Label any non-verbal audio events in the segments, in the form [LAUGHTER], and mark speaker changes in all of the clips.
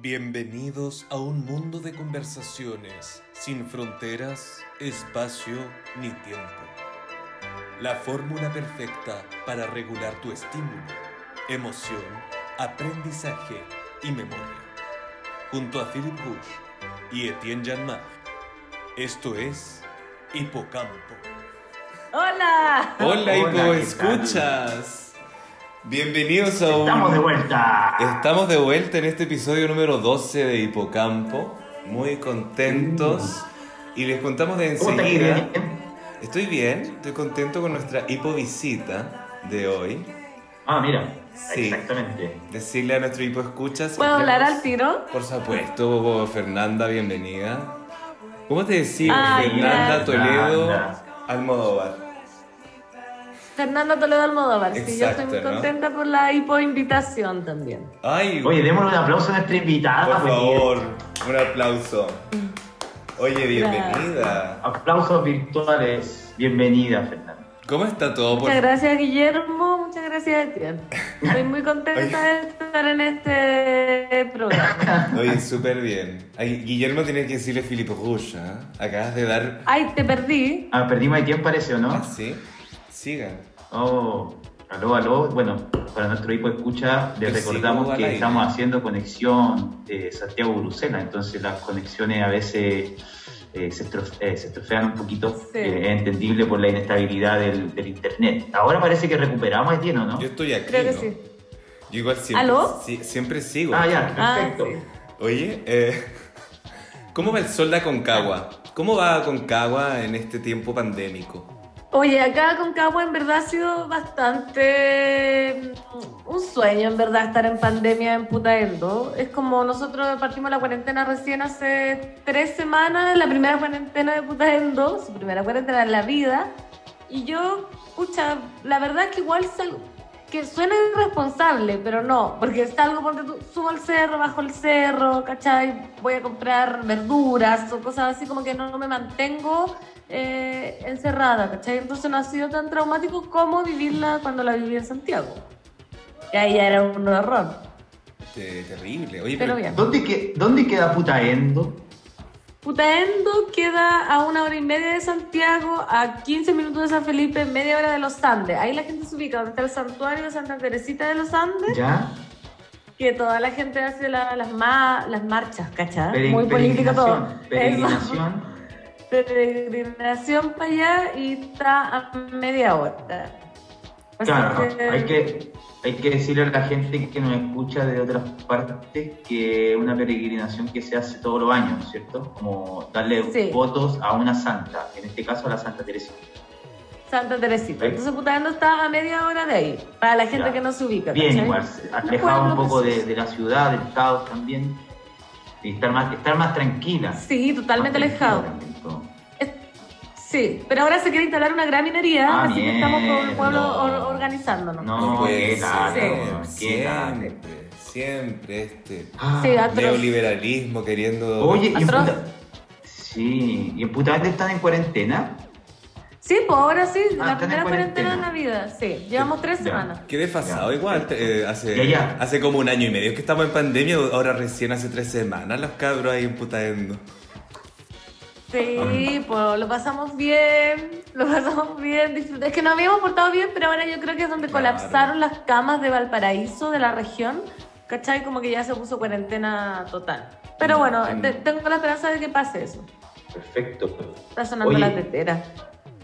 Speaker 1: Bienvenidos a un mundo de conversaciones sin fronteras, espacio ni tiempo. La fórmula perfecta para regular tu estímulo, emoción, aprendizaje y memoria. Junto a Philip Bush y Etienne Janmar. Esto es Hipocampo.
Speaker 2: ¡Hola!
Speaker 1: Hola,
Speaker 3: Hola,
Speaker 1: Hipo,
Speaker 3: ¿qué tal?
Speaker 1: escuchas. Bienvenidos a un
Speaker 3: Estamos de vuelta.
Speaker 1: Estamos de vuelta en este episodio número 12 de Hipocampo, muy contentos
Speaker 2: Mm.
Speaker 1: y les contamos de
Speaker 3: ¿Cómo estás, querida?
Speaker 1: enseguida. Estoy bien, estoy contento con nuestra hipovisita de hoy.
Speaker 3: Ah, mira.
Speaker 1: Sí.
Speaker 3: Exactamente.
Speaker 1: Decirle a nuestro hipoescuchas.
Speaker 2: ¿Puedo hablar al tiro?
Speaker 1: Por supuesto, Fernanda, bienvenida. ¿Cómo te decimos,
Speaker 2: Ay,
Speaker 1: Fernanda
Speaker 2: Ah, gracias.
Speaker 1: Toledo
Speaker 3: Fernanda.
Speaker 1: Almodóvar?
Speaker 2: Fernanda Toledo Almodóvar, sí, yo estoy
Speaker 1: Exacto,
Speaker 2: muy
Speaker 1: ¿no?
Speaker 2: contenta por la hipoinvitación también.
Speaker 1: Ay,
Speaker 3: Oye, démosle un aplauso a nuestra invitada.
Speaker 2: ah,
Speaker 1: por
Speaker 3: pues,
Speaker 1: favor, un aplauso.
Speaker 2: Mm.
Speaker 1: Oye, bienvenida.
Speaker 3: Aplausos virtuales. Bienvenida, Fernanda.
Speaker 1: ¿Cómo está todo? por
Speaker 2: Muchas gracias, Guillermo, muchas gracias, Etienne. Estoy muy contenta de estar en este programa.
Speaker 1: Oye, súper bien. Ay, Guillermo tiene que decirle Filipe Rouge, ¿ah? Acabas de dar...
Speaker 2: Ay, te perdí.
Speaker 3: Ah, perdimos de tiempo, parece, ¿o
Speaker 1: ¿Ah,
Speaker 3: no?
Speaker 1: sí? Sigan.
Speaker 3: Oh, aló, aló. Bueno, para nuestro hipo escucha, les
Speaker 1: Que sigo
Speaker 3: recordamos
Speaker 1: al
Speaker 3: que
Speaker 1: aire.
Speaker 3: estamos haciendo conexión de Santiago-Bruselas, entonces las conexiones a veces eh, se, estrof- eh, se estrofean un poquito.
Speaker 2: Sí.
Speaker 3: Eh, es entendible por la inestabilidad del, del internet. Ahora parece que recuperamos el lleno, ¿no?
Speaker 1: Yo estoy aquí,
Speaker 2: Creo que
Speaker 1: ¿no?
Speaker 2: sí.
Speaker 1: Yo igual siempre,
Speaker 2: ¿Aló?
Speaker 1: sí- siempre sigo.
Speaker 3: Ah, ya,
Speaker 2: Ah,
Speaker 3: perfecto.
Speaker 2: sí.
Speaker 1: Oye, eh, [LAUGHS] ¿cómo va el sol de Aconcagua? ¿Cómo va Aconcagua en este tiempo pandémico?
Speaker 2: Oye, acá con Cabo en verdad ha sido bastante mm, un sueño en verdad estar en pandemia en Putaendo. Es como nosotros partimos la cuarentena recién hace tres semanas, la primera cuarentena de Putaendo, su primera cuarentena en la vida. Y yo, pucha, la verdad es que igual salgo, que suena irresponsable, pero no, porque salgo, ponte tú, subo al cerro, bajo el cerro, ¿cachai? Voy a comprar verduras o cosas así, como que no me mantengo eh, encerrada, ¿cachai? Entonces no ha sido tan traumático como vivirla cuando la viví en Santiago. Y ahí ya era un horror,
Speaker 1: Te- terrible. Oye,
Speaker 2: pero bien.
Speaker 3: ¿Dónde, que- dónde queda Putaendo?
Speaker 2: Putaendo queda a una hora y media de Santiago, a 15 minutos de San Felipe, media hora de los Andes. Ahí la gente se ubica, donde está el santuario de Santa Teresita de los Andes,
Speaker 3: ¿Ya?
Speaker 2: que toda la gente hace la- las, ma- las marchas, ¿cachai?
Speaker 3: Peregr-
Speaker 2: Ah, Muy político todo. Eso.
Speaker 3: Peregrinación.
Speaker 2: peregrinación para allá y está a media hora. Así
Speaker 3: Claro,
Speaker 2: que-
Speaker 3: hay que, hay que decirle a la gente que nos escucha de otras partes que una peregrinación que se hace todos los años, ¿cierto? Como darle
Speaker 2: Sí.
Speaker 3: votos a una santa, en este caso a la Santa Teresa.
Speaker 2: Santa Teresita.
Speaker 3: Ahí.
Speaker 2: Entonces Putaendo está a media hora de ahí, para la gente
Speaker 3: ¿Eh? Ya.
Speaker 2: que no se ubica.
Speaker 3: Bien,
Speaker 2: ¿cachai?
Speaker 3: igual, alejado
Speaker 2: pueblo
Speaker 3: un poco de,
Speaker 2: precioso.
Speaker 3: de la ciudad, del caos también, y estar más, estar más tranquila.
Speaker 2: Sí, totalmente
Speaker 3: más tranquila
Speaker 2: alejado.
Speaker 3: también, todo.
Speaker 2: Sí, pero ahora se quiere instalar una gran minería,
Speaker 3: Ah,
Speaker 2: así que
Speaker 3: bien,
Speaker 2: estamos con el pueblo
Speaker 1: no.
Speaker 2: or- organizándonos.
Speaker 3: No,
Speaker 1: puede
Speaker 3: qué
Speaker 1: ser.
Speaker 3: lata, qué lata.
Speaker 1: siempre, siempre este
Speaker 3: Ah,
Speaker 2: Sí, atroz.
Speaker 1: neoliberalismo queriendo...
Speaker 3: Oye, y en
Speaker 2: Atroz.
Speaker 3: Puta- Sí, ¿y en Putaendo están en cuarentena?
Speaker 2: Sí, pues ahora sí,
Speaker 3: Ah,
Speaker 2: la
Speaker 3: están
Speaker 2: primera
Speaker 3: en
Speaker 2: cuarentena
Speaker 3: cuarentena.
Speaker 2: de Navidad, sí. Llevamos tres
Speaker 3: Ya.
Speaker 2: semanas.
Speaker 1: Qué desfasado
Speaker 3: Ya.
Speaker 1: igual, te- eh, hace,
Speaker 3: Ya, ya.
Speaker 1: hace como un año y medio que estamos en pandemia, ahora recién hace tres semanas los cabros ahí emputaendo.
Speaker 2: Sí, pues lo pasamos bien, lo pasamos bien. disfruté. Es que nos habíamos portado bien, pero ahora yo creo que es donde
Speaker 1: Claro.
Speaker 2: colapsaron las camas de Valparaíso, de la región. ¿Cachai? Como que ya se puso cuarentena total. Pero bueno,
Speaker 3: Mm.
Speaker 2: te- tengo la esperanza de que pase eso.
Speaker 3: Perfecto.
Speaker 2: Está sonando
Speaker 3: Oye.
Speaker 2: la tetera.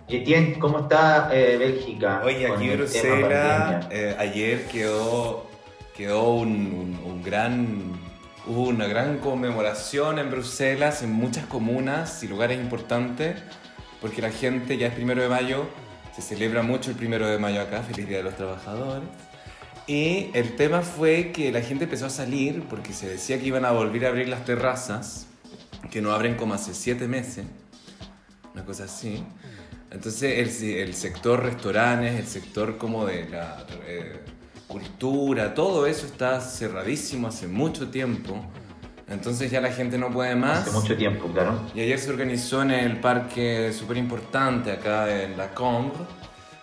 Speaker 3: Etienne, ¿cómo está eh, Bélgica?
Speaker 1: Oye,
Speaker 3: con
Speaker 1: aquí
Speaker 3: el tema
Speaker 1: Bruselas
Speaker 3: pandemia?
Speaker 1: eh, ayer quedó, quedó un, un- un gran, hubo una gran conmemoración en Bruselas, en muchas comunas y lugares importantes, porque la gente ya es primero de mayo, se celebra mucho el primero de mayo acá, feliz día de los trabajadores. Y el tema fue que la gente empezó a salir porque se decía que iban a volver a abrir las terrazas, que no abren como hace siete meses, una cosa así. Entonces el, si- el sector restaurantes, el sector como de la eh, cultura, todo eso está cerradísimo hace mucho tiempo. Entonces ya la gente no puede más.
Speaker 3: Hace mucho tiempo, claro.
Speaker 1: Y ayer se organizó en el parque súper importante acá en La Combre,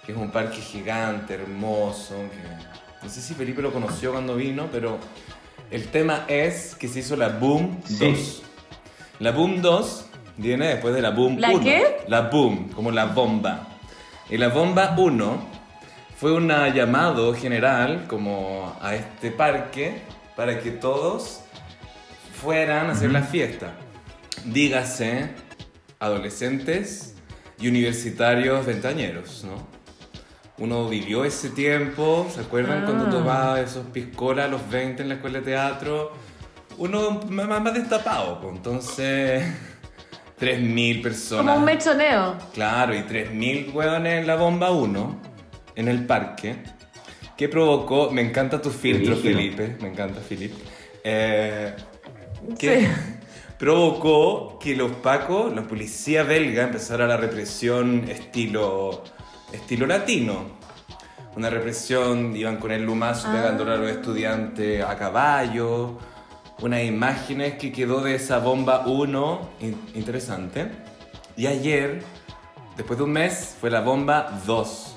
Speaker 1: que es un parque gigante, hermoso. que- No sé si Felipe lo conoció cuando vino, pero El tema es que se hizo la Boom 2.
Speaker 4: Sí.
Speaker 1: La Boom 2 viene después de la Boom
Speaker 2: ¿La
Speaker 1: 1.
Speaker 2: qué?
Speaker 1: La Boom, como la bomba. Y la bomba 1 fue un llamado general como a este parque para que todos fueran a hacer la fiesta. Dígase adolescentes y universitarios ventañeros, ¿no? Uno vivió ese tiempo, ¿se acuerdan
Speaker 2: Ah.
Speaker 1: cuando tomaba esos piscolas a los 20 en la escuela de teatro? Uno más, más- más destapado, pues, entonces [LAUGHS] 3.000 personas.
Speaker 2: Como un mechoneo.
Speaker 1: Claro, y 3.000 hueones en la bomba 1, en el parque, que provocó, me encanta tu filtro,
Speaker 4: brígido.
Speaker 1: Felipe, me encanta Felipe, eh, que
Speaker 2: Sí.
Speaker 1: [LAUGHS] provocó que los pacos, la policía belga, empezara la represión estilo, estilo latino. Una represión, iban con el lumazo
Speaker 2: Ah.
Speaker 1: pegándole a los estudiantes a caballo, unas imágenes que quedó de esa bomba 1 in- interesante. Y ayer, después de un mes, fue la bomba 2,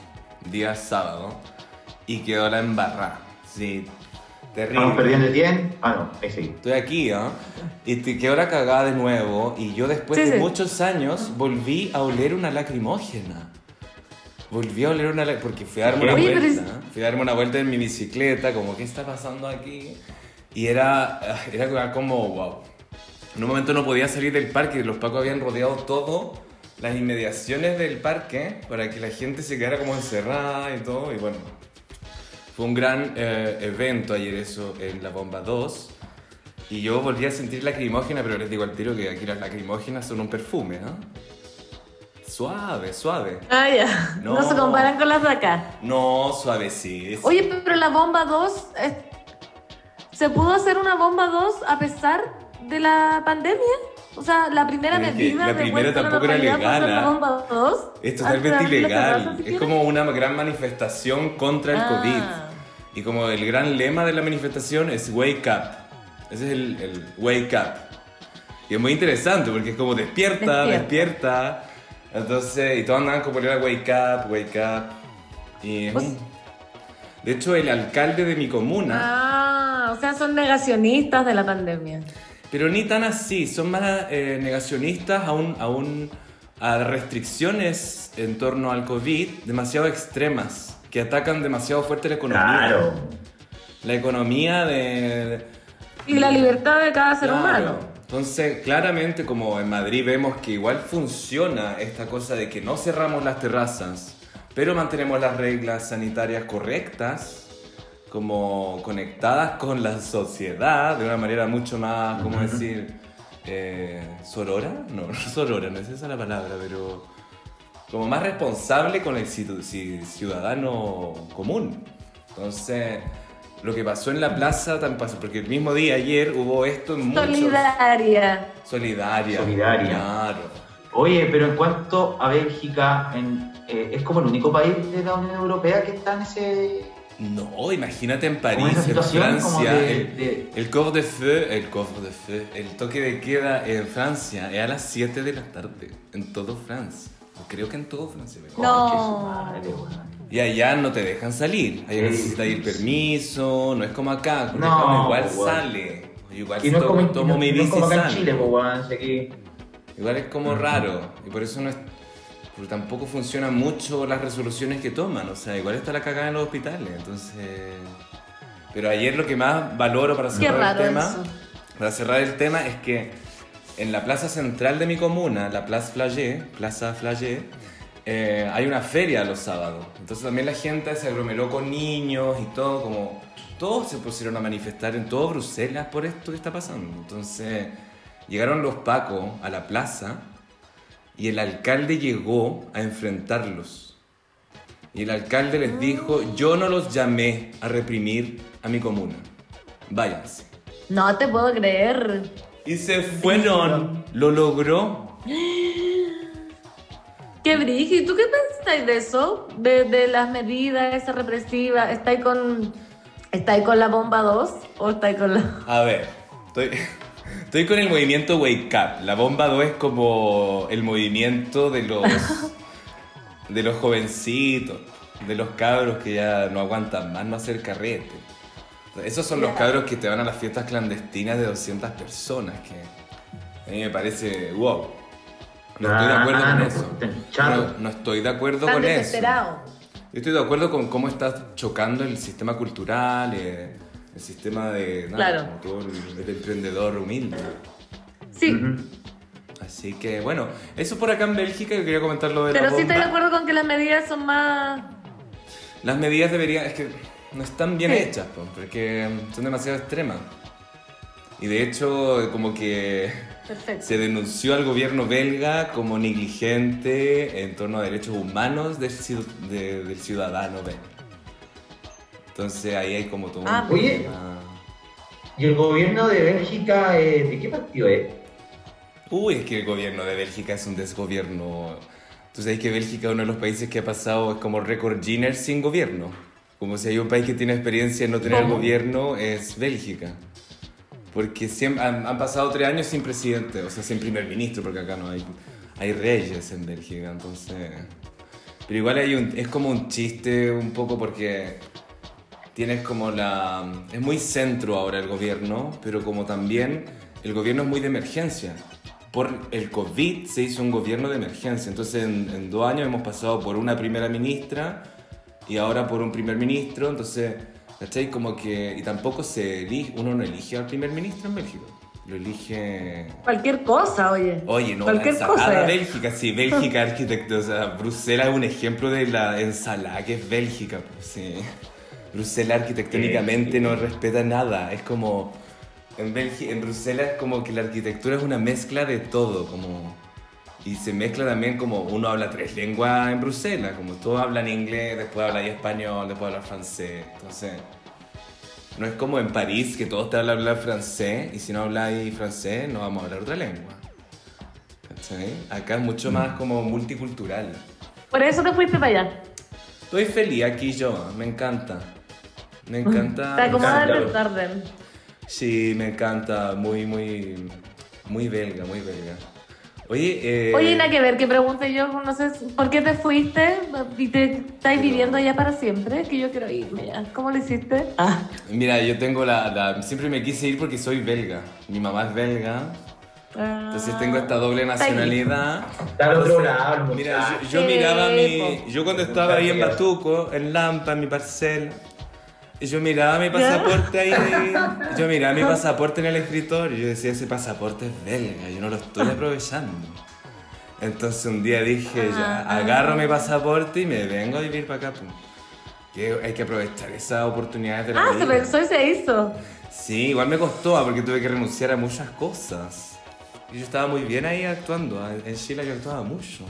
Speaker 1: día sábado, y quedó la embarrada. Sí, terrible.
Speaker 4: Vamos perdiendo 10. Ah, no, ahí sí.
Speaker 1: Estoy aquí, ¿ah? Y te quedó la cagada de nuevo. Y yo después
Speaker 2: Sí,
Speaker 1: de
Speaker 2: sí.
Speaker 1: muchos años volví a oler una lacrimógena. Volví a oler una lac- porque fui a darme una
Speaker 2: Oye, pero
Speaker 1: vuelta. Fui a darme una vuelta en mi bicicleta, como, ¿qué está pasando aquí? Y era, ah, era como, wow. En un momento no podía salir del parque, los pacos habían rodeado todo, las inmediaciones del parque, para que la gente se quedara como encerrada y todo, y bueno. Fue un gran eh, evento ayer eso en La Bomba 2. Y yo volví a sentir lacrimógena, pero les digo al tiro que aquí las lacrimógenas son un perfume, ¿no? Suave, suave.
Speaker 2: Ah, ya. No.
Speaker 1: No.
Speaker 2: se comparan con las de acá.
Speaker 1: No, suave sí.
Speaker 2: Oye, pero la bomba 2, eh, ¿se pudo hacer una bomba 2 a pesar de la pandemia? O sea, la primera
Speaker 1: Pero es que
Speaker 2: medida
Speaker 1: la
Speaker 2: de
Speaker 1: primera
Speaker 2: vuelta a la
Speaker 1: tampoco era
Speaker 2: normalidad fue
Speaker 1: legal,
Speaker 2: hacer
Speaker 1: ¿ah?
Speaker 2: la bomba 2.
Speaker 1: es
Speaker 2: antes
Speaker 1: totalmente
Speaker 2: de abrir la
Speaker 1: ilegal.
Speaker 2: terraza, si
Speaker 1: es
Speaker 2: quieres.
Speaker 1: como una gran manifestación contra el
Speaker 2: Ah.
Speaker 1: COVID. Y como el gran lema de la manifestación es Wake Up. Ese es el, el Wake Up. Y es muy interesante porque es como despierta, despierta. Entonces, y todos andan con polera Wake Up, Wake Up. Y es
Speaker 2: Pues-
Speaker 1: un- De hecho, el alcalde de mi comuna.
Speaker 2: Ah, o sea, son negacionistas de la pandemia.
Speaker 1: Pero ni tan así, son más eh, negacionistas aún, aún a restricciones en torno al COVID demasiado extremas, que atacan demasiado fuerte la economía.
Speaker 4: Claro.
Speaker 1: La economía de...
Speaker 2: Y la libertad de cada ser
Speaker 1: Claro.
Speaker 2: humano.
Speaker 1: Entonces, claramente como en Madrid vemos que igual funciona esta cosa de que no cerramos las terrazas, pero mantenemos las reglas sanitarias correctas, como conectadas con la sociedad de una manera mucho más, ¿cómo decir? Eh, ¿Sorora? No, [LAUGHS] no sorora, no es esa la palabra, pero como más responsable con el citu- ci- ciudadano común. Entonces, lo que pasó en la plaza, tan pasó, porque el mismo día ayer hubo esto en muchos...
Speaker 2: Solidaria.
Speaker 1: Solidaria.
Speaker 4: Solidaria.
Speaker 1: Claro.
Speaker 4: Oye, pero en cuanto a Bélgica, en- eh, es como el único país de la Unión Europea que está en ese.
Speaker 1: No, imagínate en
Speaker 4: como en
Speaker 1: París,
Speaker 4: esa
Speaker 1: en
Speaker 4: situación como
Speaker 1: Francia,
Speaker 4: de,
Speaker 1: el,
Speaker 4: de-
Speaker 1: el couvre de feu, el couvre de feu, el toque de queda en Francia es a las 7 de la tarde, en todo Francia. Creo que en todo Francia. me
Speaker 2: No.
Speaker 4: Conche su madre, weón.
Speaker 1: Y allá no te dejan salir. Allá
Speaker 4: Sí.
Speaker 1: necesitas ir permiso. No es como acá. porque
Speaker 4: No,
Speaker 1: acá uno igual
Speaker 4: pues, bueno.
Speaker 1: sale. Igual
Speaker 4: Y no es
Speaker 1: tomo,
Speaker 4: como, y
Speaker 1: tomo
Speaker 4: no-
Speaker 1: mi
Speaker 4: no es
Speaker 1: bici
Speaker 4: como acá en
Speaker 1: salgo.
Speaker 4: Chile, pues. po, weón, sé que-
Speaker 1: Igual es como raro. Y por eso no es. Porque tampoco funcionan mucho las resoluciones que toman. O sea, igual está la cagada en los hospitales. Entonces. Pero ayer lo que más valoro para
Speaker 2: Qué
Speaker 1: cerrar
Speaker 2: raro
Speaker 1: el tema.
Speaker 2: eso.
Speaker 1: Para cerrar el tema es que en la plaza central de mi comuna, la Place Flaget, Plaza Flaget, eh, hay una feria los sábados. Entonces también la gente se aglomeró con niños y todo, como todos se pusieron a manifestar en todo Bruselas por esto que está pasando. Entonces llegaron los pacos a la plaza y el alcalde llegó a enfrentarlos. Y el alcalde les dijo, yo no los llamé a reprimir a mi comuna. Váyanse.
Speaker 2: No te puedo creer.
Speaker 1: Y se fueron. Lo logró.
Speaker 2: Qué brígido. ¿Tú qué pensáis de eso? De, de las medidas esas represivas. ¿Estáis con, estáis con la bomba 2 o estáis con la...
Speaker 1: A ver, estoy, [LAUGHS] estoy con el movimiento Wake Up. La bomba 2 es como el movimiento de los, de los jovencitos, de los cabros que ya no aguantan más no hacer carrete. Esos son los cabros que te van a las fiestas clandestinas de 200 personas, que a mí me parece wow. No estoy de acuerdo
Speaker 4: Ah,
Speaker 1: con
Speaker 4: no,
Speaker 1: eso.
Speaker 4: pues, chao.
Speaker 1: No, no estoy de acuerdo
Speaker 2: Están
Speaker 1: con eso.
Speaker 2: desesperados.
Speaker 1: Yo estoy de acuerdo con cómo está chocando el sistema cultural, eh, el sistema de. nada,
Speaker 2: Claro.
Speaker 1: como todo el, el emprendedor humilde.
Speaker 2: Sí,
Speaker 4: Ujú.
Speaker 1: Así que, bueno, eso por acá en Bélgica. Yo quería comentar lo de la
Speaker 2: pero sí estoy de
Speaker 1: bomba.
Speaker 2: acuerdo con que las medidas son más...
Speaker 1: Las medidas deberían. Es que no están bien
Speaker 2: Sí.
Speaker 1: hechas, po, porque son demasiado extremas. Y de hecho, como que
Speaker 2: Perfecto.
Speaker 1: se denunció al gobierno belga como negligente en torno a derechos humanos del, ciu- de- del ciudadano belga. Entonces ahí hay como todo un
Speaker 2: Ah,
Speaker 4: Oye.
Speaker 1: problema.
Speaker 4: ¿Y el gobierno de Bélgica, eh, de qué partido es?
Speaker 1: Uy, es que el gobierno de Bélgica es un desgobierno. Tú sabes que Bélgica es uno de los países que ha pasado es como récord Giner sin gobierno. Como si hay un país que tiene experiencia en no tener
Speaker 2: ¿Cómo?
Speaker 1: gobierno, es Bélgica. Porque siem- han, han pasado tres años sin presidente, o sea, sin primer ministro, porque acá no hay, hay reyes en Bélgica, entonces... Pero igual hay un, es como un chiste un poco porque tienes como la... Es muy centro ahora el gobierno, pero como también el gobierno es muy de emergencia. Por el COVID se hizo un gobierno de emergencia, entonces en, en dos años hemos pasado por una primera ministra y ahora por un primer ministro, entonces, ¿cachai? Como que... Y tampoco se elige, uno no elige al primer ministro en México, lo elige...
Speaker 2: Cualquier cosa, oye.
Speaker 1: Oye, no,
Speaker 2: Cualquier
Speaker 1: la ensalada
Speaker 2: cosa.
Speaker 1: Bélgica, sí, Bélgica arquitecto, o sea, Bruselas es un ejemplo de la ensalada que es Bélgica, pues, sí. Bruselas arquitectónicamente no respeta nada, es como... En, Bélgica, en Bruselas es como que la arquitectura es una mezcla de todo, como... Y se mezcla también como uno habla tres lenguas en Bruselas, como todos hablan inglés, después hablan español, después hablan francés, entonces... No es como en París que todos te hablan hablar francés y si no habláis francés no vamos a hablar otra lengua. ¿Cachai? Acá es mucho más como multicultural.
Speaker 2: Por eso te fuiste para allá.
Speaker 1: Estoy feliz aquí yo, ¿eh? me encanta. Me encanta.
Speaker 2: Mm. Te acomodas
Speaker 4: claro.
Speaker 2: el desorden.
Speaker 1: Sí, me encanta. Muy, muy. Muy belga, muy belga. Oye, eh,
Speaker 2: Oye, nada que ver, que pregunte yo, no sé, ¿por qué te fuiste? ¿Y te estás
Speaker 1: Pero-
Speaker 2: viviendo allá para siempre? Que yo quiero irme ya. ¿Cómo lo hiciste? Ah,
Speaker 1: Mira, yo tengo la, la- Siempre me quise ir porque soy belga. Mi mamá es belga.
Speaker 2: Ah.
Speaker 1: Entonces tengo esta doble nacionalidad.
Speaker 4: Está al otro lado, el
Speaker 1: Mira,
Speaker 4: muchacho.
Speaker 1: yo, yo
Speaker 2: Sí,
Speaker 1: miraba mi.
Speaker 2: po.
Speaker 1: Yo cuando estaba ahí en Batuco, en Lampa, en mi parcel, yo miraba mi pasaporte ahí. Yo miraba mi pasaporte en el escritorio. y Yo decía, ese pasaporte es belga, yo no lo
Speaker 2: Ah.
Speaker 1: estoy aprovechando. Entonces un día dije, ya,
Speaker 2: Ah.
Speaker 1: agarro mi pasaporte y me vengo a vivir para acá. pum. Que hay que aprovechar esas oportunidades de la
Speaker 2: Ah,
Speaker 1: vida.
Speaker 2: se pensó y se hizo.
Speaker 1: Sí, igual me costó ah, porque tuve que renunciar a muchas cosas. Y yo estaba muy bien ahí actuando. ah, En Chile yo actuaba mucho.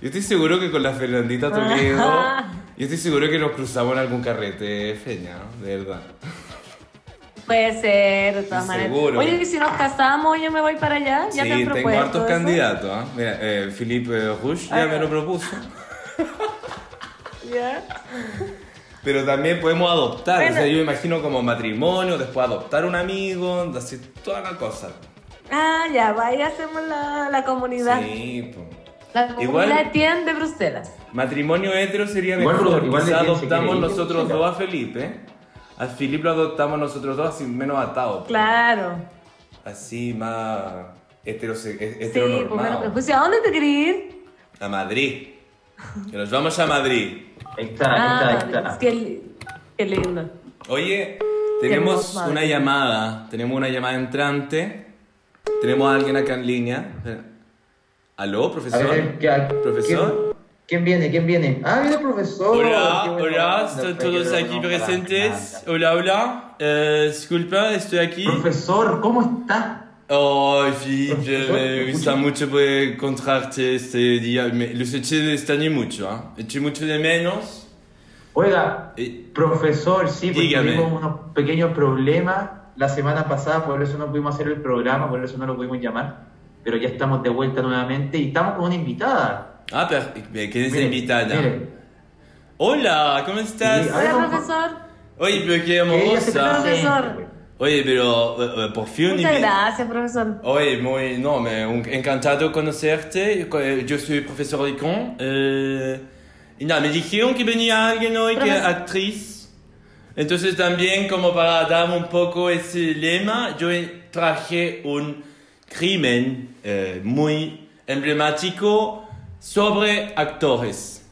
Speaker 1: Yo estoy seguro que con la Fernandita Toledo.
Speaker 2: [LAUGHS] Ajá.
Speaker 1: Yo estoy seguro que nos cruzamos en algún carrete, Feña, de verdad.
Speaker 2: Puede ser, de todas
Speaker 1: Sí,
Speaker 2: maneras.
Speaker 1: seguro.
Speaker 2: Oye, ¿y si nos casamos, yo me voy para allá? ¿Ya
Speaker 1: sí,
Speaker 2: te han
Speaker 1: tengo
Speaker 2: propuesto
Speaker 1: hartos
Speaker 2: eso?
Speaker 1: candidatos. ah. Mira, eh, Felipe Rush ya
Speaker 2: Ah.
Speaker 1: me lo propuso.
Speaker 2: ¿Ya?
Speaker 1: Pero también podemos adoptar.
Speaker 2: Bueno.
Speaker 1: O sea, yo me imagino como matrimonio, después adoptar un amigo, así toda la cosa.
Speaker 2: Ah, ya, vaya, hacemos la, la comunidad.
Speaker 1: Sí, pues.
Speaker 2: La comunidad
Speaker 1: Igual-
Speaker 2: de Tien de Bruselas.
Speaker 1: Matrimonio hetero sería
Speaker 4: Igual,
Speaker 1: mejor.
Speaker 4: pero igual
Speaker 1: Quizá
Speaker 4: de quién se
Speaker 1: adoptamos
Speaker 4: quiere ir,
Speaker 1: nosotros
Speaker 4: chica.
Speaker 1: dos a Felipe. A Felipe lo adoptamos nosotros dos así menos atado. pues.
Speaker 2: Claro.
Speaker 1: Así más heterose- he-
Speaker 2: Sí, pues menos
Speaker 1: heteronormado.
Speaker 2: prejuicio. ¿A dónde te querías ir?
Speaker 1: a Madrid. Que nos vamos a Madrid.
Speaker 4: Ahí está, ahí está, ahí
Speaker 2: Ah,
Speaker 4: está.
Speaker 2: qué, li- qué lindo.
Speaker 1: Oye, tenemos
Speaker 2: hermoso,
Speaker 1: una
Speaker 2: Madrid.
Speaker 1: llamada. Tenemos una llamada entrante. Tenemos a alguien acá en línea. Espera. ¿Aló,
Speaker 4: A
Speaker 1: profesor?
Speaker 4: ver, ya,
Speaker 1: ¿Profesor?
Speaker 4: ¿quién, quién viene? ¿Quién viene? Ah, viene el profesor. Qué
Speaker 5: Hola,
Speaker 4: bueno.
Speaker 5: hola,
Speaker 4: No,
Speaker 5: ¿están
Speaker 4: no, no,
Speaker 5: todos
Speaker 4: no,
Speaker 5: aquí
Speaker 4: no, no,
Speaker 5: presentes?
Speaker 4: no, no,
Speaker 5: Hola, hola. Eh, disculpa, estoy aquí.
Speaker 4: no. Profesor, ¿cómo está?
Speaker 5: Oh, Philippe,
Speaker 4: Profesor,
Speaker 5: me gusta mucho poder encontrarte este día. Me- Los eché este año mucho, ¿ah? Eché mucho de menos.
Speaker 4: Oiga,
Speaker 5: Eh,
Speaker 4: profesor, sí, porque
Speaker 5: Dígame.
Speaker 4: tuvimos unos pequeños problemas la semana pasada, por eso no pudimos hacer el programa, por eso no lo pudimos llamar, pero ya estamos de vuelta nuevamente y estamos con una invitada.
Speaker 5: Ah, pero eh, ¿quién es la
Speaker 4: Mire,
Speaker 5: invitada?
Speaker 4: mire,
Speaker 5: Hola, ¿cómo
Speaker 4: Sí,
Speaker 5: estás?
Speaker 4: ah.
Speaker 2: Hola,
Speaker 4: vamos.
Speaker 2: profesor.
Speaker 5: Oye, pero qué
Speaker 4: que ella se
Speaker 5: amorosa.
Speaker 4: presente,
Speaker 2: Profesor.
Speaker 4: güey.
Speaker 5: Oye, pero eh, eh, por fin...
Speaker 2: Muchas
Speaker 5: invi-
Speaker 2: gracias, profesor.
Speaker 5: Oye, muy, no, me un- encantado de conocerte. Eh, Yo soy profesor Ricón. Eh, y nada, me dijeron que venía alguien hoy que es
Speaker 2: Profes-
Speaker 5: actriz.
Speaker 1: Entonces también como para dar un poco ese lema, yo traje un crimen eh, muy emblemático sobre actores.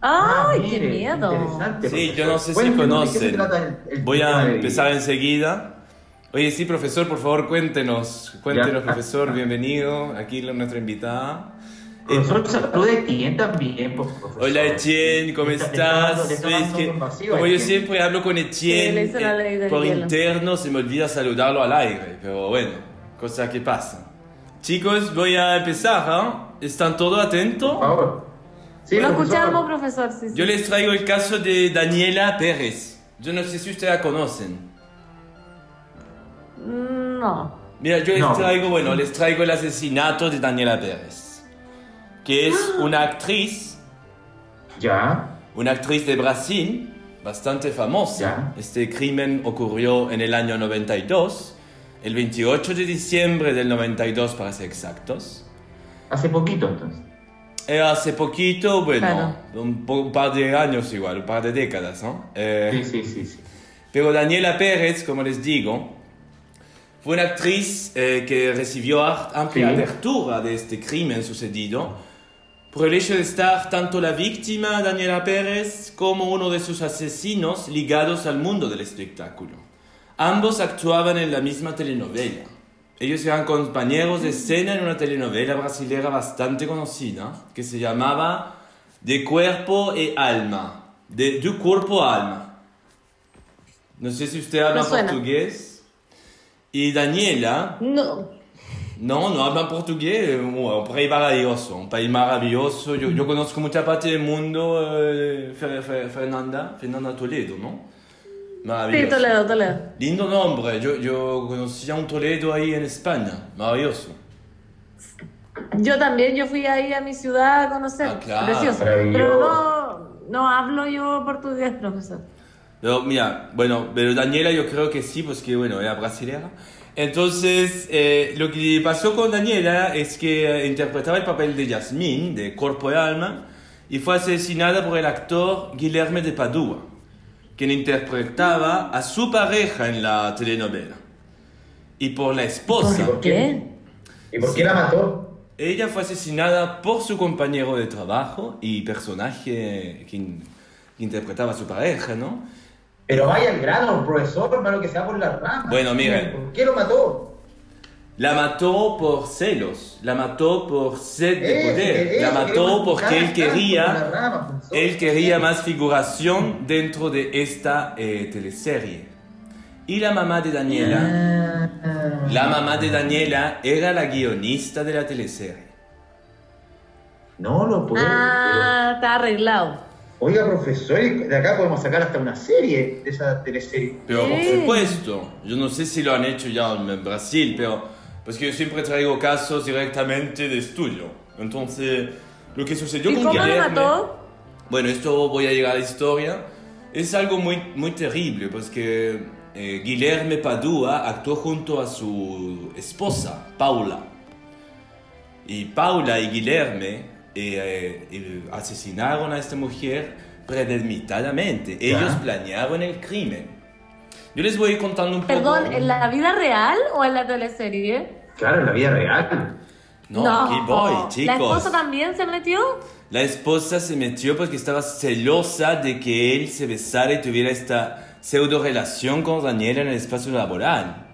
Speaker 2: ¡Ay,
Speaker 3: Ah,
Speaker 2: qué
Speaker 3: mire,
Speaker 2: miedo!
Speaker 3: interesante,
Speaker 1: Sí,
Speaker 3: profesor.
Speaker 1: yo no sé si
Speaker 3: Cuéntenos, ¿de qué se
Speaker 1: conocen.
Speaker 3: trata el- el
Speaker 1: Voy
Speaker 3: tema
Speaker 1: a
Speaker 3: de-
Speaker 1: empezar enseguida. Oye, sí, profesor, por favor, cuéntenos. Cuéntenos,
Speaker 3: Ya.
Speaker 1: profesor, bienvenido. Aquí la- nuestra invitada. Eh,
Speaker 3: Profesor, saluda a Etienne también, por profesor.
Speaker 1: Hola Etienne, ¿cómo
Speaker 3: Le está- le está dando-
Speaker 1: estás?
Speaker 3: le está
Speaker 1: Ves
Speaker 3: dando
Speaker 1: que-
Speaker 3: un vacío a
Speaker 1: como yo
Speaker 3: Etienne.
Speaker 1: siempre hablo con
Speaker 2: Sí, le
Speaker 1: Etienne,
Speaker 2: hizo la ley
Speaker 1: eh,
Speaker 2: del
Speaker 1: por
Speaker 2: hielo.
Speaker 1: interno se me olvida saludarlo al aire, pero bueno, cosa que pasa. Chicos, voy a empezar, ¿ah? ¿Están todos atentos?
Speaker 3: Por favor. Sí,
Speaker 2: Lo
Speaker 3: profesor.
Speaker 2: escuchamos, profesor. Sí, sí.
Speaker 1: Yo les traigo el caso de Daniela Pérez. Yo no sé si ustedes la conocen.
Speaker 2: Mm, No.
Speaker 1: Mira, yo les
Speaker 3: No.
Speaker 1: traigo, bueno, les traigo el asesinato de Daniela Pérez, que es
Speaker 2: Ah.
Speaker 1: una actriz
Speaker 3: Ya,
Speaker 1: una actriz de Brasil bastante famosa.
Speaker 3: Ya.
Speaker 1: Este crimen ocurrió en el año 92, el 28 de diciembre del 92 para ser exactos.
Speaker 3: hace poquito entonces.
Speaker 1: Eh, hace poquito, bueno,
Speaker 2: Claro.
Speaker 1: un, po- un par de años igual, un par de décadas, ¿no? Eh,
Speaker 3: Sí, sí, sí. sí.
Speaker 1: pero Daniela Pérez, como les digo, fue una actriz eh, que recibió ar- amplia
Speaker 3: Sí.
Speaker 1: apertura de este crimen sucedido por el hecho de estar tanto la víctima, Daniela Pérez, como uno de sus asesinos ligados al mundo del espectáculo. Ambos actuaban en la misma telenovela. Ellos eran compañeros de escena en una telenovela brasilera bastante conocida que se llamaba De Cuerpo y Alma. De Du Cuerpo a Alma. No sé si usted habla
Speaker 2: Me suena.
Speaker 1: portugués. Y Daniela,
Speaker 2: No.
Speaker 1: no, no habla portugués, eh, un país maravilloso, un país maravilloso. Yo, yo conozco mucha parte del mundo, eh, Fer- Fer- Fernanda, Fernanda Toledo, ¿no?
Speaker 2: Sí,
Speaker 1: Maravilloso.
Speaker 2: Toledo, Toledo.
Speaker 1: Lindo nombre, yo, yo conocía un Toledo ahí en España, maravilloso.
Speaker 2: Yo también, yo fui ahí a mi ciudad a conocer.
Speaker 1: Ah, claro.
Speaker 2: Precioso. Pero
Speaker 3: Maravilloso.
Speaker 2: no, no hablo yo portugués, profesor.
Speaker 1: Pero mira, bueno, pero Daniela yo creo que sí, pues que bueno, era brasilera. Entonces, eh, lo que pasó con Daniela es que eh, interpretaba el papel de Yasmín, de Cuerpo y Alma, y fue asesinada por el actor Guilherme de Padua, quien interpretaba a su pareja en la telenovela, y por la esposa.
Speaker 2: ¿Por qué?
Speaker 3: ¿Y por qué la mató?
Speaker 1: Ella fue asesinada por su compañero de trabajo y personaje que in- que interpretaba a su pareja, ¿no?
Speaker 3: Pero vaya al grano, profesor, hermano, que se va por la rama.
Speaker 1: Bueno, miren.
Speaker 3: ¿Por qué lo mató?
Speaker 1: La mató por celos, la mató por sed de
Speaker 3: Eh,
Speaker 1: poder,
Speaker 3: eh, eh,
Speaker 1: la mató
Speaker 3: queremos
Speaker 1: porque él
Speaker 3: buscar tanto por la
Speaker 1: quería,
Speaker 3: rama, profesor.
Speaker 1: él quería más figuración dentro de esta eh, teleserie. Y la mamá de Daniela,
Speaker 3: Ah.
Speaker 1: la mamá de Daniela era la guionista de la teleserie.
Speaker 3: No lo puedo.
Speaker 2: Ah, está arreglado.
Speaker 3: Oiga, profesor, y de acá podemos sacar hasta una serie de esa teleserie.
Speaker 1: Pero por
Speaker 2: Sí.
Speaker 1: supuesto, yo no sé si lo han hecho ya en Brasil, pero pues que yo siempre traigo casos directamente de estudio. Entonces, lo que sucedió
Speaker 2: ¿Y
Speaker 1: con
Speaker 2: cómo lo
Speaker 1: Guilherme-
Speaker 2: mató?
Speaker 1: Bueno, esto voy a llegar a la historia. Es algo muy, muy terrible, pues que eh, Guilherme Padua actuó junto a su esposa, Paula. Y Paula y Guilherme eh, eh, asesinaron a esta mujer premeditadamente.
Speaker 3: Ya.
Speaker 1: Ellos planearon el crimen. Yo les voy contando un poco.
Speaker 2: Perdón, ¿en la vida real o en la teleserie?
Speaker 3: Claro, en la vida real.
Speaker 1: No, aquí voy, chicos.
Speaker 2: ¿La esposa también se metió?
Speaker 1: La esposa se metió porque estaba celosa de que él se besara y tuviera esta pseudo relación con Daniela en el espacio laboral.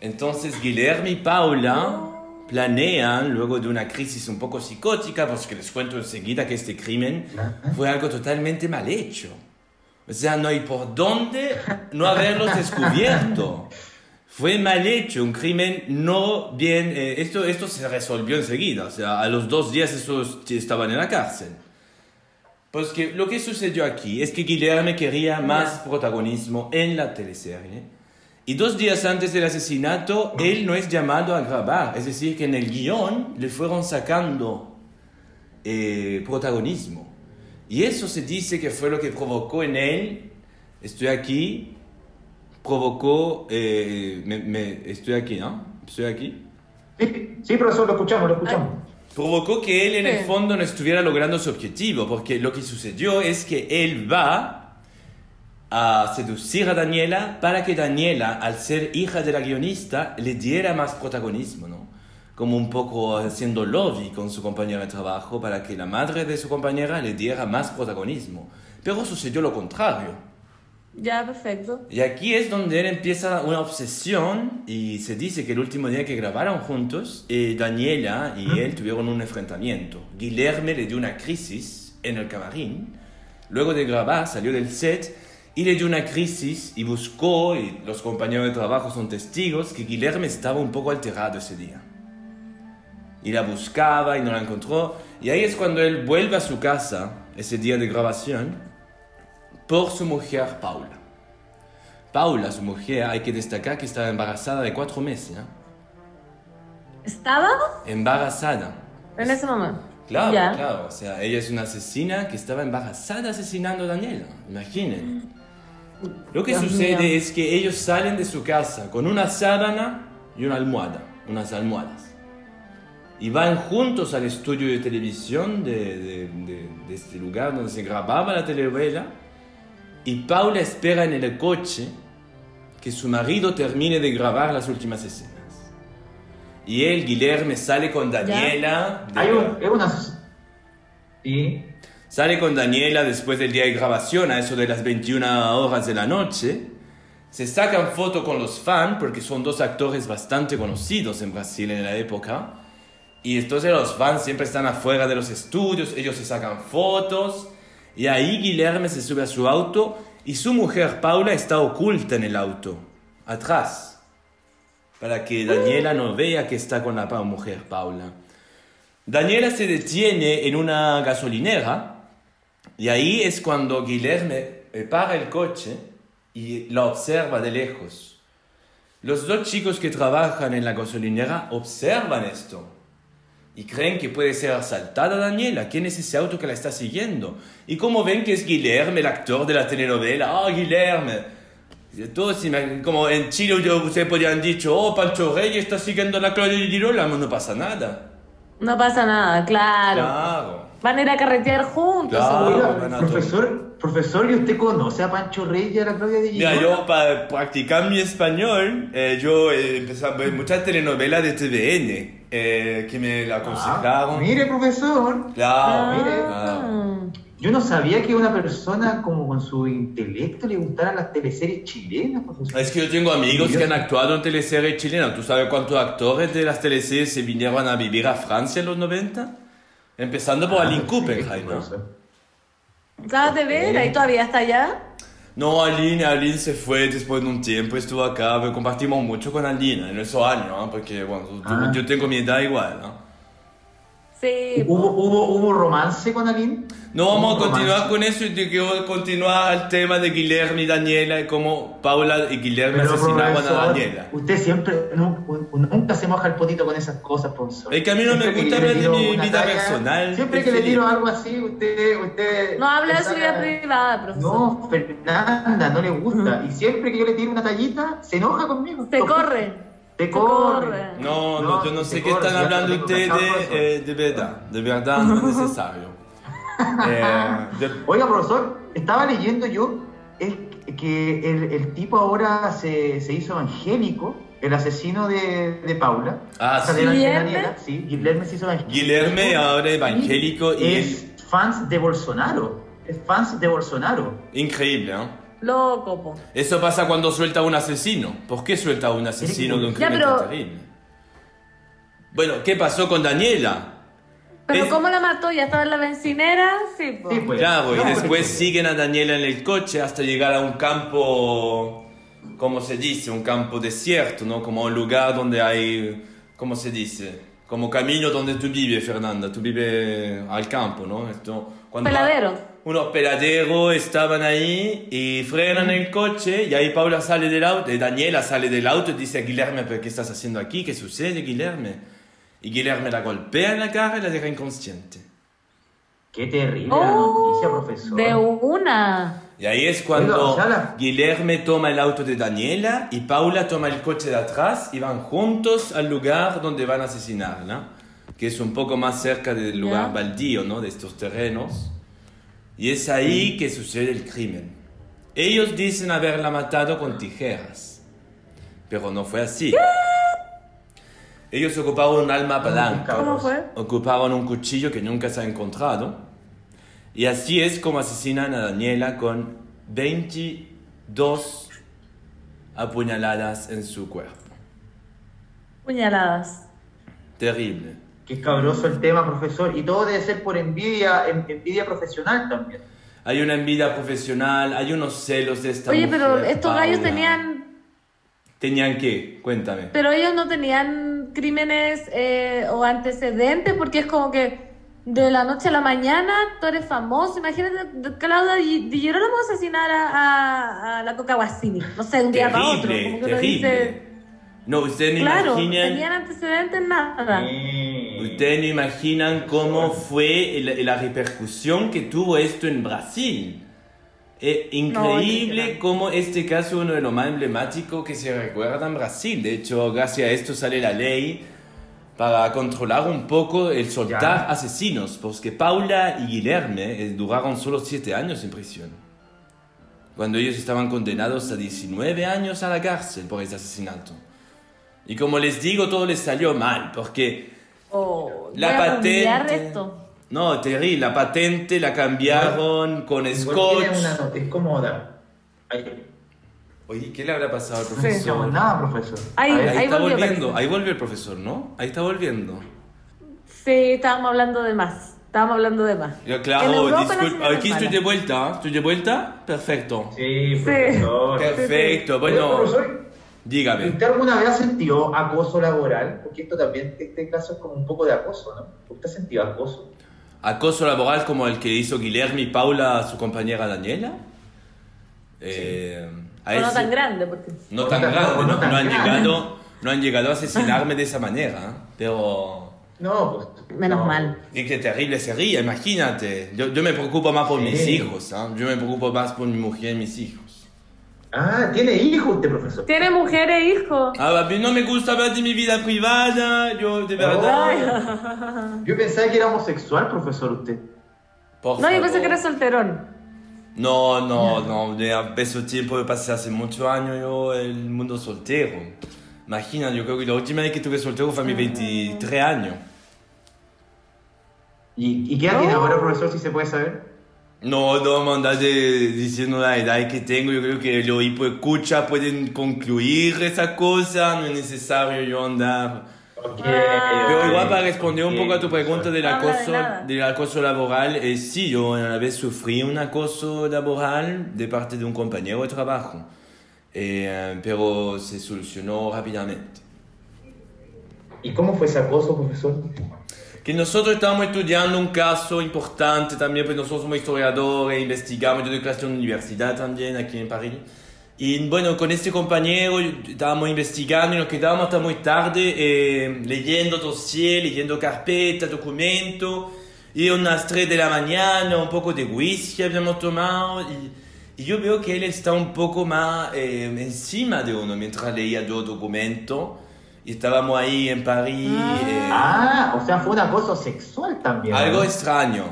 Speaker 1: Entonces Guillermo y Paula planean, luego de una crisis un poco psicótica, porque les cuento enseguida que este crimen fue algo totalmente mal hecho. O sea, no hay por dónde no haberlos descubierto. Fue mal hecho, un crimen no bien... eh, esto, esto se resolvió enseguida, o sea, a los dos días esos estaban en la cárcel. Pues que lo que sucedió aquí es que Guillermo quería más protagonismo en la teleserie. Y dos días antes del asesinato, él no es llamado a grabar. Es decir, que en el guión le fueron sacando eh, protagonismo. Y eso se dice que fue lo que provocó en él, estoy aquí, provocó, eh, me- me- estoy aquí, ¿no? Estoy aquí.
Speaker 3: Sí, sí, profesor, lo escuchamos, lo escuchamos.
Speaker 1: Provocó que él en el
Speaker 2: Sí.
Speaker 1: fondo no estuviera logrando su objetivo, porque lo que sucedió es que él va a seducir a Daniela para que Daniela, al ser hija de la guionista, le diera más protagonismo, ¿no? Como un poco haciendo lobby con su compañera de trabajo para que la madre de su compañera le diera más protagonismo. Pero sucedió lo contrario.
Speaker 2: Ya, perfecto.
Speaker 1: Y aquí es donde él empieza una obsesión y se dice que el último día que grabaron juntos, eh, Daniela y él tuvieron un enfrentamiento. Guilherme le dio una crisis en el camarín. Luego de grabar salió del set y le dio una crisis y buscó, y los compañeros de trabajo son testigos, que Guilherme estaba un poco alterado ese día. Y la buscaba y no la encontró. Y ahí es cuando él vuelve a su casa, ese día de grabación, por su mujer Paula. Paula, su mujer, hay que destacar que estaba embarazada de cuatro meses. ¿eh?
Speaker 2: ¿Estábamos
Speaker 1: Embarazada.
Speaker 2: en ese momento?
Speaker 1: Claro,
Speaker 2: Ya.
Speaker 1: claro. O sea, ella es una asesina que estaba embarazada asesinando a Daniela. Imaginen. Lo que
Speaker 2: Mm. Dios
Speaker 1: sucede
Speaker 2: mío.
Speaker 1: es que ellos salen de su casa con una sábana y una almohada, unas almohadas. Y van juntos al estudio de televisión de, de- de- de este lugar donde se grababa la telenovela. Y Paula espera en el coche que su marido termine de grabar las últimas escenas. Y él, Guilherme, sale con Daniela. de-
Speaker 3: Hay un, es una... Sí,
Speaker 1: Sale con Daniela después del día de grabación, a eso de las 21 horas de la noche. Se sacan foto con los fans, porque son dos actores bastante conocidos en Brasil en la época. Y entonces los fans siempre están afuera de los estudios, ellos se sacan fotos. Y ahí Guilherme se sube a su auto y su mujer Paula está oculta en el auto, atrás, para que Daniela no vea que está con la pa- mujer Paula. Daniela se detiene en una gasolinera y ahí es cuando Guilherme eh, para el coche y la observa de lejos. Los dos chicos que trabajan en la gasolinera observan esto y creen que puede ser asaltada Daniela. ¿Quién es ese auto que la está siguiendo? Y como ven que es Guilherme, el actor de la telenovela, ¡ah, Guilherme! Y Todos, imag- como en Chile yo- ustedes podrían dicho, oh, Pancho Reyes está siguiendo a la Claudia Girola, no pasa nada.
Speaker 2: No pasa nada, claro.
Speaker 1: Claro.
Speaker 2: Van a ir a carretear juntos.
Speaker 1: Claro.
Speaker 2: seguro.
Speaker 1: van a
Speaker 3: Oiga, profesor, profesor, ¿y usted conoce a Pancho Reyes y a la Claudia de
Speaker 1: Mira,
Speaker 3: Girona?
Speaker 1: yo para practicar mi español, eh, yo eh, empecé a ver muchas telenovelas de TVN eh, que me la
Speaker 3: Ah,
Speaker 1: aconsejaron.
Speaker 3: mire, profesor,
Speaker 2: Ah.
Speaker 1: Claro, Ah.
Speaker 3: mire.
Speaker 1: claro.
Speaker 3: yo no sabía que una persona como con su intelecto le gustaran las teleseries chilenas, profesor.
Speaker 1: Es que yo tengo amigos que han actuado en teleseries chilenas. ¿Tú sabes cuántos actores de las teleseries se vinieron a vivir a Francia en los 90? Empezando
Speaker 3: Ah,
Speaker 1: por Aline Kuppenheim, ¿no?
Speaker 3: profesor.
Speaker 2: ¿Sabes de ver? ¿Ahí todavía está allá?
Speaker 1: No, Aline, Aline se fue después de un tiempo, estuvo acá, pero compartimos mucho con Aline en esos años, ¿no? porque bueno, yo-
Speaker 3: Ah.
Speaker 1: yo, tengo mi edad igual. ¿no?
Speaker 2: Sí.
Speaker 3: ¿Hubo, hubo, hubo romance con alguien?
Speaker 1: No vamos a
Speaker 3: ¿Hubo
Speaker 1: continuar
Speaker 3: romance?
Speaker 1: con eso y te quiero continuar al tema de Guillermo y Daniela y cómo Paula y Guillermo
Speaker 3: Pero,
Speaker 1: asesinaban a
Speaker 3: profesor,
Speaker 1: Daniela.
Speaker 3: Usted siempre, nu- u- u- nunca se moja el potito con esas cosas, profesor.
Speaker 1: Es que a mí no me
Speaker 3: Siempre
Speaker 1: gusta
Speaker 3: que le
Speaker 1: hablar de
Speaker 3: tiro
Speaker 1: mi
Speaker 3: una
Speaker 1: vida personal,
Speaker 3: Siempre
Speaker 1: es
Speaker 3: que le
Speaker 1: feliz.
Speaker 3: tiro algo así, usted... usted
Speaker 2: No habla de su
Speaker 3: saca-
Speaker 2: vida privada, profesor.
Speaker 3: No, Fernanda, no le gusta. Y siempre que yo le tiro una tallita, se enoja conmigo.
Speaker 2: Te corre.
Speaker 3: Te
Speaker 2: corre.
Speaker 3: corre.
Speaker 1: No, no, yo no sé
Speaker 3: te
Speaker 1: qué
Speaker 3: corre,
Speaker 1: están
Speaker 3: ya te
Speaker 1: hablando
Speaker 3: tengo
Speaker 1: ustedes,
Speaker 3: cachado, profesor.
Speaker 1: eh, de verdad, de verdad no es necesario. Eh, de-
Speaker 3: Oiga, profesor, estaba leyendo yo el- que el, el tipo ahora se, se hizo evangélico, el asesino de, de Paula.
Speaker 1: Ah,
Speaker 3: O sea, de
Speaker 2: sí.
Speaker 3: la- de
Speaker 2: ¿Guillerme?
Speaker 3: Daniela, sí, Guillermo se hizo evangélico.
Speaker 1: Guillermo ahora evangélico y
Speaker 3: es fans de Bolsonaro. Es fans de Bolsonaro.
Speaker 1: increíble, ¿eh?
Speaker 2: Loco, po.
Speaker 1: Eso pasa cuando suelta a un asesino. ¿Por qué suelta a un asesino de un
Speaker 2: Ya,
Speaker 1: crimen tan
Speaker 2: pero-
Speaker 1: terrible? Bueno, ¿qué pasó con Daniela?
Speaker 2: Pero
Speaker 1: Es-
Speaker 2: ¿cómo la mató? ¿Ya estaba en la bencinera? Sí, po.
Speaker 3: Sí, pues.
Speaker 1: Claro,
Speaker 3: No,
Speaker 1: y después
Speaker 3: pues,
Speaker 1: siguen a Daniela en el coche hasta llegar a un campo, ¿cómo se dice? Un campo desierto, ¿no? Como un lugar donde hay, ¿cómo se dice? Como camino donde tú vives, Fernanda. Tú vives al campo, ¿no? Esto, cuando
Speaker 2: Peladero.
Speaker 1: Unos peladeros estaban ahí y frenan el coche y ahí Paula sale del auto, y Daniela sale del auto y dice a Guilherme, ¿pero qué estás haciendo aquí? ¿Qué sucede, Guilherme? Y Guilherme la golpea en la cara y la deja inconsciente.
Speaker 3: Qué terrible la
Speaker 2: Oh,
Speaker 3: noticia, profesor.
Speaker 2: de una.
Speaker 1: Y ahí es cuando
Speaker 3: Oiga, Sara.
Speaker 1: Guilherme toma el auto de Daniela y Paula toma el coche de atrás y van juntos al lugar donde van a asesinarla, que es un poco más cerca del lugar
Speaker 2: Ya.
Speaker 1: baldío, ¿no? De estos terrenos. Y es ahí que sucede el crimen. Ellos dicen haberla matado con tijeras, pero no fue así. Ellos ocuparon un alma blanca.
Speaker 2: ¿Cómo fue?
Speaker 1: Ocuparon un cuchillo que nunca se ha encontrado. Y así es como asesinan a Daniela con 22 apuñaladas en su cuerpo.
Speaker 2: Puñaladas.
Speaker 1: Terrible.
Speaker 3: Que es cabroso el tema, profesor. Y todo debe ser por envidia, en- envidia profesional también.
Speaker 1: Hay una envidia profesional, hay unos celos de esta
Speaker 2: Oye, pero
Speaker 1: mujer,
Speaker 2: estos gallos
Speaker 1: Paula.
Speaker 2: tenían.
Speaker 1: ¿Tenían qué? Cuéntame.
Speaker 2: Pero ellos no tenían crímenes eh, o antecedentes, porque es como que de la noche a la mañana tú eres famoso. Imagínate, de- Claudia Di Di Girolamo asesinar a, a- a la Coca Guasini. No sé, de un día para otro.
Speaker 1: terrible,
Speaker 2: Como que uno
Speaker 1: terrible.
Speaker 2: dice,
Speaker 1: No, ustedes no
Speaker 2: claro, no
Speaker 1: imaginan...
Speaker 2: tenían antecedentes, nada.
Speaker 3: Usted
Speaker 1: Ustedes no imaginan cómo fue el- la repercusión que tuvo esto en Brasil. Eh, increíble
Speaker 2: impresionante.
Speaker 1: cómo este caso es uno de los más emblemáticos que se recuerda en Brasil. De hecho, gracias a esto sale la ley para controlar un poco el soltar
Speaker 3: Ya.
Speaker 1: asesinos, porque Paula y Guilherme eh, duraron solo 7 años en prisión. Cuando ellos estaban condenados a 19 años a la cárcel por ese asesinato. Y como les digo, todo les salió mal, porque
Speaker 2: Oh,
Speaker 1: la
Speaker 2: voy a googlear
Speaker 1: patente.
Speaker 2: esto.
Speaker 1: No, terrible. La patente la cambiaron con
Speaker 3: Igual
Speaker 1: scotch.
Speaker 3: tiene una nota, es cómoda. Ahí.
Speaker 1: Oye, ¿qué le habrá pasado al
Speaker 2: Sí.
Speaker 3: No
Speaker 1: profesor?
Speaker 3: hacemos nada, profesor.
Speaker 2: Ahí-
Speaker 3: A ver,
Speaker 1: Ahí, está
Speaker 2: volvió,
Speaker 1: volviendo.
Speaker 2: parece.
Speaker 1: Ahí volvió el profesor, ¿no? Ahí está volviendo.
Speaker 2: Sí, estábamos hablando de más. Estábamos hablando de más.
Speaker 1: Yo,
Speaker 2: En
Speaker 1: claro,
Speaker 2: Europa la
Speaker 1: disculpa.
Speaker 2: señora
Speaker 1: Aquí
Speaker 2: es
Speaker 1: estoy
Speaker 2: mala.
Speaker 1: de vuelta. ¿eh? ¿Estoy de vuelta? Perfecto.
Speaker 3: Sí,
Speaker 2: Sí.
Speaker 3: profesor.
Speaker 1: Perfecto.
Speaker 3: Oye,
Speaker 1: Bueno,
Speaker 3: profesor,
Speaker 1: dígame.
Speaker 3: ¿Usted alguna vez ha sentido acoso laboral? Porque esto también, este caso es como un poco de acoso, ¿no? ¿Usted ha sentido acoso?
Speaker 1: ¿Acoso laboral como el que hizo Guilherme y Paula a su compañera Daniela? Eh, a
Speaker 2: Pero no
Speaker 1: ese-
Speaker 2: tan grande, porque.
Speaker 1: No
Speaker 3: No
Speaker 1: tan
Speaker 3: tan-
Speaker 1: grande,
Speaker 3: no, no
Speaker 1: no,
Speaker 3: tan
Speaker 1: No han
Speaker 3: grande.
Speaker 1: llegado, no han llegado a asesinarme de esa manera,
Speaker 3: [LAUGHS]
Speaker 1: ¿eh? pero...
Speaker 3: No, pues.
Speaker 2: Menos
Speaker 3: no.
Speaker 2: mal.
Speaker 1: Y qué terrible sería, imagínate. Yo, yo me preocupo más por
Speaker 3: Sí.
Speaker 1: mis hijos, ¿eh? yo me preocupo más por mi mujer y mis hijos.
Speaker 3: Ah, tiene hijo usted, profesor.
Speaker 2: Tiene mujer e hijo.
Speaker 1: Ah, pero no me gusta hablar de mi vida privada, yo de verdad...
Speaker 3: Yo pensaba que era homosexual, profesor, usted.
Speaker 1: Por
Speaker 2: No, yo
Speaker 1: favor.
Speaker 2: pensé que era solterón.
Speaker 1: No, no, no, de ese tiempo que pasé hace muchos años yo el mundo soltero. Imagina, yo creo que la última vez que estuve soltero fue a
Speaker 2: Ah.
Speaker 1: mis 23 años.
Speaker 3: ¿Y, y qué edad
Speaker 2: No.
Speaker 3: tiene ahora, profesor, si se puede saber?
Speaker 1: No, no, me andas de- diciendo la edad que tengo. Yo creo que los hipoescuchas pueden concluir esa cosa. No es necesario yo andar.
Speaker 2: Ah.
Speaker 1: Pero igual para responder un poco a tu pregunta del
Speaker 2: Habla de
Speaker 1: acoso,
Speaker 2: nada.
Speaker 1: del acoso laboral, eh, sí, yo una vez sufrí un acoso laboral de parte de un compañero de trabajo. Eh, pero se solucionó rápidamente.
Speaker 3: ¿Y cómo fue ese acoso, profesor?
Speaker 1: Que nosotros estábamos estudiando un caso importante también, pues nosotros somos historiadores, investigamos, yo doy clase en una universidad también aquí en París. Y bueno, con este compañero yo- estábamos investigando y nos quedábamos hasta muy tarde eh, leyendo dossier, leyendo carpetas, documentos. Y unas 3 de la mañana, un poco de whisky habíamos tomado. Y, y yo veo que él está un poco más eh, encima de uno mientras leía yo documento. Y estábamos ahí en París. eh,
Speaker 3: Ah, o sea, fue un acoso sexual también.
Speaker 1: algo
Speaker 3: ¿no?
Speaker 1: extraño.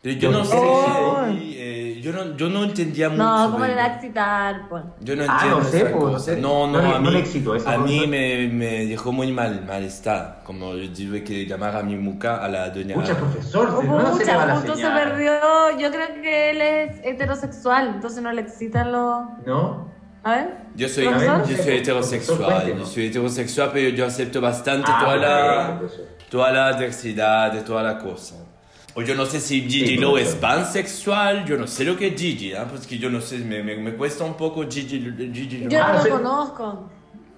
Speaker 1: Pero yo no sé,
Speaker 2: Oh.
Speaker 1: si- eh, yo, no, yo no entendía mucho.
Speaker 2: No, ¿cómo
Speaker 1: de-
Speaker 2: le va a excitar? pues?
Speaker 1: Yo no
Speaker 3: Ah,
Speaker 1: entiendo.
Speaker 3: no sé,
Speaker 1: esa
Speaker 3: pues, no
Speaker 1: cosa.
Speaker 3: sé.
Speaker 1: no, no,
Speaker 3: No le-
Speaker 1: a mí,
Speaker 3: no le excitó esa
Speaker 1: a
Speaker 3: cosa.
Speaker 1: mí me, me dejó muy mal, malestar. Como yo tuve que llamar a mi muca, a la doña.
Speaker 3: Pucha, profesor, si no, no se le va
Speaker 2: Pucha,
Speaker 3: la
Speaker 2: justo se
Speaker 3: señal.
Speaker 2: perdió. Yo creo que él es heterosexual, entonces no le excitan los.
Speaker 3: ¿No?
Speaker 2: A ver.
Speaker 1: Yo soy,
Speaker 2: ¿Profesor?
Speaker 1: yo soy heterosexual, yo
Speaker 3: Cuéntenos.
Speaker 1: soy heterosexual, pero yo acepto bastante
Speaker 3: Ah,
Speaker 1: toda, la,
Speaker 3: perfecto, profesor.
Speaker 1: toda la diversidad, de toda la cosa. O yo no sé si Gigi
Speaker 3: Sí,
Speaker 1: Lo es
Speaker 3: profesor.
Speaker 1: pansexual, yo no sé lo que es Gigi, ¿ah? porque yo no sé, me, me, me cuesta un poco Gigi, Gigi Lo.
Speaker 2: Yo
Speaker 3: Ah,
Speaker 2: no lo
Speaker 3: sí.
Speaker 2: conozco.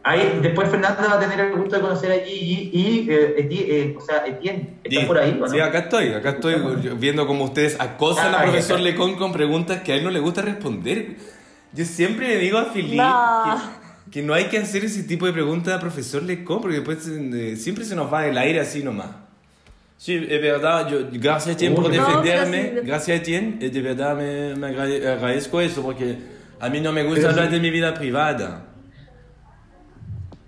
Speaker 3: Ahí, después Fernanda va a tener el gusto de conocer a Gigi y eh, Eti- eh, o sea, Etienne. ¿Está
Speaker 1: Sí,
Speaker 3: por ahí o no?
Speaker 1: Sí, acá estoy, acá estoy viendo cómo ustedes acosan
Speaker 3: Ah,
Speaker 1: a
Speaker 3: ahí
Speaker 1: profesor
Speaker 3: está.
Speaker 1: Lecon con preguntas que a él no le gusta responder. Yo siempre le digo a Filipe
Speaker 2: No.
Speaker 1: que, que no hay que hacer ese tipo de preguntas a profesor Lecon porque después eh, siempre se nos va el aire así nomás. Sí, es verdad, yo, gracias a Etienne por
Speaker 3: Uy, no,
Speaker 2: pero
Speaker 1: defenderme,
Speaker 2: sí, de-
Speaker 1: gracias a Etienne, eh, de verdad me, me agrade- agradezco eso porque a mí no me gusta
Speaker 3: Pero
Speaker 1: hablar
Speaker 3: sí.
Speaker 1: de mi vida privada.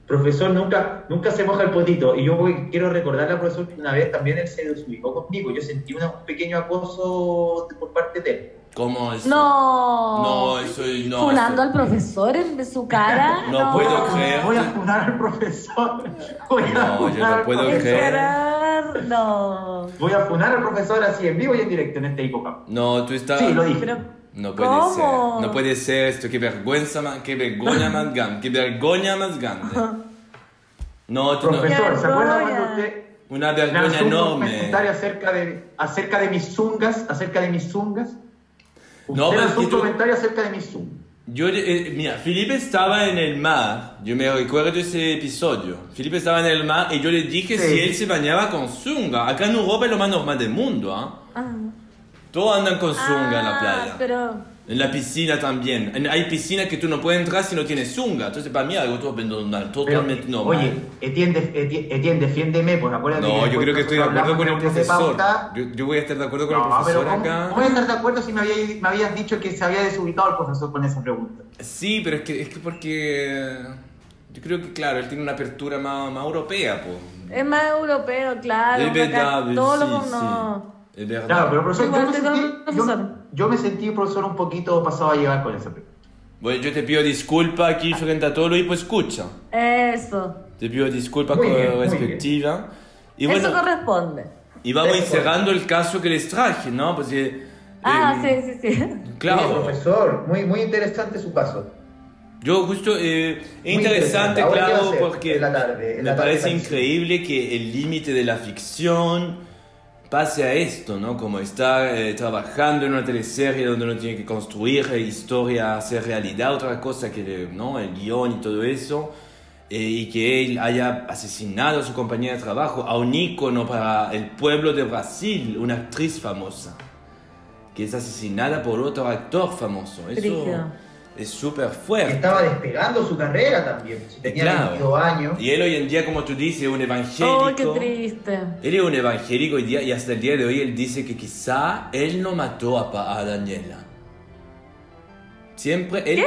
Speaker 3: Profesor, nunca, nunca se moja el potito. Y yo voy- quiero recordarle al profesor que una vez también él se desubicó conmigo. Yo sentí una- un pequeño acoso de- por parte de él.
Speaker 1: ¿Cómo es?
Speaker 2: No.
Speaker 1: No, eso es- no. eso-
Speaker 2: Funando al profesor en de su cara.
Speaker 1: [LAUGHS] No puedo creer.
Speaker 3: Voy a jugar al profesor. Voy
Speaker 1: No,
Speaker 3: a
Speaker 1: yo no
Speaker 3: funar al
Speaker 1: puedo
Speaker 3: profesor.
Speaker 1: creer.
Speaker 2: Esperar, no.
Speaker 3: Voy a funar al profesor así en vivo y en directo en este hipocampo.
Speaker 1: No, tú estás.
Speaker 3: Sí, lo dije.
Speaker 2: Pero,
Speaker 1: No puede
Speaker 2: ¿Cómo?
Speaker 1: ser. No puede ser esto. Qué vergüenza, ma- qué
Speaker 2: [LAUGHS]
Speaker 1: vergüenza más grande. Qué vergüenza más grande. No, tú no.
Speaker 3: Profesor, ¿se acuerda
Speaker 2: Vergüenza.
Speaker 3: cuando usted
Speaker 1: Una
Speaker 3: lanzó
Speaker 1: vergüenza
Speaker 3: un
Speaker 1: enorme.
Speaker 3: comentario acerca de, acerca de mis zungas? Acerca de mis zungas. Usted
Speaker 1: No, pero es
Speaker 3: lanzó
Speaker 1: que
Speaker 3: un
Speaker 1: tú-
Speaker 3: comentario acerca de mis zungas.
Speaker 1: Yo, eh, mira, Felipe estaba en el mar. Yo me recuerdo ese episodio. Felipe estaba en el mar y yo le dije
Speaker 3: Sí.
Speaker 1: si él se bañaba con zunga. Acá en Europa es lo más normal del mundo, ¿ah?
Speaker 2: ah.
Speaker 1: Todos andan con zunga en la
Speaker 2: Ah,
Speaker 1: playa.
Speaker 2: Pero,
Speaker 1: En la piscina también. En- hay piscinas que tú no puedes entrar si no tienes zunga. Entonces, para mí, algo todo- normal,
Speaker 3: Pero,
Speaker 1: totalmente normal.
Speaker 3: oye, Etienne, def- Etienne, Etienne, defiéndeme, pues acuérdate.
Speaker 1: No, yo
Speaker 3: después
Speaker 1: creo que estoy de
Speaker 3: nosotros
Speaker 1: acuerdo con el
Speaker 3: hablamos de
Speaker 1: profesor.
Speaker 3: pauta.
Speaker 1: Yo, yo voy a estar de acuerdo con
Speaker 3: No,
Speaker 1: el
Speaker 3: pero
Speaker 1: profesor
Speaker 3: ¿cómo,
Speaker 1: acá.
Speaker 3: cómo voy a estar de acuerdo si me, había- me habías dicho que se había desubicado el profesor con esa pregunta?
Speaker 1: Sí, pero es que, es que porque... Yo creo que, claro, él tiene una apertura más, más europea, po.
Speaker 2: es más europeo, claro.
Speaker 1: es
Speaker 2: uno acá
Speaker 1: verdad, pues, sí,
Speaker 2: todo lo
Speaker 1: sí.
Speaker 2: no.
Speaker 1: Es verdad.
Speaker 3: Claro, pero profesor,
Speaker 2: Igual
Speaker 3: yo me,
Speaker 2: estoy con el
Speaker 3: sentí,
Speaker 2: profesor.
Speaker 3: Yo, yo me sentí, profesor, un poquito pasado a llevar con esa pregunta.
Speaker 1: Bueno, yo te pido disculpa aquí frente a todo lo escucha.
Speaker 2: Eso.
Speaker 1: Te pido disculpa
Speaker 3: Muy
Speaker 1: con
Speaker 3: bien,
Speaker 1: la
Speaker 3: muy
Speaker 1: respectiva. Y
Speaker 2: Eso
Speaker 1: bueno, eh,
Speaker 2: corresponde.
Speaker 1: y vamos
Speaker 3: Eso.
Speaker 1: encerrando el caso que les traje, ¿no? Porque...
Speaker 2: Ah,
Speaker 1: eh,
Speaker 2: sí, sí, sí.
Speaker 1: Claro.
Speaker 3: profesor, muy, muy interesante su caso.
Speaker 1: Yo justo, eh, es
Speaker 3: Muy
Speaker 1: interesante,
Speaker 3: interesante. Ahora, ¿qué
Speaker 1: claro,
Speaker 3: va a hacer
Speaker 1: porque
Speaker 3: en la tarde? En
Speaker 1: me
Speaker 3: la tarde
Speaker 1: parece
Speaker 3: para eso.
Speaker 1: increíble que el límite de la ficción pase a esto, ¿no? Como estar eh, trabajando en una teleserie donde uno tiene que construir eh, historia, hacer realidad, otra cosa que, le- ¿no? El guión y todo eso. eh, y que él haya asesinado a su compañera de trabajo, a un ícono para el pueblo de Brasil, una actriz famosa, que es asesinada por otro actor famoso. Eso
Speaker 2: Brígido.
Speaker 1: es súper fuerte.
Speaker 3: despegando su carrera también. Si
Speaker 1: Claro.
Speaker 3: años.
Speaker 1: Y él hoy en día, como tú dices, es un evangélico.
Speaker 2: Oh, qué triste.
Speaker 1: él es un evangélico hoy día, y hasta el día de hoy él dice que quizá él no mató a, pa- a Daniela. Siempre él...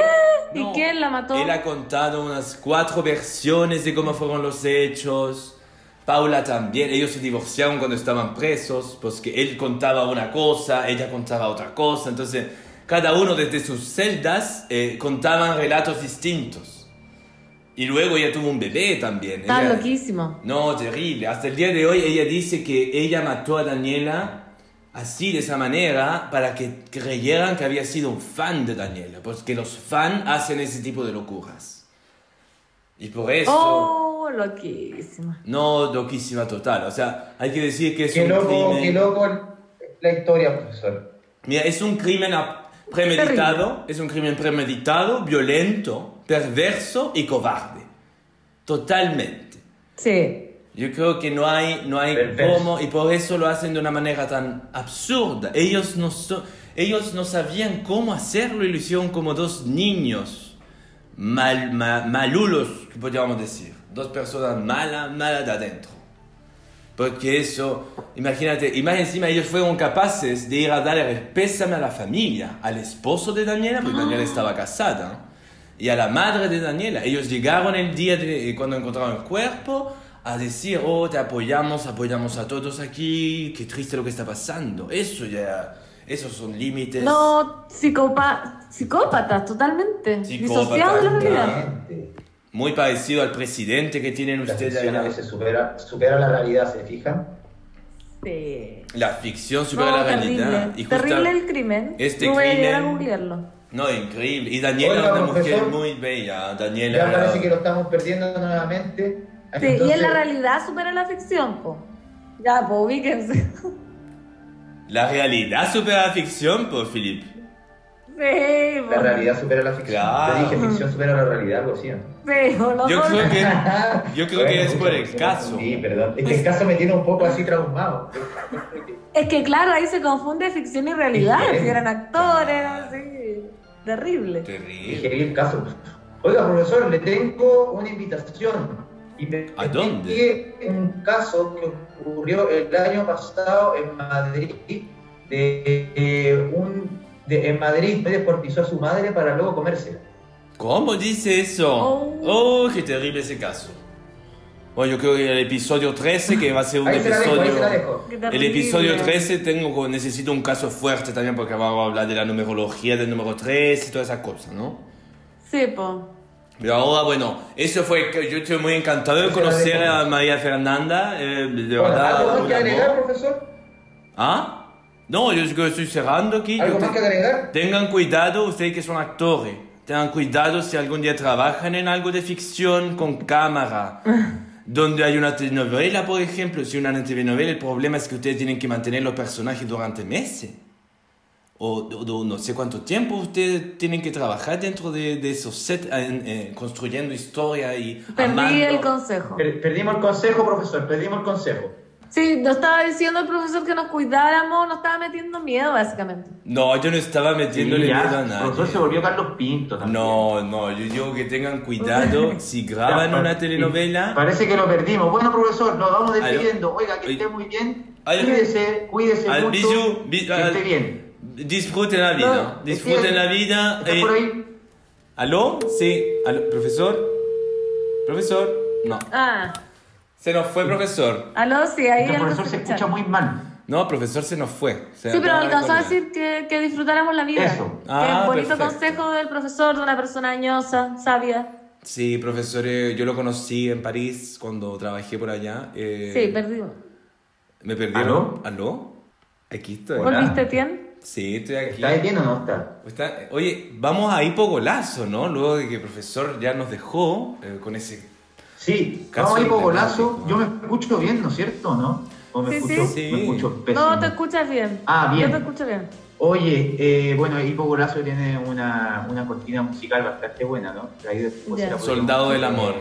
Speaker 2: ¿Y
Speaker 1: No.
Speaker 2: quién la mató?
Speaker 1: Él ha contado unas cuatro versiones de cómo fueron los hechos. Paula también, ellos se divorciaron cuando estaban presos, porque él contaba una cosa, ella contaba otra cosa, entonces cada uno desde sus celdas eh, contaban relatos distintos. Y luego ella tuvo un bebé también.
Speaker 2: Está
Speaker 1: Ella-
Speaker 2: Ah, loquísimo.
Speaker 1: no, terrible. Hasta el día de hoy ella dice que ella mató a Daniela así, de esa manera, para que creyeran que había sido un fan de Daniela. Porque los fans hacen ese tipo de locuras. Y por eso...
Speaker 2: Oh, loquísima.
Speaker 1: No, loquísima total. O sea, hay que decir que es un crimen...
Speaker 3: loco la historia, profesor.
Speaker 1: Mira, es un crimen a- premeditado, es un crimen premeditado, violento, perverso y cobarde. Totalmente.
Speaker 2: Sí.
Speaker 1: Yo creo que no hay, no hay
Speaker 3: Perverso.
Speaker 1: cómo, y por eso lo hacen de una manera tan absurda. Ellos no, so- ellos no sabían cómo hacerlo y lo hicieron como dos niños mal, ma- malulos, que podríamos decir. Dos personas malas, malas de adentro. Porque eso, imagínate, y más encima ellos fueron capaces de ir a dar el pésame a la familia, al esposo de Daniela, porque
Speaker 2: Ah.
Speaker 1: Daniela estaba casada, y a la madre de Daniela. Ellos llegaron el día de, eh, cuando encontraron el cuerpo a decir, oh, te apoyamos, apoyamos a todos aquí, qué triste lo que está pasando. Eso ya, esos son límites.
Speaker 2: No, psicopa psicópatas, totalmente.
Speaker 1: Psicópatas,
Speaker 2: Disociados de la realidad.
Speaker 1: Muy parecido al presidente que tienen ustedes allá.
Speaker 3: supera, supera la realidad, ¿se fijan?
Speaker 2: Sí.
Speaker 1: La ficción supera
Speaker 2: No,
Speaker 1: la
Speaker 2: terrible.
Speaker 1: realidad. Y justa-
Speaker 2: terrible el crimen.
Speaker 1: este
Speaker 2: no voy a llegar a
Speaker 1: crimen-
Speaker 2: googlearlo.
Speaker 1: No, increíble. Y Daniela
Speaker 3: Oiga,
Speaker 1: es una
Speaker 3: profesor.
Speaker 1: mujer muy bella. Daniela.
Speaker 3: lo estamos perdiendo nuevamente.
Speaker 2: Sí, y en la realidad supera la ficción, po. Ya, po, ubíquense. [LAUGHS]
Speaker 1: La realidad supera la ficción, por Philip.
Speaker 2: Sí, po.
Speaker 6: La realidad supera la ficción.
Speaker 1: Claro.
Speaker 6: Te dije, ficción supera la realidad, algo así. ¿no?
Speaker 2: Sí, po, lo
Speaker 1: Yo
Speaker 2: por-
Speaker 1: creo
Speaker 3: [LAUGHS]
Speaker 1: que, yo creo que
Speaker 6: Bueno,
Speaker 1: es por el
Speaker 6: mucho,
Speaker 1: caso.
Speaker 6: Sí, perdón. Es que el caso me tiene un poco así traumado.
Speaker 2: Es que claro, ahí se confunde ficción y realidad.
Speaker 6: Sí.
Speaker 2: Si eran actores, así. Terrible.
Speaker 1: Terrible.
Speaker 6: Dije, el caso.
Speaker 3: Oiga, profesor, le tengo una invitación.
Speaker 1: ¿A dónde?
Speaker 3: Investigué Un caso que ocurrió el año pasado en Madrid, de, de un, de- en Madrid me descuartizó a su madre para luego comérsela.
Speaker 1: ¿Cómo dice eso?
Speaker 2: Oh.
Speaker 1: Oh, qué terrible ese caso. Bueno, yo creo que el episodio 13, que va a ser un
Speaker 3: Ahí se la dejo, ahí
Speaker 1: episodio...
Speaker 3: se la dejo.
Speaker 2: Qué
Speaker 1: El
Speaker 2: terrible.
Speaker 1: episodio 13 tengo, oh, necesito un caso fuerte también porque vamos a hablar de la numerología del número 3 y todas esas cosas, ¿no?
Speaker 2: Sí, po.
Speaker 1: Pero ahora, bueno, eso fue que yo estoy muy encantado de
Speaker 3: Eso era de
Speaker 1: conocer a
Speaker 3: conocer.
Speaker 1: María Fernanda, eh, de
Speaker 3: Bueno,
Speaker 1: verdad.
Speaker 3: ¿Algo
Speaker 1: un
Speaker 3: más que agregar,
Speaker 1: amor.
Speaker 3: profesor?
Speaker 1: ¿Ah? No, yo creo que estoy cerrando aquí.
Speaker 3: ¿Algo
Speaker 1: Yo
Speaker 3: más
Speaker 1: te-
Speaker 3: que agregar?
Speaker 1: Tengan cuidado ustedes que son actores. Tengan cuidado si algún día trabajan en algo de ficción con
Speaker 3: [LAUGHS]
Speaker 1: cámara. Donde hay una telenovela, por ejemplo, si una telenovela, el problema es que ustedes tienen que mantener los personajes durante meses. O, o- o no sé cuánto tiempo ustedes tienen que trabajar dentro de, de esos sets, en- en- construyendo historia y
Speaker 2: Perdí
Speaker 1: amando.
Speaker 2: el consejo.
Speaker 3: Per- Perdimos el consejo, profesor, perdimos el consejo.
Speaker 2: Sí, nos estaba diciendo el profesor que nos cuidáramos, nos estaba metiendo miedo, básicamente.
Speaker 1: No, yo no estaba metiéndole
Speaker 3: Sí, ya.
Speaker 1: miedo a nadie.
Speaker 3: Profesor se volvió Carlos Pinto también.
Speaker 1: No, no, yo digo que tengan
Speaker 3: [LAUGHS]
Speaker 1: cuidado si graban
Speaker 3: Ya,
Speaker 1: una
Speaker 3: pa-
Speaker 1: telenovela.
Speaker 3: Parece que lo perdimos. Bueno, profesor, nos vamos
Speaker 1: Aló.
Speaker 3: despidiendo. Oiga, que
Speaker 1: Oye.
Speaker 3: esté muy bien.
Speaker 1: Aló.
Speaker 3: Cuídese, cuídese
Speaker 1: Al
Speaker 3: mucho.
Speaker 1: bisu, bi-
Speaker 3: que
Speaker 1: al-
Speaker 3: esté bien.
Speaker 1: Disfruten la vida,
Speaker 3: No,
Speaker 1: disfruten
Speaker 3: sí.
Speaker 1: la vida.
Speaker 3: ¿Está
Speaker 1: eh,
Speaker 3: por ahí?
Speaker 1: ¿Aló? Sí, ¿aló? ¿Profesor? ¿Profesor? No.
Speaker 2: Ah,
Speaker 1: Se nos fue, profesor.
Speaker 2: aló, sí, ahí
Speaker 3: El
Speaker 2: algo
Speaker 3: profesor se escucha muy mal.
Speaker 1: No, profesor se nos fue. Se
Speaker 2: Sí, pero
Speaker 1: acaba de
Speaker 2: alcanzó a
Speaker 1: colgar.
Speaker 2: decir que, que disfrutáramos la vida.
Speaker 3: Eso.
Speaker 2: Que
Speaker 1: Ah,
Speaker 2: bonito
Speaker 1: perfecto.
Speaker 2: consejo del profesor, de una persona añosa, sabia.
Speaker 1: Sí, profesor, eh, yo lo conocí en París cuando trabajé por allá. eh,
Speaker 2: Sí, perdimos.
Speaker 1: ¿Me perdieron? ¿Aló? Aquí estoy.
Speaker 3: Hola.
Speaker 2: ¿Volviste, Tien?
Speaker 1: Sí, estoy aquí.
Speaker 3: ¿Está bien o no está?
Speaker 1: Está- oye, vamos a hipogolazo, ¿no? Luego de que el profesor ya nos dejó eh, con ese
Speaker 3: Sí,
Speaker 1: Caso
Speaker 3: vamos ahí por golazo.
Speaker 1: emblemático.
Speaker 3: Yo me escucho bien, ¿no es cierto? ¿No? ¿O me
Speaker 2: Sí,
Speaker 3: escucho,
Speaker 1: sí.
Speaker 3: Me escucho pésimo.
Speaker 2: No, te escuchas bien.
Speaker 3: Ah, bien.
Speaker 2: Yo te escucho bien.
Speaker 3: Oye, eh, bueno, Hipo Golazo tiene una, una cortina musical bastante buena, ¿no? Ahí después
Speaker 2: Ya.
Speaker 3: la podemos-
Speaker 1: Soldado del amor.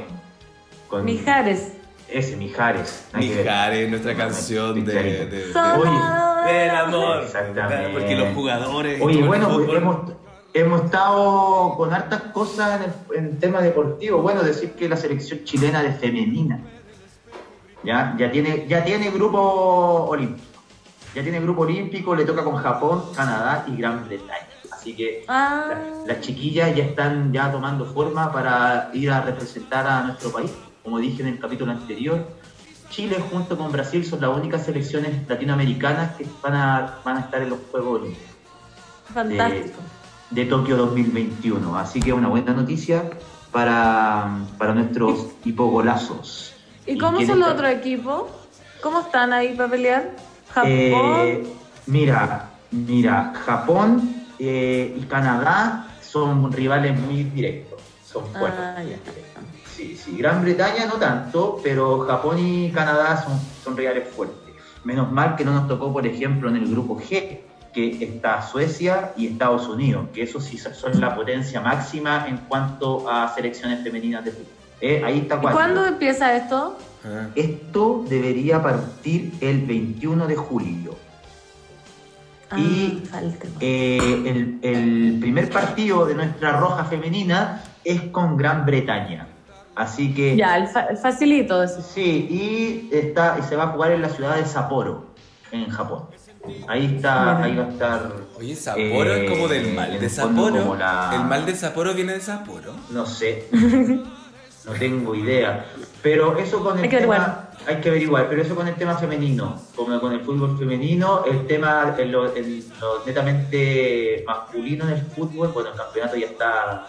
Speaker 3: Con
Speaker 2: Mijares.
Speaker 3: Ese, Mijares. nada que ver.
Speaker 1: Mijares, nuestra
Speaker 3: Ah,
Speaker 1: canción de- de- de,
Speaker 2: Soldado
Speaker 1: Del amor.
Speaker 3: Exactamente.
Speaker 1: Porque los jugadores.
Speaker 3: Oye,
Speaker 1: todo el
Speaker 3: bueno, pues,
Speaker 1: fútbol-
Speaker 3: hemos, hemos estado con hartas cosas en, el- en temas deportivos. Bueno, decir que la selección chilena de femenina ya, ya, tiene, ya tiene grupo olímpico. Ya tiene grupo olímpico, le toca con Japón, Canadá y Gran Bretaña. Así que
Speaker 2: Ah,
Speaker 3: la- las chiquillas ya están ya tomando forma para ir a representar a nuestro país. Como dije en el capítulo anterior, Chile junto con Brasil son las únicas selecciones latinoamericanas que van a, van a estar en los Juegos Olímpicos
Speaker 2: fantástico.
Speaker 3: de Tokio 2021. Así que una buena noticia para, para nuestros hipogolazos.
Speaker 2: ¿Y cómo
Speaker 3: quién
Speaker 2: son los
Speaker 3: está-
Speaker 2: otros equipos? ¿Cómo están ahí para pelear? ¿Japón?
Speaker 3: Eh, mira, mira, Japón eh, y Canadá son rivales muy directos, son fuertes.
Speaker 2: Ah, ya.
Speaker 3: Sí, sí, Gran Bretaña no tanto, pero Japón y Canadá son, son rivales fuertes. Menos mal que no nos tocó, por ejemplo, en el grupo G, que está Suecia y Estados Unidos, que eso sí son la potencia máxima en cuanto a selecciones femeninas de fútbol. Eh, ahí está
Speaker 2: ¿Y
Speaker 3: cuatro.
Speaker 2: cuándo empieza esto?
Speaker 1: Ah.
Speaker 3: Esto debería partir el 21 de julio.
Speaker 2: Ah,
Speaker 3: Y-
Speaker 2: falta.
Speaker 3: Eh, el, el primer partido de nuestra roja femenina es con Gran Bretaña. Así que
Speaker 2: Ya, el, fa- el facilito. eso.
Speaker 3: Sí, y está y se va a jugar en la ciudad de Sapporo, en Japón. Ahí está, ahí va a estar.
Speaker 1: Oye, Sapporo es como del mal de
Speaker 3: Eh, en el fondo
Speaker 1: Sapporo.
Speaker 3: como la-
Speaker 1: El mal de Sapporo viene de Sapporo.
Speaker 2: [LAUGHS]
Speaker 3: No sé, no tengo idea. Pero eso con el
Speaker 2: Hay que
Speaker 3: tema
Speaker 2: averiguar.
Speaker 3: hay que averiguar. Pero eso con el tema femenino, como con el fútbol femenino, el tema en lo, en lo netamente masculino del fútbol, bueno, el campeonato ya está.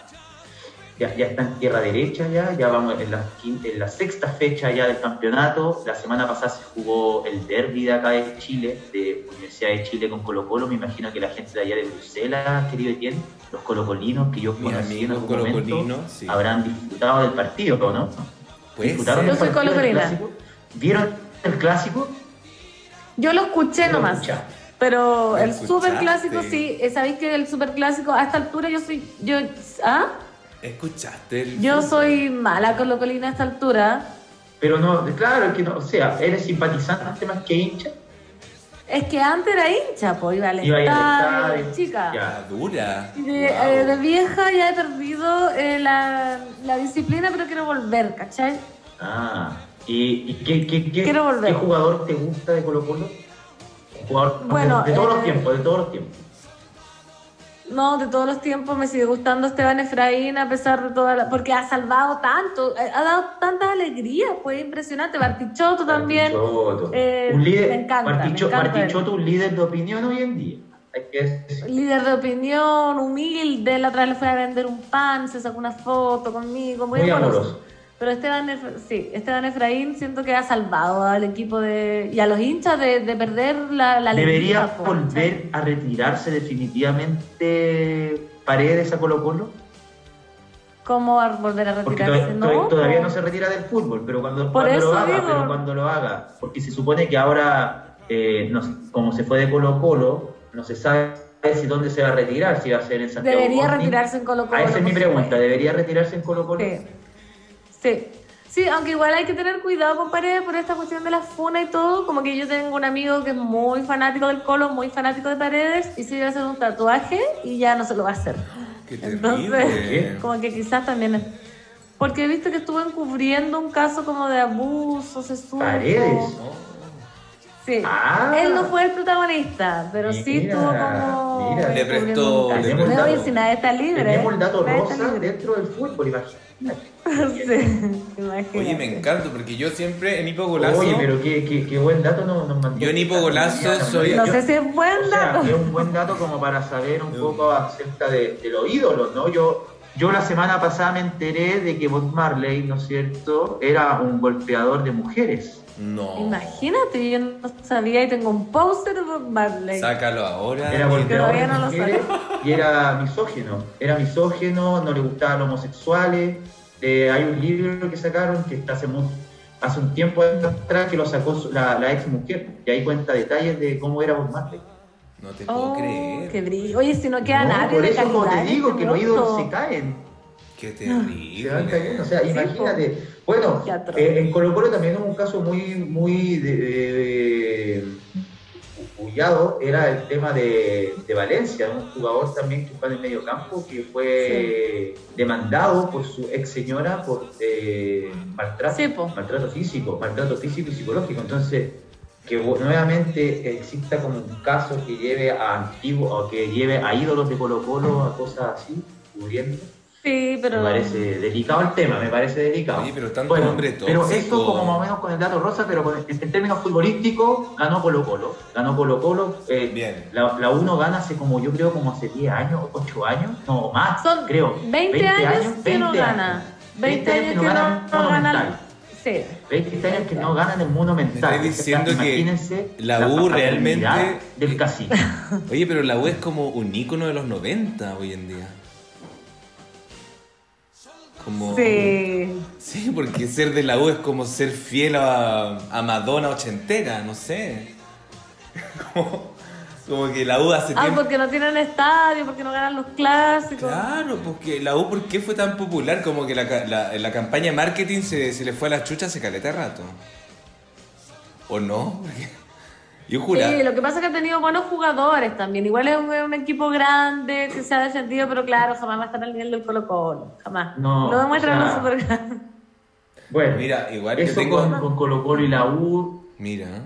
Speaker 3: Ya, ya está en tierra derecha ya, ya vamos en la, quin- en la sexta fecha ya del campeonato. La semana pasada se jugó el derby de acá de Chile, de Universidad de Chile con Colo Colo. Me imagino que la gente de allá de Bruselas, querido Etienne, los colocolinos que yo
Speaker 1: Mis
Speaker 3: conocí en
Speaker 1: amigos
Speaker 3: algún momento,
Speaker 1: colocolinos. Sí.
Speaker 3: habrán disfrutado del partido, ¿o ¿no?
Speaker 1: Pues,
Speaker 3: ¿Disfrutaron
Speaker 2: Yo
Speaker 3: del
Speaker 2: soy
Speaker 3: partido del
Speaker 2: colocolina.
Speaker 3: clásico? ¿Vieron el clásico?
Speaker 2: Yo lo escuché
Speaker 3: Lo
Speaker 2: nomás.
Speaker 3: escucha.
Speaker 2: Pero
Speaker 1: Lo
Speaker 2: el
Speaker 1: escuchaste.
Speaker 2: super clásico, sí, eh, sabéis que el super clásico a esta altura yo soy. Yo, ¿ah?
Speaker 1: ¿Escuchaste el
Speaker 2: yo
Speaker 1: fútbol?
Speaker 2: soy mala con lo colina a esta altura.
Speaker 3: Pero no, claro que no, o sea, eres simpatizante más que hincha.
Speaker 2: Es que antes era hincha, pues iba al
Speaker 3: Iba a ir
Speaker 2: estadio,
Speaker 3: al estadio,
Speaker 2: chica.
Speaker 3: ya.
Speaker 1: La dura.
Speaker 2: Y De,
Speaker 1: Wow.
Speaker 2: eh, de vieja ya he perdido eh, la, la disciplina, pero quiero volver, ¿cachai?
Speaker 3: Ah, ¿y, y qué, qué, qué,
Speaker 2: Quiero volver.
Speaker 3: qué jugador te gusta de Colo Colo? Un jugador
Speaker 2: Bueno,
Speaker 3: de, de todos
Speaker 2: eh,
Speaker 3: los tiempos, de todos los tiempos.
Speaker 2: No, de todos los tiempos me sigue gustando Esteban Efraín a pesar de toda la... porque ha salvado tanto, eh, ha dado tanta alegría, fue impresionante. Bartichotto también.
Speaker 3: Bartichotto.
Speaker 2: eh,
Speaker 3: un líder,
Speaker 2: me encanta. me
Speaker 3: Barticho-
Speaker 2: encanta él.
Speaker 3: Bartichotto, un líder de opinión hoy en día. Hay que decir.
Speaker 2: Líder de opinión, humilde, la otra vez le fue a vender un pan, se sacó una foto conmigo, muy,
Speaker 3: Muy
Speaker 2: amoroso.
Speaker 3: amoroso.
Speaker 2: Pero Esteban, Ef- sí, Esteban Efraín siento que ha salvado al equipo de, y a los hinchas de, de perder la, la
Speaker 3: ¿Debería
Speaker 2: alegría, po, ¿cachai?
Speaker 3: volver a retirarse definitivamente Paredes a Colo Colo?
Speaker 2: ¿Cómo va a volver a
Speaker 3: Porque
Speaker 2: retirarse? pues,
Speaker 3: todavía, todavía- todavía no
Speaker 2: po.
Speaker 3: se retira del fútbol, pero cuando,
Speaker 2: Por
Speaker 3: cuando
Speaker 2: eso
Speaker 3: lo haga,
Speaker 2: digo.
Speaker 3: pero cuando lo haga, porque se supone que ahora, eh, no sé, como se fue de Colo Colo, no se sabe si dónde se va a retirar, si va a ser en Santiago.
Speaker 2: Debería
Speaker 3: Morning.
Speaker 2: retirarse en Colo Colo.
Speaker 3: Ah, esa es mi
Speaker 2: por
Speaker 3: pregunta,
Speaker 2: supuesto.
Speaker 3: ¿debería retirarse en Colo Colo?
Speaker 2: Sí. sí. Sí, aunque igual hay que tener cuidado, compadre, por esta cuestión de la funa y todo. Como que yo tengo un amigo que es muy fanático del colo, muy fanático de paredes, y se iba a hacer un tatuaje y ya no se lo va a hacer.
Speaker 1: Qué
Speaker 2: Entonces-
Speaker 1: terrible.
Speaker 2: Como que quizás también es- Porque he visto que estuvo encubriendo un caso como de abuso sexual.
Speaker 3: Paredes.
Speaker 1: Oh.
Speaker 2: Sí.
Speaker 3: Ah.
Speaker 2: Él no fue el protagonista, pero sí
Speaker 3: Mira,
Speaker 2: estuvo como.
Speaker 3: mira.
Speaker 1: Le
Speaker 2: encubriendo
Speaker 1: prestó-
Speaker 2: un caso.
Speaker 1: le
Speaker 2: No,
Speaker 3: prestó-
Speaker 2: oye, si nadie está libre.
Speaker 3: Tenemos el dato
Speaker 2: nadie está
Speaker 3: rosa
Speaker 2: libre.
Speaker 3: dentro del fútbol, imagínate.
Speaker 2: [LAUGHS] Sí, imagínate.
Speaker 1: Oye, me encanta, porque yo siempre en Hipo Golazo.
Speaker 3: Oye, pero qué, qué- qué buen dato nos nos mandó.
Speaker 1: Yo en Hipo Golazo
Speaker 3: Mañana,
Speaker 1: soy-
Speaker 3: mañana.
Speaker 2: No sé si es
Speaker 3: O
Speaker 2: buen
Speaker 3: sea,
Speaker 2: dato.
Speaker 3: es un buen dato como para saber un poco acerca de, de los ídolos, ¿no? Yo, yo la semana pasada me enteré de que Bob Marley, ¿no es cierto?, era un golpeador de mujeres.
Speaker 1: No.
Speaker 2: Imagínate, yo no sabía y tengo un póster de Bob Marley.
Speaker 1: Sácalo ahora.
Speaker 3: Era golpeador de
Speaker 2: todavía no lo
Speaker 3: mujeres y era misógino. Era misógino, no le gustaban los homosexuales. Eh, hay un libro que sacaron que está hace, mu- hace un tiempo atrás que lo sacó su- la, la ex mujer y ahí cuenta detalles de cómo era Bob Marley.
Speaker 1: No te puedo
Speaker 2: Oh,
Speaker 1: creer.
Speaker 2: qué
Speaker 1: Qué,
Speaker 2: brillo. Oye, si no queda
Speaker 3: No,
Speaker 2: nadie
Speaker 3: por
Speaker 2: de
Speaker 3: eso, como
Speaker 2: calidad
Speaker 3: te
Speaker 2: en
Speaker 3: digo,
Speaker 2: este
Speaker 3: que los ídolos
Speaker 2: mundo.
Speaker 3: se caen. Ah, Se van cayendo, o
Speaker 1: terrible.
Speaker 3: sea,
Speaker 2: Sí,
Speaker 3: imagínate. Bueno,
Speaker 2: Qué atroz.
Speaker 3: eh, en Colo Colo también hubo un caso muy, muy de, de- bullado, era el tema de, de Valencia, un jugador también que fue en el medio campo, que fue demandado por su ex señora por eh, maltrato,
Speaker 2: Sí, po.
Speaker 3: maltrato físico, maltrato físico y psicológico. Entonces, que vu- nuevamente exista como un caso que lleve a antiguo, o que lleve a ídolos de Colo Colo, a cosas así, cubriendo.
Speaker 2: Sí, pero.
Speaker 3: Me parece delicado el tema, me parece delicado.
Speaker 1: Oye, pero tanto
Speaker 3: bueno,
Speaker 1: hombre
Speaker 3: pero
Speaker 1: tóxico.
Speaker 3: esto como más o menos con el dato rosa, pero con- en, en términos futbolísticos ganó Colo Colo. Ganó Colo Colo. eh,
Speaker 1: Bien.
Speaker 3: La, la uno gana hace como yo creo como hace 10 años, 8 años, no más,
Speaker 2: Son
Speaker 3: creo.
Speaker 2: 20, años que no
Speaker 3: 20
Speaker 2: gana.
Speaker 3: años.
Speaker 2: 20 años que no
Speaker 3: gana
Speaker 2: no
Speaker 3: Monumental.
Speaker 2: gana. Sí.
Speaker 3: 20 años que no ganan el mundo mental.
Speaker 1: Me estáis diciendo que
Speaker 3: imagínense
Speaker 1: la U realmente- eh,
Speaker 3: fatalidad del cacique.
Speaker 1: Oye, pero la U es como un ícono de los 90 hoy en día. Como...
Speaker 2: Sí.
Speaker 1: Sí, porque ser de la U es como ser fiel a, a Madonna ochentera, no sé. [LAUGHS] Como, como que la U hace
Speaker 2: Ah,
Speaker 1: tiempo...
Speaker 2: porque no tienen estadio, porque no ganan los clásicos.
Speaker 1: Claro, porque la U, ¿por qué fue tan popular? Como que la, ca- la, la campaña de marketing se, se le fue a la chucha hace caleta de rato. ¿O no? [LAUGHS] Porque- Yo juraba.
Speaker 2: Sí, lo que pasa es que ha tenido buenos jugadores también. Igual es un, un equipo grande que se ha defendido, pero claro, jamás va a estar al nivel del Colo Colo. Jamás.
Speaker 3: No,
Speaker 2: no demuestran
Speaker 3: o sea,
Speaker 2: los supergrandes.
Speaker 3: Bueno,
Speaker 1: Mira, igual yo
Speaker 3: eso
Speaker 1: tengo-
Speaker 3: con, con Colo Colo y la U
Speaker 1: Mira. ¿eh?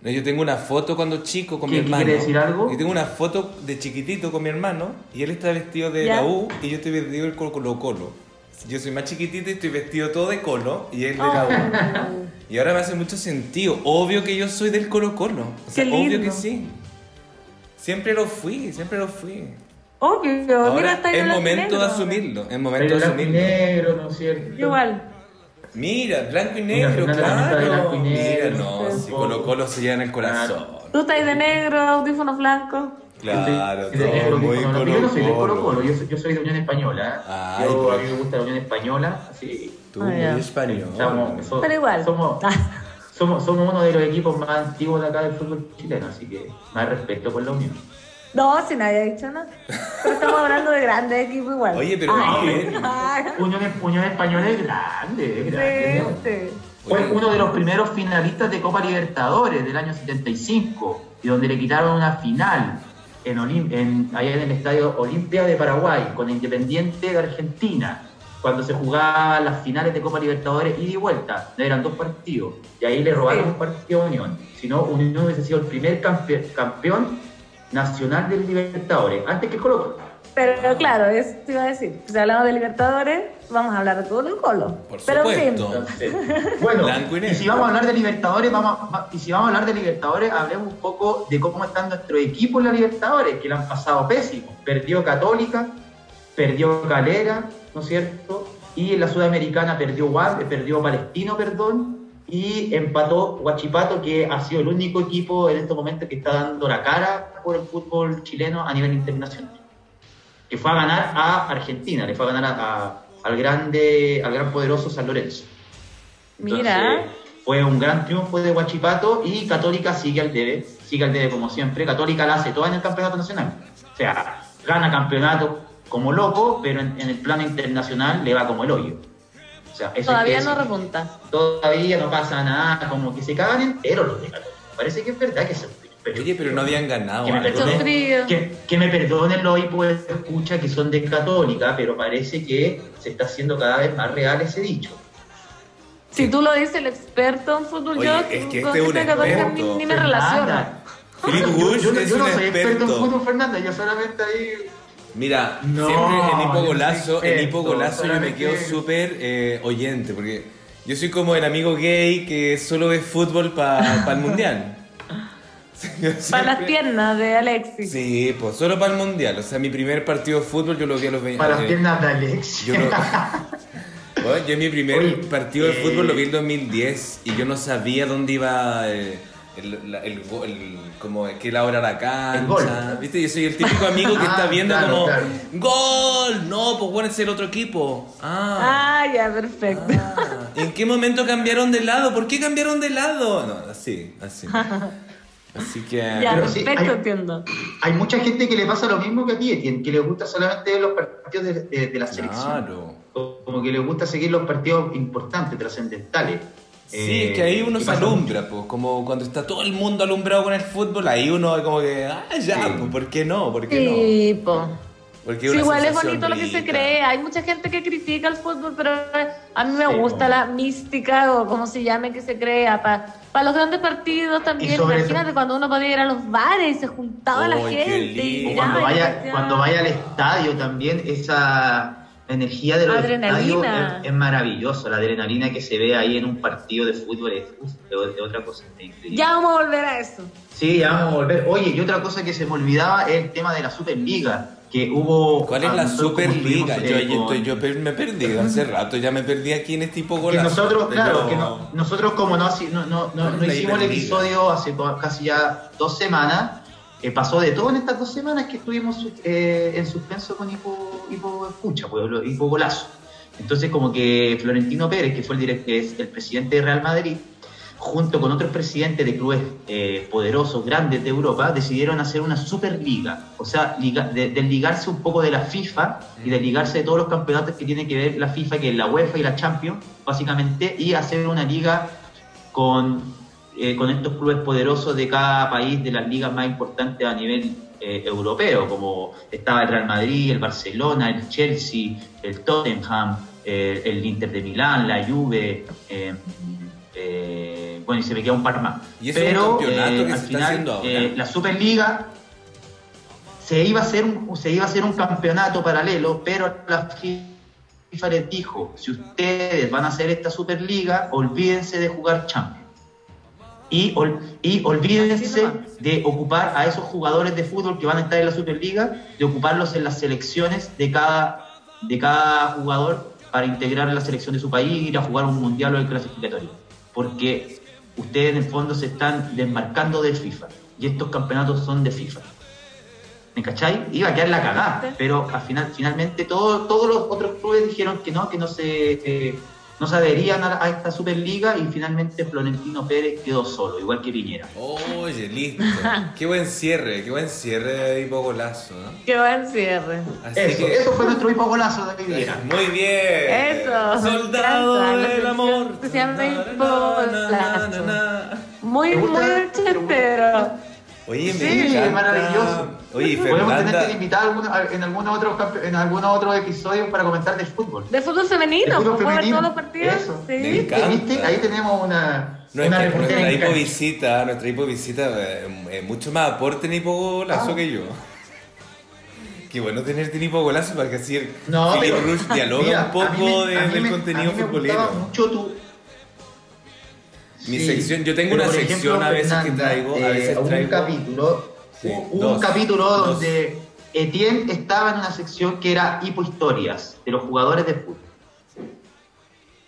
Speaker 1: No, Yo tengo una foto cuando chico con mi
Speaker 3: ¿Qué- qué
Speaker 1: hermano.
Speaker 3: quiere decir algo?
Speaker 1: Yo tengo una foto de chiquitito con mi hermano y él está vestido de
Speaker 2: ¿Ya?
Speaker 1: la U y yo estoy vestido del Colo Colo. Yo soy más chiquitito y estoy vestido todo de Colo y él de la U.
Speaker 3: [LAUGHS]
Speaker 2: Oh.
Speaker 1: Y ahora me hace mucho sentido. Obvio que yo soy del Colo Colo. O sea,
Speaker 2: Qué
Speaker 1: obvio
Speaker 2: lindo.
Speaker 1: que sí. Siempre lo fui, siempre lo fui.
Speaker 2: Obvio, mira,
Speaker 1: Ahora
Speaker 2: está ahí
Speaker 1: es
Speaker 2: blanco y
Speaker 1: momento de
Speaker 2: negro.
Speaker 1: asumirlo. Es momento
Speaker 3: Pero
Speaker 1: de
Speaker 3: blanco y
Speaker 1: asumirlo.
Speaker 3: negro, ¿no es cierto?
Speaker 2: Igual.
Speaker 1: Mira, blanco y
Speaker 3: Mira,
Speaker 1: negro,
Speaker 3: Fernanda,
Speaker 1: claro.
Speaker 3: también está de blanco y
Speaker 1: Mira,
Speaker 3: negro. Oh.
Speaker 1: no,
Speaker 3: Ah,
Speaker 2: Sí.
Speaker 1: si Colo Colo se lleva en el corazón.
Speaker 2: Tú estás de negro, audífonos blancos.
Speaker 1: Claro,
Speaker 3: Sí, sí, sí,
Speaker 1: todo
Speaker 3: sí,
Speaker 1: muy
Speaker 3: sí, no, Yo no soy de Colo
Speaker 1: Colo-Colo.
Speaker 3: Colo, yo soy, yo soy de Unión Española. ¿eh?
Speaker 1: Ay, pues.
Speaker 3: yo, a
Speaker 1: pero-
Speaker 3: mí me gusta la Unión Española, así.
Speaker 1: Tú,
Speaker 2: Ah,
Speaker 1: muy
Speaker 2: ya.
Speaker 1: español.
Speaker 3: Estamos- so-
Speaker 2: Pero igual.
Speaker 3: Oh,
Speaker 2: Ah,
Speaker 3: Somos, somos, somos uno de los equipos más antiguos de acá del fútbol chileno, así que más respeto por lo mío.
Speaker 2: No, si nadie ha dicho nada. Pero estamos hablando de grandes equipos igual.
Speaker 1: Oye, pero
Speaker 2: [LAUGHS] Ay,
Speaker 1: bien.
Speaker 2: ay,
Speaker 3: Unión, Unión Española es grande, es grande. ¿no?
Speaker 2: sí, sí.
Speaker 3: Fue
Speaker 1: Oye.
Speaker 3: uno de los primeros finalistas de Copa Libertadores del año 75, y donde le quitaron una final en Olim- en- allá en el Estadio Olimpia de Paraguay con Independiente de Argentina, cuando se jugaban las finales de Copa Libertadores ida y vuelta. Eran dos partidos, y ahí le robaron
Speaker 2: Sí.
Speaker 3: un partido a Unión. Si no, Unión hubiese sido el primer campe- campeón nacional del Libertadores, antes que Colo Colo.
Speaker 2: Pero claro, eso te iba a decir. Si hablamos de Libertadores, vamos a hablar de Colo Colo.
Speaker 1: Por
Speaker 2: Pero en fin,
Speaker 1: supuesto.
Speaker 3: Entonces, bueno,
Speaker 1: Blanco y
Speaker 3: y
Speaker 1: negro.
Speaker 3: si vamos a hablar de Libertadores, vamos a- va- y si vamos a hablar de Libertadores, hablemos un poco de cómo están nuestros equipos en la Libertadores, que la han pasado pésimo. Perdió Católica, perdió Calera, ¿no es cierto? Y en la Sudamericana perdió Guad, perdió Palestino, perdón, y empató Huachipato, que ha sido el único equipo en estos momentos que está dando la cara por el fútbol chileno a nivel internacional. Que fue a ganar a Argentina, le fue a ganar a- a- al grande, al gran poderoso San Lorenzo. Entonces,
Speaker 2: mira,
Speaker 3: Fue un gran triunfo de Huachipato y Católica sigue al debe, sigue al debe como siempre. Católica la hace toda en el campeonato nacional. O sea, gana campeonato como loco, pero en, en el plano internacional le va como el hoyo. O sea, eso hay que
Speaker 2: todavía no
Speaker 3: decir.
Speaker 2: repunta.
Speaker 3: todavía no pasa nada, como que se cagan enteros los de Católica. Parece que es verdad que se
Speaker 1: Oye, pero no habían ganado.
Speaker 3: Que me
Speaker 1: algo.
Speaker 3: perdone.
Speaker 2: Sufrido.
Speaker 3: que, que me perdonen los pues escucha que son de Católica, pero parece que se está haciendo cada vez más real ese dicho.
Speaker 2: Si tú lo dices, el experto en fútbol,
Speaker 1: Oye,
Speaker 2: yo
Speaker 1: es que
Speaker 2: con
Speaker 1: este es un
Speaker 2: este Católica
Speaker 1: experto.
Speaker 2: ni, ni me
Speaker 3: Fernanda,
Speaker 2: relaciono.
Speaker 1: Philip
Speaker 3: Yo,
Speaker 1: Bush
Speaker 3: yo no-
Speaker 1: es
Speaker 3: yo no
Speaker 1: un
Speaker 3: soy experto en
Speaker 1: experto.
Speaker 3: fútbol, Fernanda, yo solamente ahí...
Speaker 1: Mira,
Speaker 3: No,
Speaker 1: siempre en
Speaker 3: yo
Speaker 1: Hipo
Speaker 3: soy
Speaker 1: Golazo, en Hipo
Speaker 3: experto,
Speaker 1: Golazo yo me
Speaker 3: solamente-
Speaker 1: quedo súper eh, oyente, porque yo soy como el amigo gay que solo ve fútbol para el mundial. Sí, yo
Speaker 2: Para las
Speaker 1: siempre-
Speaker 2: piernas de Alexis.
Speaker 1: Sí, pues solo para el mundial. O sea, mi primer partido de fútbol yo lo vi a los 20
Speaker 3: Para las
Speaker 1: eh,
Speaker 3: piernas de Alex. [LAUGHS]
Speaker 1: Yo, no- Bueno, yo mi primer
Speaker 3: Oye,
Speaker 1: partido de
Speaker 3: eh,
Speaker 1: fútbol lo vi en 2010 y yo no sabía dónde iba eh, el, la- el, go- el- como que la hora la
Speaker 3: El gol.
Speaker 1: cancha. ¿Viste? Yo soy el típico amigo que
Speaker 3: [LAUGHS] Ah,
Speaker 1: está viendo
Speaker 3: claro,
Speaker 1: como
Speaker 3: claro.
Speaker 1: ¡Gol! No, pues bueno, es el otro equipo. Ah.
Speaker 2: Ah, ya, perfecto.
Speaker 1: ah. ¿En qué momento cambiaron de lado? ¿Por qué cambiaron de lado? No, así,
Speaker 3: [LAUGHS]
Speaker 1: así. Así que
Speaker 2: ya,
Speaker 3: pero sí,
Speaker 2: perfecto,
Speaker 3: hay-
Speaker 2: entiendo.
Speaker 3: Hay mucha gente que le pasa lo mismo que a ti, Etienne, que le gusta solamente ver los partidos de, de- de la selección.
Speaker 1: claro.
Speaker 3: Como que le gusta seguir los partidos importantes, trascendentales.
Speaker 1: Sí,
Speaker 3: Eh,
Speaker 1: es que ahí uno
Speaker 3: que
Speaker 1: se
Speaker 3: pasa mucho.
Speaker 1: alumbra, pues, como cuando está todo el mundo alumbrado con el fútbol, ahí uno como que, ah, ya,
Speaker 3: Sí.
Speaker 1: pues, ¿por qué no? ¿Por qué
Speaker 2: Sí, po.
Speaker 1: no? Porque
Speaker 2: Sí,
Speaker 1: una
Speaker 2: igual es
Speaker 1: sensación
Speaker 2: bonito lo que se
Speaker 1: rica.
Speaker 2: cree. Hay mucha gente que critica el fútbol, pero a mí me
Speaker 3: Sí,
Speaker 2: gusta
Speaker 3: po.
Speaker 2: la mística o como se llame que se crea. Para los grandes partidos
Speaker 3: Y
Speaker 2: también.
Speaker 3: sobre
Speaker 2: Imagínate
Speaker 3: todo-
Speaker 2: cuando uno podía ir a los bares y se juntaba la
Speaker 1: Oy, qué
Speaker 2: gente.
Speaker 1: lindo.
Speaker 2: y
Speaker 3: O
Speaker 1: Ya,
Speaker 3: cuando
Speaker 2: y
Speaker 3: vaya,
Speaker 2: ya.
Speaker 3: cuando vaya al estadio también, esa energía de los
Speaker 2: Adrenalina.
Speaker 3: estadios es, es maravilloso. La adrenalina que se ve ahí en un partido de fútbol es, uf, de, de otra cosa. es increíble.
Speaker 2: Ya vamos a volver a eso.
Speaker 3: Sí, ya vamos a volver. Oye, y otra cosa que se me olvidaba es el tema de la Superliga, que hubo...
Speaker 1: ¿Cuál es la
Speaker 3: nosotros como
Speaker 1: Superliga?
Speaker 3: estuvimos,
Speaker 1: Yo,
Speaker 3: eh,
Speaker 1: yo,
Speaker 3: con-
Speaker 1: yo per- me he perdido hace rato, ya me perdí aquí en este tipo
Speaker 3: que
Speaker 1: golazo.
Speaker 3: nosotros,
Speaker 1: Pero-
Speaker 3: claro, que no- nosotros como no, así- no, no, no-
Speaker 1: ¿Cuál es
Speaker 3: no
Speaker 1: la
Speaker 3: hicimos el
Speaker 1: Hiperliga?
Speaker 3: episodio hace co- casi ya dos semanas, eh, pasó de todo en estas dos semanas que estuvimos eh, en suspenso con hipo, hipo escucha, pues, lo- hipo golazo. Entonces como que Florentino Pérez, que fue el, direct- que es el presidente de Real Madrid, junto con otros presidentes de clubes eh, poderosos, grandes de Europa, decidieron hacer una superliga, o sea, liga- de- desligarse un poco de la FIFA y desligarse de todos los campeonatos que tiene que ver la FIFA, que es la UEFA y la Champions, básicamente, y hacer una liga con, eh, con estos clubes poderosos de cada país, de las ligas más importantes a nivel eh, europeo, como estaba el Real Madrid, el Barcelona, el Chelsea, el Tottenham, eh, el Inter de Milán, la Juve, eh, eh, bueno, y se me queda un par más.
Speaker 1: Y ese es un
Speaker 3: Pero
Speaker 1: campeonato
Speaker 3: eh,
Speaker 1: que se
Speaker 3: al
Speaker 1: está
Speaker 3: final,
Speaker 1: haciendo ahora.
Speaker 3: eh, la Superliga se iba a hacer un, se iba a hacer un campeonato paralelo, pero la FIFA les dijo, si ustedes van a hacer esta Superliga, olvídense de jugar Champions. Y, ol- y
Speaker 2: Así
Speaker 3: olvídense
Speaker 2: nomás.
Speaker 3: de ocupar a esos jugadores de fútbol que van a estar en la Superliga, de ocuparlos en las selecciones de cada, de cada jugador para integrar la selección de su país, ir a jugar un mundial o el clasificatorio. Porque ustedes en el fondo se están desmarcando de FIFA. Y estos campeonatos son de FIFA. ¿Me cachai? Iba a quedar la cagada, pero al final, finalmente todo- todos los otros clubes dijeron que no, que no se, eh, no se adherían a, a esta Superliga y finalmente Florentino Pérez quedó solo, igual que Piñera.
Speaker 1: Oye, listo. qué buen cierre, qué buen cierre de Hipo Golazo. ¿no?
Speaker 2: Qué buen cierre.
Speaker 1: Así
Speaker 3: Eso,
Speaker 1: que-
Speaker 3: eso fue nuestro hipogolazo de hoy día.
Speaker 1: Muy bien.
Speaker 2: Eso.
Speaker 1: Soldado
Speaker 2: Gran plan,
Speaker 1: del
Speaker 2: la
Speaker 1: amor.
Speaker 2: canción que se llama Hipo
Speaker 1: Na, na, na,
Speaker 2: Golazo.
Speaker 1: na, na.
Speaker 2: Muy,
Speaker 3: ¿Te gusta?
Speaker 2: muy chistero.
Speaker 1: Oye, me
Speaker 3: Sí,
Speaker 1: encanta.
Speaker 3: maravilloso.
Speaker 1: Oye, y
Speaker 3: Podemos tener que
Speaker 1: Fernanda.
Speaker 3: invitar algún- a- en algún otro campe- en algún otro episodio para comentar de fútbol.
Speaker 2: De fútbol femenino,
Speaker 3: De fútbol
Speaker 2: ¿puedo ver
Speaker 3: femenino,
Speaker 2: todos los partidos?
Speaker 3: eso.
Speaker 2: Sí.
Speaker 1: Me encanta.
Speaker 3: ¿Viste? Ahí tenemos una,
Speaker 1: No, es
Speaker 3: una
Speaker 1: que
Speaker 3: reportera
Speaker 1: nuestra
Speaker 3: en cancha.
Speaker 1: hipovisita, nuestra hipovisita, eh, eh, mucho más aporte en hipogolazo
Speaker 3: Ah.
Speaker 1: que yo. [LAUGHS] Qué bueno tener este tipo de golazo para que así
Speaker 3: No,
Speaker 1: Philip
Speaker 3: pero-
Speaker 1: Rush dialoga
Speaker 3: Mira,
Speaker 1: un
Speaker 3: a mí
Speaker 1: poco
Speaker 3: me-
Speaker 1: de-
Speaker 3: a mí
Speaker 1: del
Speaker 3: me-
Speaker 1: contenido
Speaker 3: a mí me
Speaker 1: futbolero.
Speaker 3: gustaba mucho tu-
Speaker 1: Mi
Speaker 3: Sí,
Speaker 1: sección, yo tengo
Speaker 3: pero
Speaker 1: una
Speaker 3: por ejemplo,
Speaker 1: sección a veces que
Speaker 3: Fernanda,
Speaker 1: traigo, a
Speaker 3: eh,
Speaker 1: veces
Speaker 3: hubo
Speaker 1: traigo.
Speaker 3: un capítulo,
Speaker 1: Sí,
Speaker 3: hubo un
Speaker 1: dos,
Speaker 3: capítulo
Speaker 1: dos.
Speaker 3: donde Etienne estaba en una sección que era hipohistorias de los jugadores de fútbol.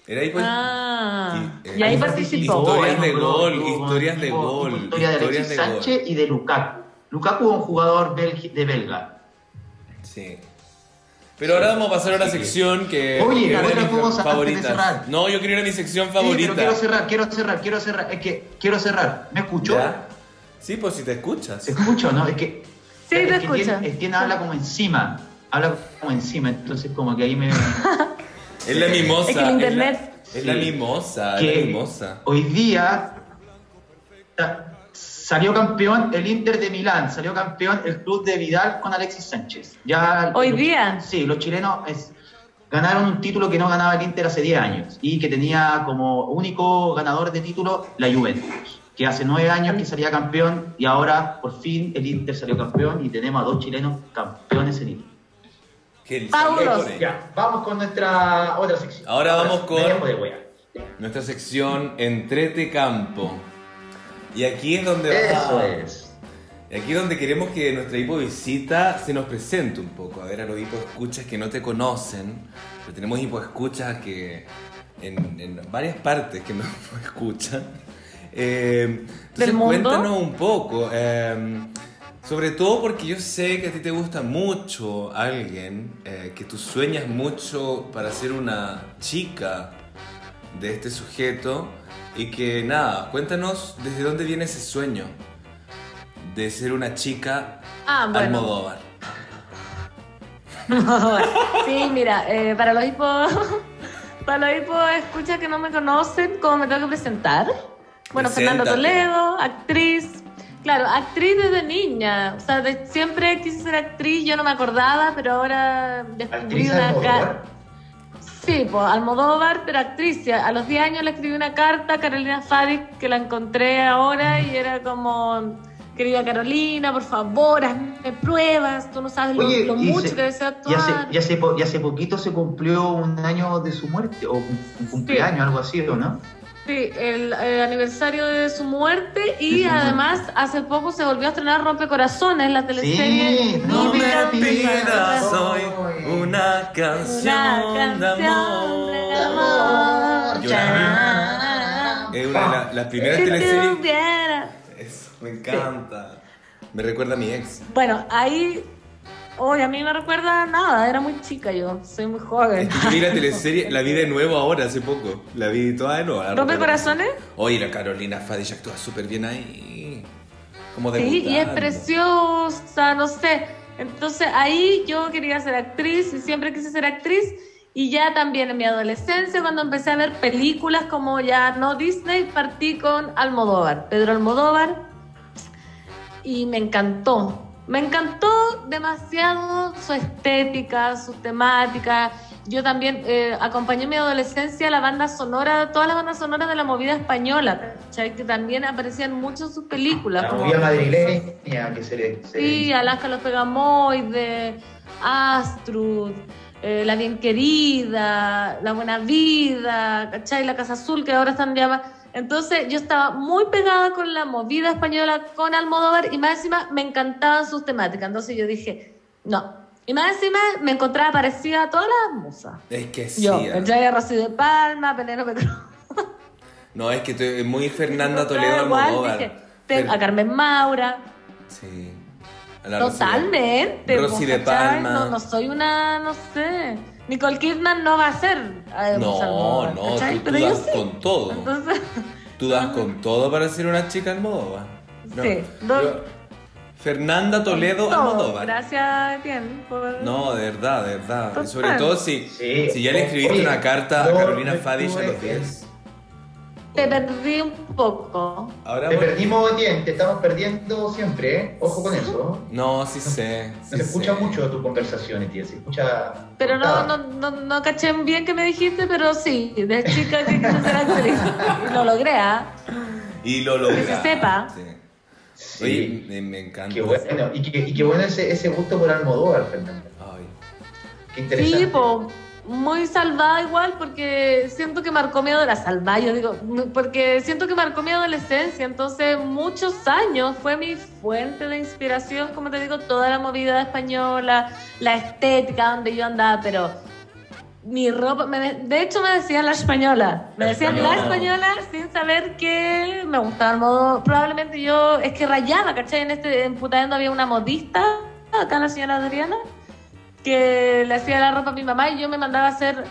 Speaker 1: Era ahí pues.
Speaker 2: Ah,
Speaker 1: y-
Speaker 2: y ahí
Speaker 1: ahí
Speaker 2: participó.
Speaker 1: participó. Historias
Speaker 3: Ahí
Speaker 1: de
Speaker 3: nombró,
Speaker 1: gol,
Speaker 3: estuvo con
Speaker 1: historias de
Speaker 3: tipo-
Speaker 1: gol,
Speaker 3: tipo Historia de
Speaker 1: historias
Speaker 3: Alexis
Speaker 1: de gol.
Speaker 3: Sánchez y de Lukaku. Lukaku es un jugador belgi- de belga.
Speaker 1: Sí. Pero ahora vamos a pasar a una
Speaker 3: Así que-
Speaker 1: sección que.
Speaker 3: Oye,
Speaker 1: que es de
Speaker 3: Gabriela,
Speaker 1: mis
Speaker 3: ¿cómo sacaste de
Speaker 1: favoritas.
Speaker 3: cerrar?
Speaker 1: No, yo quiero ir a mi sección
Speaker 3: Sí, pero quiero
Speaker 1: favorita.
Speaker 3: cerrar, quiero cerrar, quiero cerrar. Es que quiero cerrar. ¿Me escuchó?
Speaker 1: ¿Ya? Sí, pues si te escuchas.
Speaker 3: ¿Se escucha o no? Es que.
Speaker 2: Sí, te
Speaker 3: es que
Speaker 2: escucho.
Speaker 3: Etienne- Etienne habla como encima. Habla como encima, entonces como que ahí me.
Speaker 1: Es la mimosa.
Speaker 2: Es que el
Speaker 1: la-
Speaker 2: internet-
Speaker 1: Es la,
Speaker 3: Sí.
Speaker 1: mimosa, es
Speaker 3: que
Speaker 1: la mimosa.
Speaker 3: hoy día ta- salió campeón el Inter de Milán, salió campeón el club de Vidal con Alexis Sánchez. Ya
Speaker 2: Hoy
Speaker 3: los-
Speaker 2: día.
Speaker 3: Sí, los chilenos es- ganaron un título que no ganaba el Inter hace 10 años y que tenía como único ganador de título la Juventus, que hace 9 años que salía campeón y ahora por fin el Inter salió campeón y tenemos a dos chilenos campeones en Inter.
Speaker 1: Que el
Speaker 2: Pablo.
Speaker 1: saludo por ella.
Speaker 3: Ya, vamos con nuestra otra sección.
Speaker 1: Ahora vamos
Speaker 3: me
Speaker 1: con-
Speaker 3: dejo de wea.
Speaker 1: Nuestra sección Entrete Campo. Y aquí es donde
Speaker 3: Eso
Speaker 1: va-
Speaker 3: es.
Speaker 1: Y aquí es donde queremos que nuestra hipo visita se nos presente un poco. A ver a los hipo escuchas que no te conocen. Pero tenemos hipo escuchas que en, en varias partes que nos [LAUGHS] escuchan. Eh, entonces,
Speaker 2: ¿Del mundo?
Speaker 1: cuéntanos un poco. eh, sobre todo porque yo sé que a ti te gusta mucho alguien, eh, que tú sueñas mucho para ser una chica de este sujeto. Y que nada, cuéntanos desde dónde viene ese sueño de ser una chica
Speaker 2: Ah, bueno. [LAUGHS]
Speaker 1: Almodóvar.
Speaker 2: Sí, mira, eh, para los hipos, [LAUGHS] para los hipos escucha que no me conocen, ¿cómo me tengo que presentar? Bueno, Fernanda
Speaker 1: Preséntate.
Speaker 2: Toledo, actriz. Claro, actriz desde niña. O sea, de- siempre quise ser actriz, yo no me acordaba, pero ahora descubrí
Speaker 3: Actriz
Speaker 2: una
Speaker 3: Almodóvar.
Speaker 2: cara. Sí, pues Almodóvar, pero actriz. Y A a los 10 años le escribí una carta a Carolina Fadik que la encontré ahora y era como, querida Carolina, por favor, hazme pruebas, tú no sabes lo-
Speaker 3: Oye,
Speaker 2: lo,
Speaker 3: y
Speaker 2: mucho
Speaker 3: se-
Speaker 2: que deseo
Speaker 3: Ya
Speaker 2: actuar.
Speaker 3: hace, ya, hace po- ya hace poquito se cumplió un año de su muerte, o un, un cumpleaños, algo así, ¿o no?
Speaker 2: Sí, el, eh, aniversario de su muerte y
Speaker 3: De su muerte.
Speaker 2: además hace poco se volvió a estrenar Rompecorazones, la teleserie.
Speaker 3: Sí,
Speaker 1: No
Speaker 3: no
Speaker 1: me
Speaker 2: mítica.
Speaker 1: pidas hoy una
Speaker 2: Una
Speaker 1: canción de
Speaker 2: canción de
Speaker 1: amor.
Speaker 2: amor.
Speaker 1: Yo la
Speaker 2: Ya.
Speaker 1: Es una de la- las primeras
Speaker 2: Si
Speaker 1: teleseries.
Speaker 2: tuviera-
Speaker 1: Eso, me encanta. Me recuerda a mi
Speaker 2: Este
Speaker 1: ex.
Speaker 2: Bueno, ahí. Hoy a mí no recuerda nada, era muy chica yo, soy muy joven.
Speaker 1: Es que yo vi la teleserie, la vi de nuevo ahora, hace poco. La vi toda de nuevo. la recuerdo.
Speaker 2: ¿Rompecorazones?
Speaker 1: Oye, la Carolina Fadilla actúa súper bien ahí. Como de
Speaker 2: Sí, y es preciosa, no sé. Entonces ahí yo quería ser actriz y siempre quise ser actriz. Y ya también en mi adolescencia, cuando empecé a ver películas como ya no Disney, partí con Almodóvar, Pedro Almodóvar. Y me encantó. Me encantó demasiado su estética, su temática. Yo también eh, acompañé en mi adolescencia la banda sonora, todas las bandas sonoras de la movida española, ¿cachai? que también aparecían mucho en sus películas.
Speaker 3: La
Speaker 2: como-
Speaker 3: movida madrileña que se le. se le
Speaker 2: Sí,
Speaker 3: hizo.
Speaker 2: Alaska los Pegamoides, Astrud, eh, La Bien Querida, La Buena Vida, ¿cachai? La Casa Azul, que ahora están llama. Entonces yo estaba muy pegada con la movida española, con Almodóvar, y más encima me encantaban sus temáticas. Entonces yo dije, no. Y más encima me encontraba parecida a todas las musas.
Speaker 1: Es que sí.
Speaker 2: Yo,
Speaker 1: ah.
Speaker 2: ¿cachai? A Rocío de Palma, Penélope Cruz.
Speaker 1: No, es que tú- es muy Fernanda
Speaker 2: Encontraba
Speaker 1: Toledo
Speaker 2: igual,
Speaker 1: Almodóvar.
Speaker 2: dije, te-
Speaker 1: Fer-
Speaker 2: a Carmen Maura.
Speaker 1: Sí. A la Rosalía.
Speaker 2: Totalmente.
Speaker 1: Rosy
Speaker 2: pues,
Speaker 1: de
Speaker 2: ¿cachai?
Speaker 1: Palma.
Speaker 2: No, no soy una, no sé. Nicole Kidman no va a ser. eh,
Speaker 1: No,
Speaker 2: Rosalía,
Speaker 1: no, tú,
Speaker 2: ¿cachai?
Speaker 1: tú
Speaker 2: Pero yo
Speaker 1: das
Speaker 2: sí.
Speaker 1: con todo.
Speaker 2: Entonces,
Speaker 1: Tú das con todo para ser una chica Almodóvar. No,
Speaker 2: Sí,
Speaker 1: yo-
Speaker 2: doy-
Speaker 1: Fernanda Toledo
Speaker 2: todo.
Speaker 1: Almodóvar.
Speaker 2: Gracias, Etienne. Por...
Speaker 1: No, de verdad, de verdad.
Speaker 2: Total.
Speaker 1: Y Sobre todo si,
Speaker 3: Sí.
Speaker 1: si ya le escribiste
Speaker 3: Oye,
Speaker 1: una carta a
Speaker 3: yo
Speaker 1: Carolina
Speaker 3: estuve
Speaker 1: Fadish a los
Speaker 3: en-
Speaker 1: 10.
Speaker 2: Te perdí un poco.
Speaker 1: Ahora
Speaker 3: Te
Speaker 1: voy-
Speaker 3: perdimos, Etienne, te estamos perdiendo siempre, ¿eh? Ojo con eso.
Speaker 1: No, sí sé.
Speaker 3: No
Speaker 1: sí
Speaker 3: se escucha
Speaker 1: sé.
Speaker 3: mucho tu conversación, Etienne, se escucha.
Speaker 2: Pero
Speaker 1: Ah.
Speaker 2: no,
Speaker 3: cortada.
Speaker 2: no, no, no caché bien que me dijiste, pero sí, de chica [LAUGHS] que quise ser actriz. Y Lo logré, ¿ah?
Speaker 1: Y lo logra.
Speaker 2: sepa.
Speaker 1: Sí. Sí. Oye, me, me encanta.
Speaker 3: Qué bueno, y qué, y qué bueno ese, ese gusto por Almodóvar, Fernando.
Speaker 1: Ay.
Speaker 3: Qué interesante.
Speaker 2: Sí, po, muy salvada igual porque siento que marcó mi adolescencia, salvada, yo digo, porque siento que marcó mi adolescencia, entonces muchos años fue mi fuente de inspiración, como te digo, toda la movida española, la estética donde yo andaba, pero mi ropa, me de, de hecho me decían la española, me
Speaker 3: La
Speaker 2: decían la
Speaker 3: española.
Speaker 2: española sin saber que me gustaba el modo, probablemente yo, es que rayaba, ¿cachai? En este, en Putaendo había una modista, acá la señora Adriana, que le hacía la ropa a mi mamá y yo me mandaba a hacer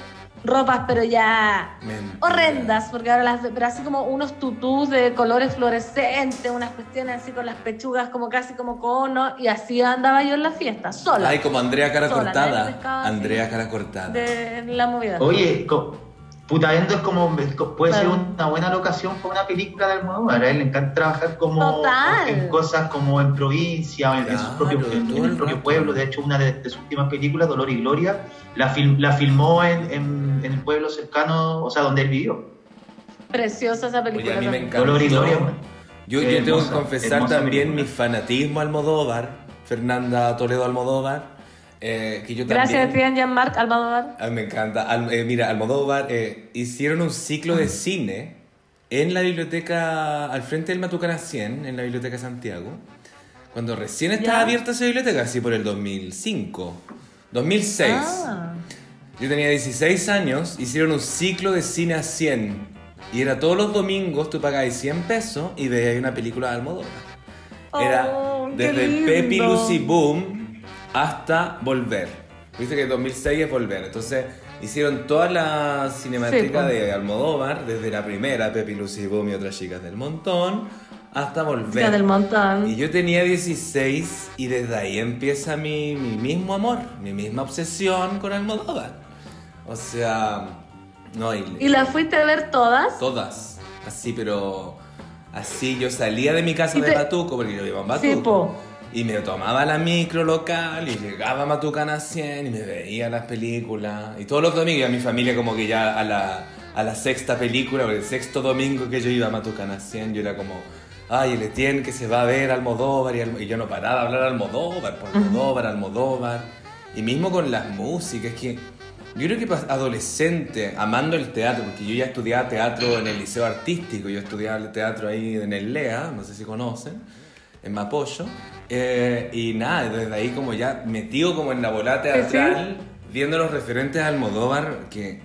Speaker 2: ropas, pero ya
Speaker 1: Mentira.
Speaker 2: horrendas, porque ahora las ve- pero así como unos tutús de colores fluorescentes, unas cuestiones así con las pechugas como casi como cono, y así andaba yo en la fiesta, sola,
Speaker 1: Ay, como Andrea Cara
Speaker 2: Sola, nadie me
Speaker 1: Cortada.
Speaker 2: pescaba,
Speaker 1: Andrea
Speaker 2: sí.
Speaker 1: Cara Cortada.
Speaker 2: de en la movida.
Speaker 3: Oye, co- Putaendo es como, es co- puede
Speaker 2: Claro.
Speaker 3: ser una buena locación para una película de Almodóvar. A él le encanta trabajar como
Speaker 2: Total.
Speaker 3: en cosas como en provincia, o en, en sus
Speaker 1: Claro,
Speaker 3: propios- en-
Speaker 1: todo
Speaker 3: en
Speaker 1: el
Speaker 3: el propio
Speaker 1: rato.
Speaker 3: pueblo. De hecho, una de, de sus últimas películas, Dolor y Gloria, la, fil- la filmó en, en- en el pueblo cercano, o sea, donde él vivió.
Speaker 2: Preciosa esa
Speaker 1: Oye,
Speaker 2: película.
Speaker 1: a mí me
Speaker 2: también.
Speaker 1: encantó.
Speaker 3: Dolor y Gloria, bueno.
Speaker 1: Yo,
Speaker 3: Qué
Speaker 1: yo tengo que
Speaker 3: hermosa,
Speaker 1: confesar
Speaker 3: hermosa
Speaker 1: también
Speaker 3: película.
Speaker 1: mi fanatismo a Almodóvar, Fernanda Toledo Almodóvar, eh, que yo también...
Speaker 2: Gracias, Cristian Jean-Marc Almodóvar.
Speaker 1: Ay, me encanta. Al- eh, mira, Almodóvar eh, hicieron un ciclo de cine en la biblioteca, al frente del Matucana 100, en la biblioteca Santiago, cuando recién estaba
Speaker 2: Ya.
Speaker 1: abierta esa biblioteca, así por el 2005, 2006.
Speaker 2: Ah.
Speaker 1: Yo tenía 16 años, hicieron un ciclo de cine a 100. Y era todos los domingos, tú pagabas 100 pesos y veías una película de Almodóvar. Era
Speaker 2: Oh, qué
Speaker 1: desde
Speaker 2: lindo.
Speaker 1: Pepi Lucy Boom hasta Volver. Viste que 2006 es Volver. Entonces hicieron toda la cinemática
Speaker 2: Sí, pues.
Speaker 1: de Almodóvar, desde la primera, Pepi Lucy Boom y otras chicas del montón, hasta Volver.
Speaker 2: Chica del
Speaker 1: Y
Speaker 2: montón.
Speaker 1: yo tenía 16 y desde ahí empieza mi, mi mismo amor, mi misma obsesión con Almodóvar. O sea, no, y,
Speaker 2: ¿Y las fuiste a ver todas?
Speaker 1: todas, así, pero así yo salía de mi casa
Speaker 2: Y
Speaker 1: de
Speaker 2: te-
Speaker 1: Batuco, porque yo vivo en Batuco.
Speaker 2: Sí, po.
Speaker 1: Y me tomaba la micro local y llegaba a Matucana 100 y me veía las películas. Y todos los domingos, y a mi familia como que ya a la, a la sexta película, o el sexto domingo que yo iba a Matucana 100, yo era como, ay, el Etienne que se va a ver Almodóvar. Y, Almo- y yo no paraba de hablar Almodóvar, por Almodóvar, Almodóvar. Y mismo con las músicas, es que yo creo que pas- adolescente, amando el teatro, porque yo ya estudiaba teatro en el liceo artístico, yo estudiaba el teatro ahí en el LEA, no sé si conocen en Mapocho. Eh, y nada, desde ahí como ya metido como en la bola teatral, viendo los referentes de Almodóvar, que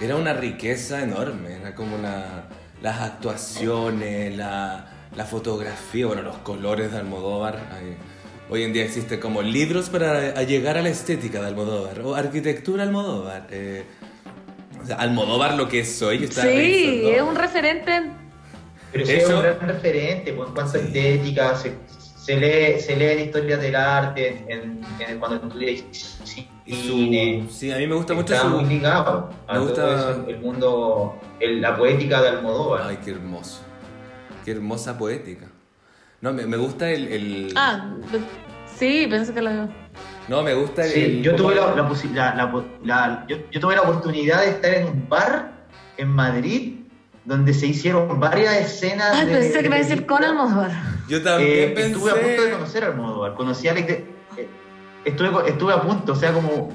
Speaker 1: era una riqueza enorme, era como una, las actuaciones, la, la fotografía, bueno, los colores de Almodóvar. Ay, hoy en día existe como libros para a- llegar a la estética de Almodóvar, o arquitectura Almodóvar. eh, o sea, Almodóvar lo que es hoy está
Speaker 2: Sí,
Speaker 1: revisando.
Speaker 2: es un referente. en-
Speaker 3: Pero sí es
Speaker 1: Eso-
Speaker 3: un gran referente pues, en cuanto a
Speaker 1: Sí.
Speaker 3: estética, se, se lee, se lee en historias del arte, en, en- en- cuando estudia
Speaker 1: Y
Speaker 3: cine.
Speaker 1: su- sí, a mí me gusta mucho
Speaker 3: está
Speaker 1: su...
Speaker 3: muy ligado a
Speaker 1: Me
Speaker 3: todo
Speaker 1: gusta-
Speaker 3: eso, el mundo, el- la poética de Almodóvar.
Speaker 1: Ay, qué hermoso. Qué hermosa poética. No, me, me gusta el, el-
Speaker 2: Ah, sí, pienso que lo.
Speaker 1: No, me gusta el.
Speaker 3: Sí,
Speaker 1: el-
Speaker 3: Eh, yo tuve la, la posi- la- la po- la- yo, yo tuve la oportunidad de estar en un bar en Madrid donde se hicieron varias escenas.
Speaker 1: Ah,
Speaker 2: Ay,
Speaker 3: de-
Speaker 2: pensé
Speaker 3: de
Speaker 2: que me iba a decir
Speaker 3: películas.
Speaker 2: con Almodóvar.
Speaker 1: Yo también
Speaker 3: Eh,
Speaker 1: pensé.
Speaker 3: Estuve a punto de conocer a Almodóvar. Conocí a Alex de- eh, estuve, co- estuve a punto, o sea, como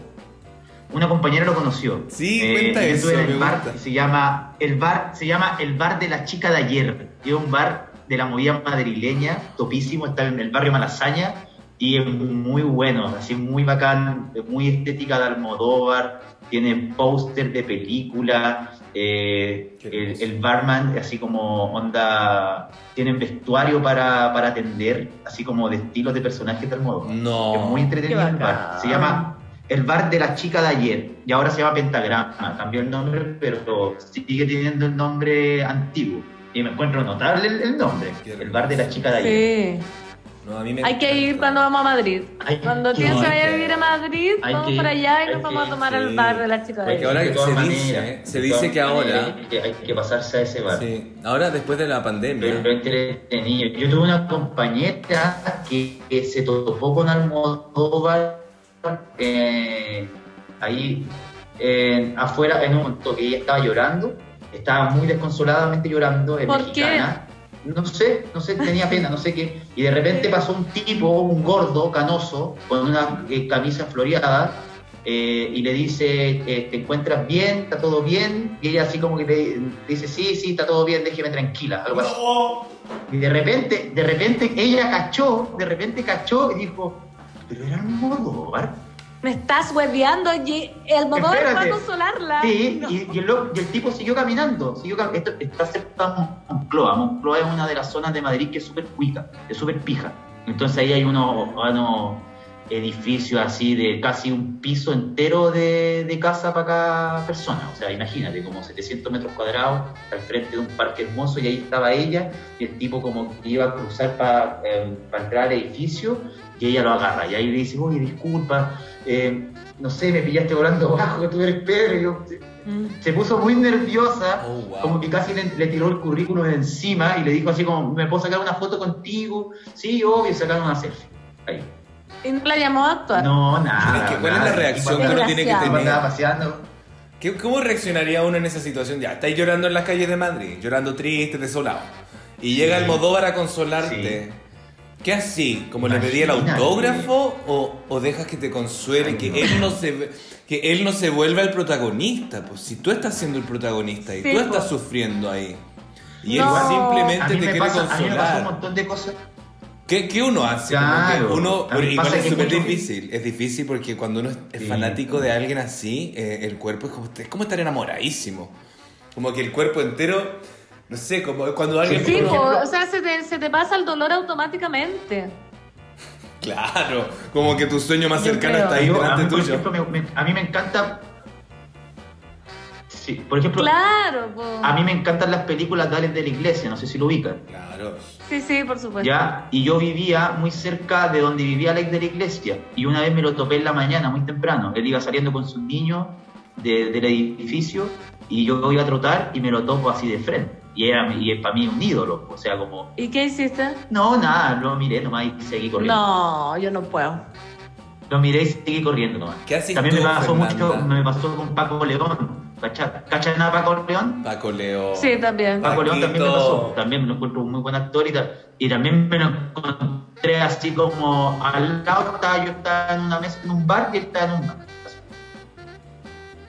Speaker 3: una compañera lo conoció.
Speaker 1: Sí, cuenta
Speaker 3: Eh, yo
Speaker 1: eso,
Speaker 3: Estuve en
Speaker 1: me
Speaker 3: el bar
Speaker 1: gusta.
Speaker 3: que se llama el bar se llama el bar de la chica de ayer. que Es un bar de la movida madrileña, topísimo, está en el barrio Malasaña y es muy bueno, así muy bacán, muy estética de Almodóvar. Tiene póster de película, eh,
Speaker 1: Qué
Speaker 3: el,
Speaker 1: hermoso.
Speaker 3: el barman, así como onda, tienen vestuario para, para atender, así como de estilos de personajes de Almodóvar. Es
Speaker 1: No.
Speaker 3: muy entretenido
Speaker 2: Qué
Speaker 3: el bar.
Speaker 2: bacán.
Speaker 3: Se llama el bar de la chica de ayer. Y ahora se llama Pentagrama. Cambió el nombre, pero sigue teniendo el nombre antiguo. Y me encuentro notable el, el nombre.
Speaker 1: Qué
Speaker 3: el bar de la chica de ayer.
Speaker 2: Sí.
Speaker 1: No, a mí me
Speaker 2: Hay que ir
Speaker 1: encanta.
Speaker 2: cuando vamos a Madrid.
Speaker 3: Hay
Speaker 2: Cuando
Speaker 3: que
Speaker 2: pienso
Speaker 3: ir.
Speaker 2: en ir a vivir a Madrid,
Speaker 3: Hay
Speaker 2: vamos
Speaker 3: que ir,
Speaker 2: para allá y
Speaker 3: hay
Speaker 2: nos vamos
Speaker 3: que
Speaker 2: a tomar
Speaker 1: ir,
Speaker 2: al
Speaker 1: sí.
Speaker 2: bar de la chica.
Speaker 1: Porque
Speaker 2: de-
Speaker 1: ahora
Speaker 3: De todas
Speaker 1: se
Speaker 3: maneras,
Speaker 1: dice, se
Speaker 3: de
Speaker 1: dice
Speaker 3: todas
Speaker 1: que ahora-
Speaker 3: maneras, Hay que pasarse a ese bar.
Speaker 1: Sí, ahora después de la pandemia.
Speaker 3: Pero lo entretenido. Yo tuve una compañera que, que se topó con Almodóvar eh, ahí eh, afuera en un momento que ella estaba llorando, estaba muy desconsoladamente llorando, es
Speaker 2: ¿Por
Speaker 3: mexicana. no sé, no sé, tenía pena, no sé qué. Y de repente pasó un tipo, un gordo, canoso, con una eh, camisa floreada, eh, y le dice, eh, ¿te encuentras bien? ¿Está todo bien? Y ella así como que le dice, sí, sí, está todo bien, déjeme tranquila, algo así. Y de repente, de repente ella cachó, de repente cachó y dijo, pero era un Almodóvar.
Speaker 2: Me estás hueveando, y el motor
Speaker 3: Espérate.
Speaker 2: Paco Solarla.
Speaker 3: Sí,
Speaker 2: No.
Speaker 3: y, y el, lo- y el tipo siguió caminando. Siguió cam- esto está cerca de Moncloa. Moncloa es una de las zonas de Madrid que es súper cuica, es súper pija. Entonces ahí hay unos unos edificios así de casi un piso entero de, de casa para cada persona. O sea, imagínate, como 700 metros cuadrados al frente de un parque hermoso y ahí estaba ella y el tipo como que iba a cruzar para entrar al edificio y ella lo agarra y ahí le dice, oye, disculpa, eh, no sé, me pillaste volando bajo, que tú eres Pedro. Y yo,
Speaker 2: Mm.
Speaker 3: se puso muy nerviosa,
Speaker 1: Oh, wow.
Speaker 3: como que casi le, le tiró el currículum encima y le dijo así como, ¿me puedo sacar una foto contigo? Sí, obvio, y sacaron una selfie. Ahí.
Speaker 2: Y no la llamó a actuar.
Speaker 3: No, nada.
Speaker 1: Es que, ¿Cuál es la
Speaker 3: Ah, nada.
Speaker 1: reacción
Speaker 3: Y
Speaker 1: que
Speaker 3: cuando-
Speaker 1: uno tiene que
Speaker 3: cuando andaba
Speaker 1: tener?
Speaker 3: paseando.
Speaker 1: ¿Qué- ¿Cómo reaccionaría uno en esa situación? Ya, estáis llorando en las calles de Madrid, llorando triste, desolado. Y llega
Speaker 3: Sí.
Speaker 1: Almodóvar a consolarte. ¿Qué así? ¿Como le pedí el
Speaker 3: Imagínate.
Speaker 1: autógrafo o, o dejas que te consuele?
Speaker 3: Ay,
Speaker 1: que,
Speaker 3: no.
Speaker 1: él no se, ve- que él no se vuelva el protagonista. Pues si tú estás siendo el protagonista y
Speaker 2: Sí,
Speaker 1: tú
Speaker 2: pues.
Speaker 1: estás sufriendo ahí. Y
Speaker 2: No.
Speaker 1: él
Speaker 3: A
Speaker 1: simplemente
Speaker 3: mí,
Speaker 1: te
Speaker 3: me
Speaker 1: quiere
Speaker 3: pasa, a mí me pasó un
Speaker 1: consolar.
Speaker 3: montón de cosas.
Speaker 1: ¿Qué, qué uno hace? Como
Speaker 3: Claro.
Speaker 1: que Uno,
Speaker 3: A mí me
Speaker 1: igual
Speaker 3: pasa
Speaker 1: es
Speaker 3: que
Speaker 1: súper
Speaker 3: mucho-
Speaker 1: difícil. Es difícil porque cuando uno es- es
Speaker 3: Sí.
Speaker 1: fanático de alguien así, eh, el cuerpo es como, es como estar enamoradísimo. Como que el cuerpo entero, no sé, como cuando alguien...
Speaker 2: Sí,
Speaker 1: uno-
Speaker 2: po, o sea, se te, se te pasa el dolor automáticamente.
Speaker 1: [LAUGHS] Claro, como que tu sueño más
Speaker 2: Yo
Speaker 1: cercano
Speaker 2: creo.
Speaker 1: está ahí
Speaker 3: Yo, a
Speaker 1: delante
Speaker 3: mí, por
Speaker 1: tuyo.
Speaker 3: ejemplo, me- me- a mí me encanta... Sí, por ejemplo,
Speaker 2: Claro, po.
Speaker 3: a mí me encantan las películas de Alex de la Iglesia, no sé si lo ubican.
Speaker 1: Claro.
Speaker 2: Sí, sí, por supuesto.
Speaker 3: ¿ya? Y yo vivía muy cerca de donde vivía Alex de la iglesia. Y una vez me lo topé en la mañana, muy temprano. Él iba saliendo con sus niños de- del edificio y yo iba a trotar y me lo topo así de frente. Y era mi- y para mí un ídolo. O sea, como,
Speaker 2: ¿Y qué hiciste?
Speaker 3: no, nada, lo miré nomás y seguí corriendo.
Speaker 2: No, yo no puedo.
Speaker 3: Lo miré y seguí corriendo nomás.
Speaker 1: ¿Qué haces
Speaker 3: También
Speaker 1: tú,
Speaker 3: me pasó
Speaker 1: Fernanda?
Speaker 3: mucho, me pasó con Paco León. ¿Cachai? ¿Cachai nada Paco León?
Speaker 1: Paco Leo.
Speaker 2: Sí, también.
Speaker 3: Paco León también me
Speaker 1: Paquito.
Speaker 3: pasó, también lo encuentro un muy buen actor y, tal. y también me lo encontré así como al lado, estaba, yo estaba en una mesa, en un bar y él estaba en un bar. así.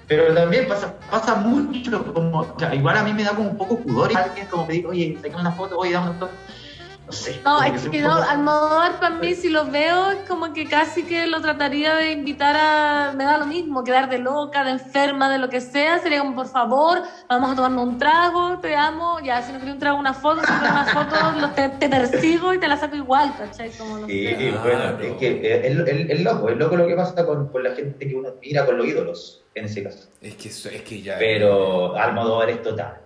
Speaker 3: Pero también pasa, pasa mucho, como, o sea, igual a mí me da como un poco pudor y alguien como pedir, oye, saca una foto, oye, dame una foto. No sé.
Speaker 2: No,
Speaker 3: como
Speaker 2: es
Speaker 3: soy
Speaker 2: que
Speaker 3: un
Speaker 2: no,
Speaker 3: poco-
Speaker 2: Almodóvar para mí, si lo veo, es como que casi que lo trataría de invitar a. Me da lo mismo, quedar de loca, de enferma, de lo que sea. Sería como, por favor, vamos a tomarnos un trago, te amo. Ya, si no quieres un trago, una foto, si no quieres una foto, lo- te, te persigo y te la saco igual, ¿cachai? Como no
Speaker 3: Sí,
Speaker 2: sé.
Speaker 3: bueno, es que eh, es, lo- es- es loco, es loco lo que pasa con, con la gente que uno mira, con los ídolos, en ese caso.
Speaker 1: Es que, eso- es que ya...
Speaker 3: Pero Almodóvar es total.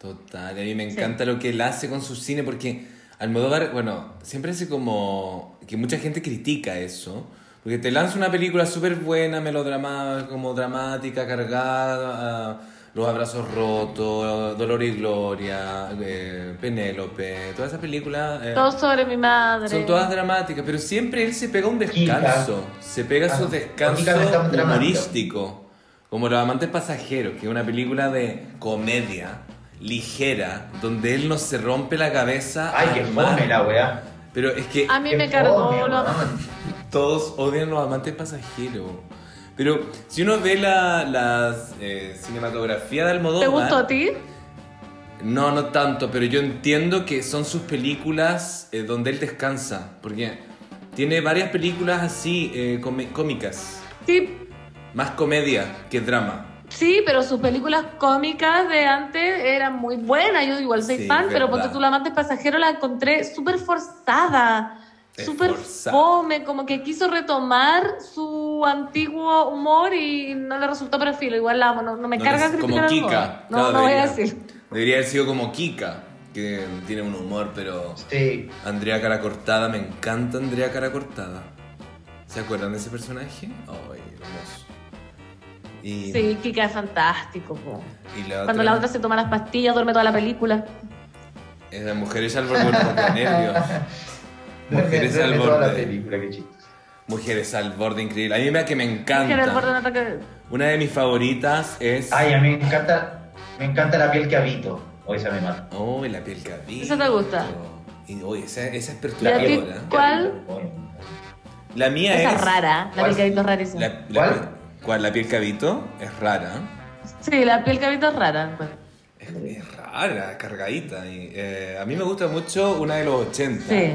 Speaker 1: Total, a mí me encanta lo que él hace con su cine porque Almodóvar, bueno, siempre hace como que mucha gente critica eso, porque te lanza una película súper buena, melodrama, como dramática, cargada, ah, Los Abrazos Rotos, Dolor y Gloria, eh, Penélope, todas esas películas eh,
Speaker 2: Todo sobre mi madre.
Speaker 1: son todas dramáticas, pero siempre él se pega un
Speaker 3: Kika.
Speaker 1: descanso, se pega
Speaker 3: Ah,
Speaker 1: sus
Speaker 3: Kika no es tan
Speaker 1: descansos
Speaker 3: dramático.
Speaker 1: humorísticos, como Los Amantes Pasajeros, que es una película de comedia ligera, donde él no se rompe la cabeza.
Speaker 3: Ay,
Speaker 1: al
Speaker 3: qué
Speaker 1: mar.
Speaker 3: fome la weá.
Speaker 1: Pero es que
Speaker 2: A mí
Speaker 3: Qué
Speaker 2: me cargó
Speaker 3: fome,
Speaker 2: lo-
Speaker 3: weón.
Speaker 1: todos odian Los Amantes Pasajeros. Pero si uno ve la, la, eh, cinematografía de Almodóvar...
Speaker 2: ¿Te gustó a ti?
Speaker 1: No, no tanto, pero yo entiendo que son sus películas eh, donde él descansa, porque tiene varias películas así, eh, come- cómicas,
Speaker 2: Sí,
Speaker 1: más comedia que drama.
Speaker 2: Sí, pero sus películas cómicas de antes eran muy buenas. Yo igual soy
Speaker 1: Sí,
Speaker 2: fan, pero
Speaker 1: verdad.
Speaker 2: porque tú la amantes pasajero la encontré súper forzada,
Speaker 1: Es
Speaker 2: súper
Speaker 1: forzada.
Speaker 2: fome, como que quiso retomar su antiguo humor y no le resultó perfil. Igual la amo, no, no me
Speaker 1: No
Speaker 2: carga
Speaker 1: neces-
Speaker 2: criticar
Speaker 1: como
Speaker 2: al
Speaker 1: Kika.
Speaker 2: modo. No, no voy a
Speaker 1: debería-
Speaker 2: decir.
Speaker 1: Debería haber sido como Kika, que tiene un humor, pero
Speaker 3: Sí.
Speaker 1: Andrea Cara Cortada, me encanta Andrea Cara Cortada. ¿Se acuerdan de ese personaje? Ay, hermoso. Y,
Speaker 2: Sí, Kika es fantástico. po.
Speaker 1: y la
Speaker 2: Cuando la otra se toma las pastillas, duerme toda la película.
Speaker 1: Esa mujer es al borde de nervios. Mujeres al
Speaker 3: [LAUGHS] Duerme toda la
Speaker 1: borde.
Speaker 3: película, qué chistoso.
Speaker 1: Mujeres al borde increíble. A mí me que me
Speaker 2: Que era el borde de
Speaker 1: encanta.
Speaker 2: un ataque-
Speaker 1: Una de mis favoritas es
Speaker 3: Ay, a mí me encanta, me encanta la piel que habito. Hoy se me mata.
Speaker 1: Oh, la piel cabello.
Speaker 2: ¿Esa te gusta?
Speaker 1: Y, oye, esa, esa es
Speaker 2: ¿Y a ti
Speaker 1: perturbadora.
Speaker 2: cuál?
Speaker 1: La mía
Speaker 2: Esa
Speaker 1: es.
Speaker 2: es rara, la
Speaker 3: ¿Cuál?
Speaker 2: piel cabito es rarísima.
Speaker 1: La, la-
Speaker 3: ¿Cuál?
Speaker 1: ¿Cuál? ¿La piel cabito? Es rara.
Speaker 2: Sí, la piel cabito es rara. pues.
Speaker 1: Es, es rara, cargadita. y, eh, a mí me gusta mucho una de los 80.
Speaker 2: Sí.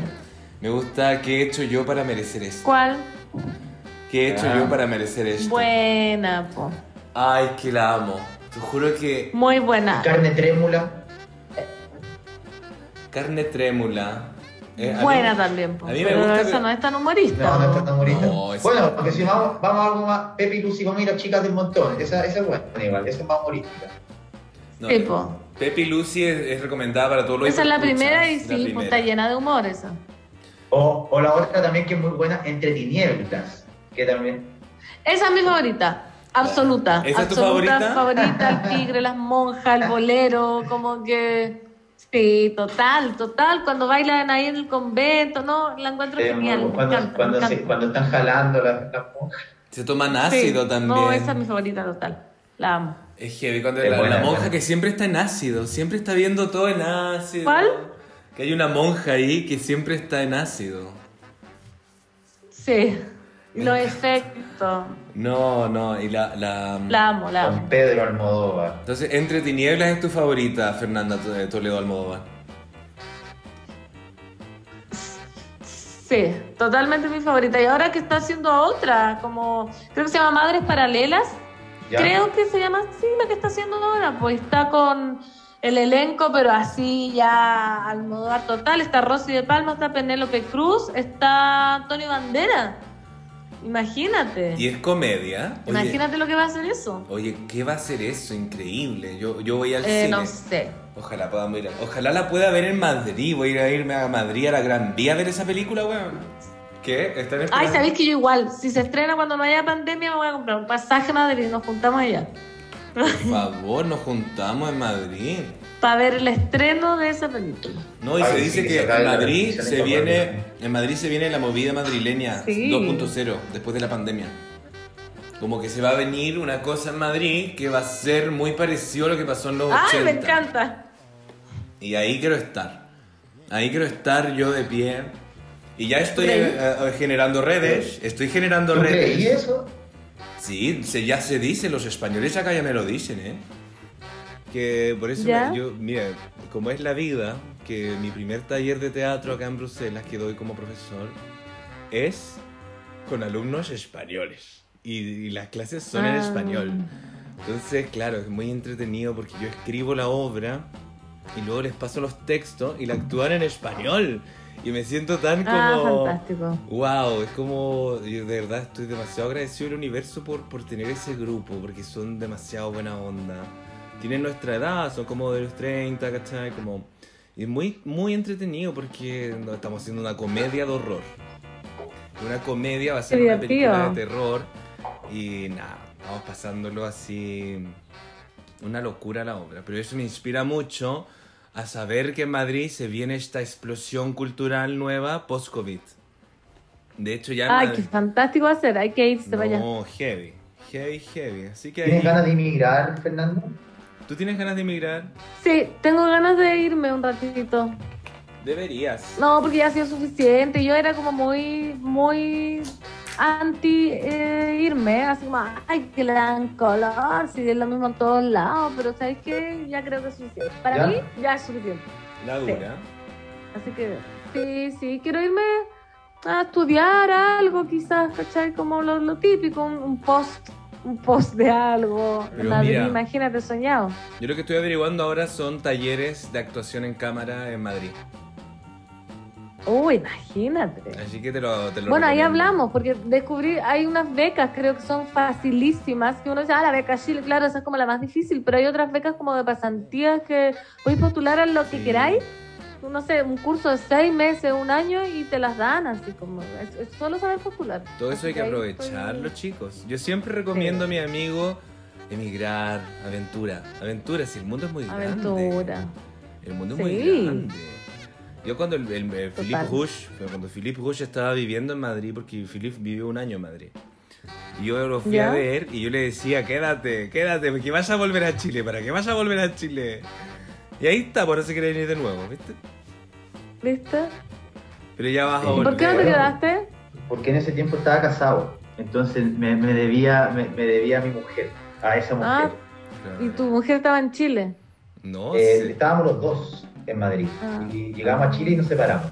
Speaker 1: Me gusta qué he hecho yo para merecer esto.
Speaker 2: ¿Cuál?
Speaker 1: ¿Qué he hecho
Speaker 3: Ah.
Speaker 1: yo para merecer esto?
Speaker 2: Buena, po.
Speaker 1: Ay, que la amo. Te juro que
Speaker 2: Muy buena.
Speaker 3: Carne trémula.
Speaker 1: carne trémula. eh, a mí-
Speaker 2: Buena también, po.
Speaker 1: a mí me
Speaker 2: pero
Speaker 1: gusta
Speaker 2: esa
Speaker 1: que-
Speaker 2: no es tan humorista.
Speaker 3: No, no
Speaker 2: po.
Speaker 3: está tan bonita.
Speaker 1: No, esa-
Speaker 3: bueno, porque si vamos, vamos a algo más. Pepe y Lucy, vamos a ir a chicas del montón. Esa, esa es buena, igual. Esa es más humorística.
Speaker 1: no,
Speaker 2: Sí, po.
Speaker 1: Pepe y Lucy es, es recomendada para todos los
Speaker 2: Esa es la
Speaker 1: hipercuchas,
Speaker 2: primera y
Speaker 1: la
Speaker 2: sí, po,
Speaker 1: primera.
Speaker 2: está llena de humor esa.
Speaker 3: O, o la otra también que es muy buena, Entre Tinieblas. Que también.
Speaker 2: Esa es mi favorita. Absoluta.
Speaker 1: ¿Esa es tu
Speaker 2: absoluta,
Speaker 1: favorita?
Speaker 2: favorita, el tigre, las monjas, el bolero, como que. Sí, total, total. Cuando bailan ahí en el convento, no, la encuentro
Speaker 3: eh,
Speaker 2: Ah, genial. me
Speaker 3: cuando,
Speaker 2: encanta,
Speaker 3: cuando,
Speaker 2: me
Speaker 3: se-
Speaker 2: encanta.
Speaker 3: cuando están jalando las las monjas.
Speaker 1: Se toman
Speaker 2: Sí,
Speaker 1: ácido también.
Speaker 2: No, esa es mi favorita total. La amo.
Speaker 1: Es heavy cuando
Speaker 3: Es
Speaker 1: la,
Speaker 3: buena,
Speaker 1: la
Speaker 3: es
Speaker 1: monja
Speaker 3: buena.
Speaker 1: que siempre está en ácido, siempre está viendo todo en ácido.
Speaker 2: ¿Cuál?
Speaker 1: Que hay una monja ahí que siempre está en ácido.
Speaker 2: Sí.
Speaker 1: Me
Speaker 2: Los
Speaker 1: encanta.
Speaker 2: efectos.
Speaker 1: No, no, y la... la...
Speaker 2: La amo, la
Speaker 3: Con
Speaker 2: amo.
Speaker 3: Pedro Almodóvar.
Speaker 1: Entonces, Entre Tinieblas es tu favorita, Fernanda To- eh, Toledo Almodóvar.
Speaker 2: Sí, totalmente mi favorita. Y ahora que está haciendo otra, como creo que se llama Madres Paralelas.
Speaker 3: ¿ya?
Speaker 2: Creo que se llama así la que está haciendo ahora, pues está con el elenco, pero así ya al mudar total. Está Rosy de Palma, está Penélope Cruz, está Antonio Bandera. Imagínate.
Speaker 1: Y es comedia. Oye,
Speaker 2: Imagínate lo que va a hacer eso.
Speaker 1: Oye, ¿qué va a ser eso? Increíble. Yo, yo voy al
Speaker 2: Eh,
Speaker 1: cine.
Speaker 2: no sé.
Speaker 1: Ojalá podamos ir. a- Ojalá la pueda ver en Madrid. Voy a ir a irme a Madrid a la Gran Vía a ver esa película, weón. ¿Qué? ¿Están esperando?
Speaker 2: Ay, sabéis que yo igual, si se estrena cuando no haya pandemia, me voy a comprar un pasaje a Madrid y nos juntamos allá.
Speaker 1: Por favor, nos juntamos en Madrid.
Speaker 2: Para ver el estreno de esa película.
Speaker 1: No, y
Speaker 3: Ay,
Speaker 1: se
Speaker 3: sí,
Speaker 1: dice
Speaker 3: que
Speaker 1: que
Speaker 3: se
Speaker 1: en
Speaker 3: acabe la
Speaker 1: Madrid
Speaker 3: televisión
Speaker 1: se
Speaker 3: y
Speaker 1: viene
Speaker 3: todo.
Speaker 1: en Madrid se viene la movida madrileña
Speaker 2: Sí.
Speaker 1: 2.0 después de la pandemia. Como que se va a venir una cosa en Madrid que va a ser muy parecido a lo que pasó en los
Speaker 2: Ay,
Speaker 1: 80.
Speaker 2: me encanta.
Speaker 1: Y ahí quiero estar. Ahí quiero estar yo de pie. Y ya estoy
Speaker 2: ¿Creí?
Speaker 1: eh, eh, generando redes. Estoy generando
Speaker 3: ¿Tú
Speaker 1: redes.
Speaker 3: creí eso?
Speaker 1: Sí, se- ya se dice, los españoles acá ya me lo dicen, ¿eh? Que por eso
Speaker 2: ¿Ya?
Speaker 1: me- yo, mira, como es la vida, que mi primer taller de teatro acá en Bruselas que doy como profesor es con alumnos españoles. Y, y las clases son en
Speaker 2: Ah.
Speaker 1: español. Entonces, claro, es muy entretenido porque yo escribo la obra y luego les paso los textos y la actúan en español. Y me siento tan como...
Speaker 2: Ah, fantástico.
Speaker 1: Wow, es como, yo de verdad estoy demasiado agradecido al universo por, por tener ese grupo, porque son demasiado buena onda. Tienen nuestra edad, son como de los 30, ¿cachai? Como, y es muy, muy entretenido porque no, estamos haciendo una comedia de horror. Una comedia va a ser
Speaker 2: Qué
Speaker 1: una
Speaker 2: divertido.
Speaker 1: película de terror y nada, vamos pasándolo así. Una locura la obra, pero eso me inspira mucho a saber que en Madrid se viene esta explosión cultural nueva post-COVID. De hecho, ya en
Speaker 2: Ay,
Speaker 1: Madrid-
Speaker 2: qué fantástico va a ser. Hay que irse para allá.
Speaker 1: no, heavy, heavy, heavy. Así que
Speaker 3: ¿Tienes
Speaker 1: ahí-
Speaker 3: ganas de emigrar, Fernando?
Speaker 1: tú tienes ganas de emigrar,
Speaker 2: Sí, tengo ganas de irme un ratito.
Speaker 1: deberías.
Speaker 2: No, porque ya ha sido suficiente. Yo era como muy, muy anti eh, irme. Así como, ay, que le dan color, si es lo mismo en todos lados. Pero sabes que ya creo que es suficiente. Para
Speaker 3: ¿Ya?
Speaker 2: mí ya es suficiente.
Speaker 1: La dura.
Speaker 2: Así que sí, sí, quiero irme a estudiar algo quizás, ¿cachai? Como lo, lo típico, un, un post, un post de algo.
Speaker 1: Pero
Speaker 2: Madrid,
Speaker 1: mira.
Speaker 2: imagínate, soñado.
Speaker 1: Yo lo que estoy averiguando ahora son talleres de actuación en cámara en Madrid.
Speaker 2: Uy, imagínate.
Speaker 1: Así que te lo, te lo
Speaker 2: Bueno, ahí
Speaker 1: recomiendo.
Speaker 2: hablamos, porque descubrí, hay unas becas, creo que son facilísimas, que uno dice, ah, la beca Chile, claro, esa es como la más difícil, pero hay otras becas como de pasantías que podéis postular a lo que
Speaker 1: Sí.
Speaker 2: queráis, no sé, un curso de seis meses, un año, y te las dan, así como, es, es solo saber postular.
Speaker 1: Todo eso
Speaker 2: Así
Speaker 1: hay que
Speaker 2: ahí estoy-
Speaker 1: aprovecharlo, chicos. Yo siempre recomiendo a mi amigo emigrar, aventura. Aventura, si el mundo es muy grande.
Speaker 2: Aventura.
Speaker 1: El mundo es
Speaker 2: Sí.
Speaker 1: muy grande. Yo cuando el, el- el Philip
Speaker 2: Total.
Speaker 1: Hush, cuando Philip Hush estaba viviendo en Madrid, porque Philip vivió un año en Madrid. Y yo lo fui a
Speaker 2: ¿Ya?
Speaker 1: ver y yo le decía, quédate, quédate, porque vas a volver a Chile, ¿para qué vas a volver a Chile?
Speaker 7: Y ahí está, por eso quería venir de nuevo, ¿viste?
Speaker 2: ¿Viste?
Speaker 7: Pero ya vas a
Speaker 4: Sí.
Speaker 7: volver.
Speaker 2: ¿Por qué no te quedaste?
Speaker 4: Porque en ese tiempo estaba casado. Entonces me, me debía, me, me debía a mi mujer, a esa mujer.
Speaker 2: Ah,
Speaker 7: Claro.
Speaker 2: y tu mujer estaba en Chile.
Speaker 7: No,
Speaker 4: Eh,
Speaker 7: sí.
Speaker 4: Estábamos los dos en Madrid.
Speaker 2: Ah.
Speaker 4: Y llegamos a Chile y nos separamos.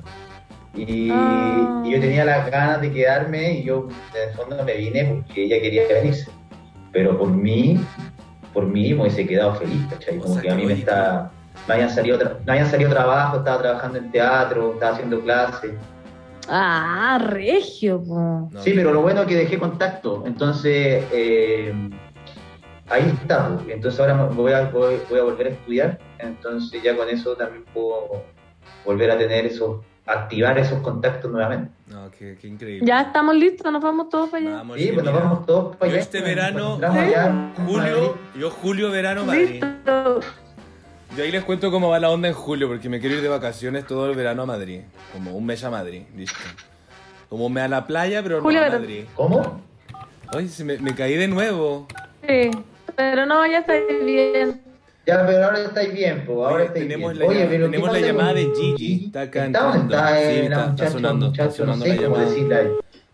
Speaker 4: Y,
Speaker 2: Ah.
Speaker 4: y yo tenía las ganas de quedarme y yo en el fondo me vine porque ella quería venirse. Pero por mí, por mí me hubiese quedado feliz, ¿cachai?
Speaker 7: O
Speaker 4: Como
Speaker 7: sea,
Speaker 4: que a
Speaker 7: qué
Speaker 4: mí me
Speaker 7: bonito.
Speaker 4: está... Me habían, salido tra- me habían salido trabajo, estaba trabajando en teatro, estaba haciendo clases.
Speaker 2: Ah, regio, po.
Speaker 7: No,
Speaker 4: Sí, pero lo bueno es que dejé contacto. Entonces, eh, ahí está. pues. Entonces ahora me voy a, voy, voy a volver a estudiar. Entonces ya con eso también puedo volver a tener esos, activar esos contactos nuevamente.
Speaker 7: No, qué, qué increíble.
Speaker 2: Ya estamos listos, nos vamos todos para allá.
Speaker 7: Vamos,
Speaker 4: Sí, pues nos
Speaker 7: mira.
Speaker 4: vamos todos para
Speaker 1: yo
Speaker 4: allá.
Speaker 1: este
Speaker 4: nos
Speaker 1: verano-
Speaker 4: encontramos allá en
Speaker 1: Julio,
Speaker 4: Madrid.
Speaker 1: yo julio, verano, Madrid.
Speaker 2: Listo.
Speaker 7: Yo ahí les cuento cómo va la onda en julio, porque me quiero ir de vacaciones todo el verano a Madrid. Como un mes a Madrid, listo. Como me a la playa, pero
Speaker 2: Julio,
Speaker 7: no a
Speaker 2: pero-
Speaker 7: Madrid.
Speaker 4: ¿Cómo?
Speaker 7: Ay, se me, me caí de nuevo.
Speaker 2: Sí, pero no, ya está bien.
Speaker 4: Ya, pero ahora estáis bien, pues. Ahora
Speaker 7: Oye,
Speaker 4: estáis
Speaker 7: tenemos
Speaker 4: bien.
Speaker 7: la-
Speaker 4: Oye, pero ¿qué
Speaker 7: tenemos la
Speaker 4: pasa
Speaker 7: llamada
Speaker 4: con
Speaker 7: de Gigi, está acá
Speaker 4: ¿Está dónde
Speaker 7: entrando.
Speaker 4: está, eh,
Speaker 7: Sí,
Speaker 4: la
Speaker 7: está- está
Speaker 4: muchacha,
Speaker 7: sonando, está
Speaker 4: muchacho?
Speaker 7: sonando
Speaker 4: no sé
Speaker 7: la
Speaker 4: cómo
Speaker 7: llamada.
Speaker 4: decirla ahí.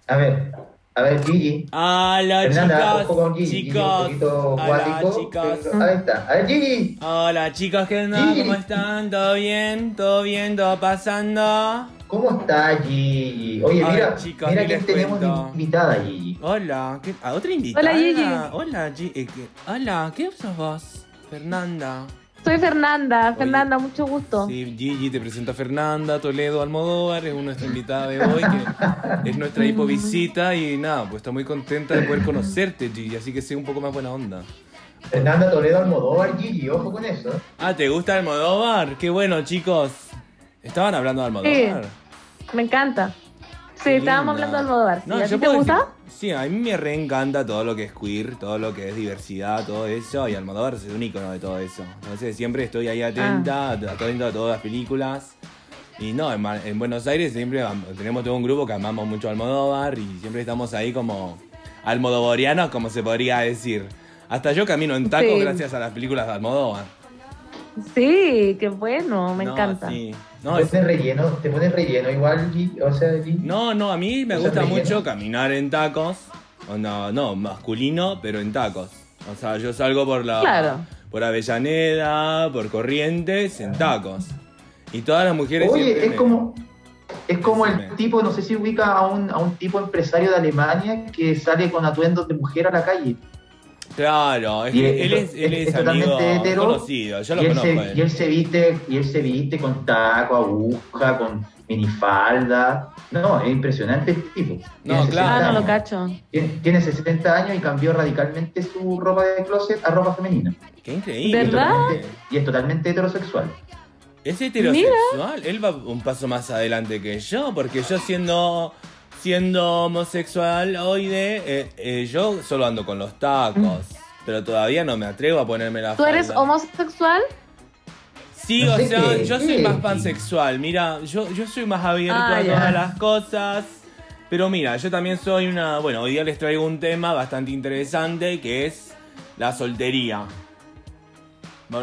Speaker 4: A ver, a ver, Gigi.
Speaker 1: A la
Speaker 4: Fernanda, ojo con
Speaker 1: chicas,
Speaker 4: Gigi, Gigi, un
Speaker 1: chicas,
Speaker 4: poquito
Speaker 1: a las
Speaker 4: guático,
Speaker 1: chicas.
Speaker 4: pero ahí está. A ver, Gigi.
Speaker 1: Hola chicas, ¿qué onda?
Speaker 4: Gigi.
Speaker 1: ¿Cómo están? ¿Todo bien? ¿Todo bien? ¿Todo pasando?
Speaker 4: ¿Cómo está Gigi? Oye,
Speaker 1: Ay,
Speaker 4: mira,
Speaker 1: chicas,
Speaker 4: mira
Speaker 1: ¿qué
Speaker 4: quién
Speaker 1: les
Speaker 4: tenemos
Speaker 1: cuento?
Speaker 4: invitada, Gigi.
Speaker 1: Hola, ¿qué? ¿A otra invitada?
Speaker 2: Hola, Gigi.
Speaker 1: Hola, Gi- eh, ¿qué- Hola, ¿qué sos vos? Fernanda.
Speaker 2: Soy Fernanda, Fernanda, mucho gusto.
Speaker 7: Sí, Gigi te presenta a Fernanda Toledo Almodóvar, es nuestra invitada de hoy, que es nuestra hipovisita y nada, pues está muy contenta de poder conocerte, Gigi, así que sé un poco más buena onda.
Speaker 4: Fernanda Toledo Almodóvar, Gigi, ojo con eso.
Speaker 1: Ah, ¿te gusta Almodóvar? Qué bueno, chicos. Estaban hablando de Almodóvar.
Speaker 2: Sí. Me encanta. Sí,
Speaker 1: Qué
Speaker 2: estábamos
Speaker 1: linda.
Speaker 2: hablando de Almodóvar. ¿Y
Speaker 1: No,
Speaker 2: ¿A
Speaker 1: yo
Speaker 2: ti te
Speaker 1: puedo decir-
Speaker 2: gusta?
Speaker 1: sí, a mí me reencanta todo lo que es queer, todo lo que es diversidad, todo eso. Y Almodóvar es un ícono de todo eso. Entonces siempre estoy ahí
Speaker 2: Ah.
Speaker 1: atenta, at- atenta a todas las películas. Y no, en, Ma- en Buenos Aires siempre am- tenemos todo un grupo que amamos mucho a Almodóvar y siempre estamos ahí como almodovarianos, como se podría decir. Hasta yo camino en taco
Speaker 2: Sí.
Speaker 1: gracias a las películas de Almodóvar.
Speaker 2: Sí, qué bueno, me
Speaker 1: No,
Speaker 2: encanta.
Speaker 1: sí.
Speaker 4: No,
Speaker 1: No,
Speaker 4: te
Speaker 1: es-
Speaker 4: pones relleno, te pones relleno igual, Gigi. O sea, Gigi.
Speaker 1: No, no, a mí me
Speaker 4: Esa
Speaker 1: gusta
Speaker 4: rellena.
Speaker 1: mucho caminar en tacos. O No, no, masculino, pero en tacos. O sea, yo salgo por la.
Speaker 2: Claro.
Speaker 1: Por Avellaneda, por Corrientes, en tacos. Y todas las mujeres.
Speaker 4: Oye,
Speaker 1: siempre
Speaker 4: es
Speaker 1: me-
Speaker 4: como. Es como el
Speaker 1: Decime.
Speaker 4: tipo, no sé si ubica a un, a un tipo empresario de Alemania que sale con atuendos de mujer a la calle.
Speaker 1: Claro, es
Speaker 4: Y
Speaker 1: que
Speaker 4: es-
Speaker 1: él es, él
Speaker 4: es-
Speaker 1: es
Speaker 4: es
Speaker 1: amigo
Speaker 4: totalmente hetero,
Speaker 1: conocido, yo lo
Speaker 4: y, él
Speaker 1: conozco.
Speaker 4: se,
Speaker 1: a él.
Speaker 4: y él se viste, y él se viste con taco, aguja, con minifalda. No, es impresionante el tipo. Tiene
Speaker 1: No,
Speaker 4: 60
Speaker 1: claro.
Speaker 2: Ah, no
Speaker 4: años.
Speaker 2: lo cacho.
Speaker 4: Tiene, tiene 60 años y cambió radicalmente su ropa de closet a ropa femenina.
Speaker 1: Qué increíble.
Speaker 2: ¿Verdad?
Speaker 4: Totalmente- y es totalmente heterosexual.
Speaker 1: Es heterosexual, él va un paso más adelante que yo, porque yo siendo siendo homosexual hoy de eh, eh, yo solo ando con los tacos, pero todavía no me atrevo a ponerme la
Speaker 2: Mm. ¿Tú eres
Speaker 1: falda.
Speaker 2: homosexual?
Speaker 1: Sí,
Speaker 4: No
Speaker 1: o
Speaker 4: sé
Speaker 1: sea,
Speaker 4: qué-
Speaker 1: yo
Speaker 4: qué
Speaker 1: soy más
Speaker 4: es.
Speaker 1: pansexual. Mira, yo, yo soy más abierto
Speaker 2: Ah,
Speaker 1: a
Speaker 2: ya.
Speaker 1: todas las cosas. Pero mira, yo también soy una. Bueno, hoy día les traigo un tema bastante interesante que es la soltería.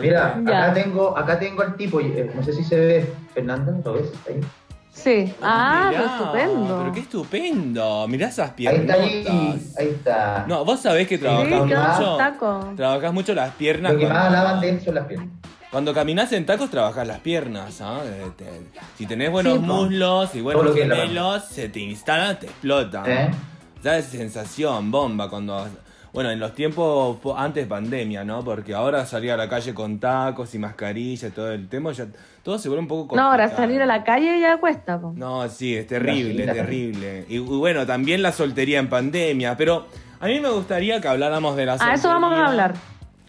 Speaker 4: Mira,
Speaker 2: Ya.
Speaker 4: acá tengo, acá tengo al tipo, y, eh, no sé si se ve, Fernando, ¿lo ves? Ahí,
Speaker 2: Sí. Ah, pero
Speaker 1: Mirá,
Speaker 2: estupendo.
Speaker 1: Pero qué estupendo. Mirá esas
Speaker 4: ahí
Speaker 1: piernas.
Speaker 4: está, ahí, ahí está.
Speaker 1: No, vos sabés que
Speaker 2: Sí,
Speaker 1: trabajás
Speaker 4: Trabajas
Speaker 2: qué
Speaker 1: mucho.
Speaker 2: buen taco.
Speaker 1: Trabajás mucho las piernas.
Speaker 4: Lo que más
Speaker 1: cuando-
Speaker 4: alaban de él son las piernas.
Speaker 1: Cuando caminás en tacos, trabajás las piernas. ¿ah? Eh, te- Si tenés buenos
Speaker 2: Sí, po.
Speaker 1: muslos y
Speaker 4: Todo
Speaker 1: buenos
Speaker 4: lo que es la
Speaker 1: gemelos, se te instala, te explota.
Speaker 4: ¿eh?
Speaker 1: Da esa sensación, bomba, cuando... Bueno, en los tiempos po- antes pandemia, ¿no? Porque ahora salir a la calle con tacos y mascarilla y todo el tema, ya todo se vuelve un poco
Speaker 2: No, ahora
Speaker 1: complicado.
Speaker 2: salir a la calle ya cuesta. po.
Speaker 1: No, sí, es terrible,
Speaker 4: Imagínate.
Speaker 1: terrible. Y, y bueno, también la soltería en pandemia, pero a mí me gustaría que habláramos de la soltería.
Speaker 2: Ah, eso vamos a hablar.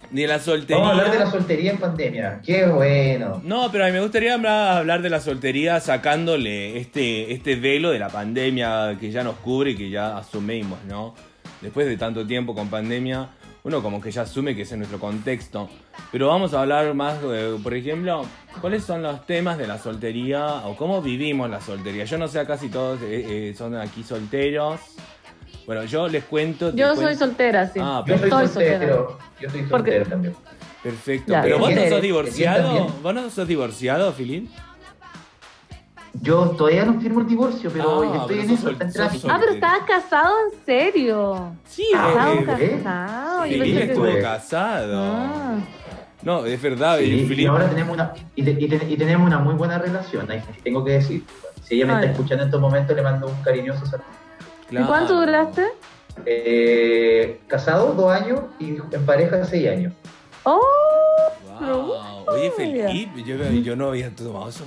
Speaker 1: De la soltería.
Speaker 4: Vamos a hablar de la soltería en pandemia. Qué bueno.
Speaker 1: No, pero a mí me gustaría hablar hablar de la soltería sacándole este, este velo de la pandemia que ya nos cubre y que ya asumimos, ¿no? Después de tanto tiempo con pandemia, uno como que ya asume que ese es nuestro contexto. Pero vamos a hablar más, eh, por ejemplo, ¿cuáles son los temas de la soltería o cómo vivimos la soltería? Yo no sé, acá si todos eh, eh, son aquí solteros. Bueno, yo les cuento... te
Speaker 2: Yo soy
Speaker 1: cuento-
Speaker 2: soltera, sí.
Speaker 1: Ah,
Speaker 4: Yo soy
Speaker 2: Estoy
Speaker 4: soltero. Yo soy soltero
Speaker 2: Porque-
Speaker 4: también.
Speaker 1: Perfecto.
Speaker 2: Ya,
Speaker 1: Pero
Speaker 2: bien.
Speaker 1: vos no sos
Speaker 4: Bien,
Speaker 1: divorciado.
Speaker 4: bien.
Speaker 1: Vos no sos divorciado, Filín.
Speaker 4: Yo todavía no firmo el divorcio, pero
Speaker 1: Ah,
Speaker 4: yo estoy
Speaker 1: pero
Speaker 4: en
Speaker 1: sos
Speaker 4: eso, está en
Speaker 1: sol- sos
Speaker 4: trámite.
Speaker 1: sol-
Speaker 2: Ah, pero estabas casado en serio.
Speaker 1: Sí,
Speaker 4: Ah,
Speaker 2: Casado,
Speaker 1: porque
Speaker 4: ok. ¿eh?
Speaker 2: casado. Yo
Speaker 1: Filín
Speaker 2: pensé que-
Speaker 1: estuvo
Speaker 4: Pues.
Speaker 1: casado.
Speaker 2: Ah.
Speaker 1: No, es verdad.
Speaker 4: Sí,
Speaker 1: y
Speaker 4: y
Speaker 1: Filín-
Speaker 4: ahora tenemos una, y, te- y te- y tenemos una muy buena relación, ahí sí tengo que decir. Si ella me
Speaker 2: Ay.
Speaker 4: está escuchando en estos momentos, le mando un cariñoso saludo.
Speaker 2: ¿Y cuánto
Speaker 1: Claro.
Speaker 2: duraste?
Speaker 4: Eh, casado dos años y en pareja seis años.
Speaker 2: ¡Oh!
Speaker 1: Wow. Oye,
Speaker 2: Mira.
Speaker 1: Felipe, yo, yo no había tomado eso.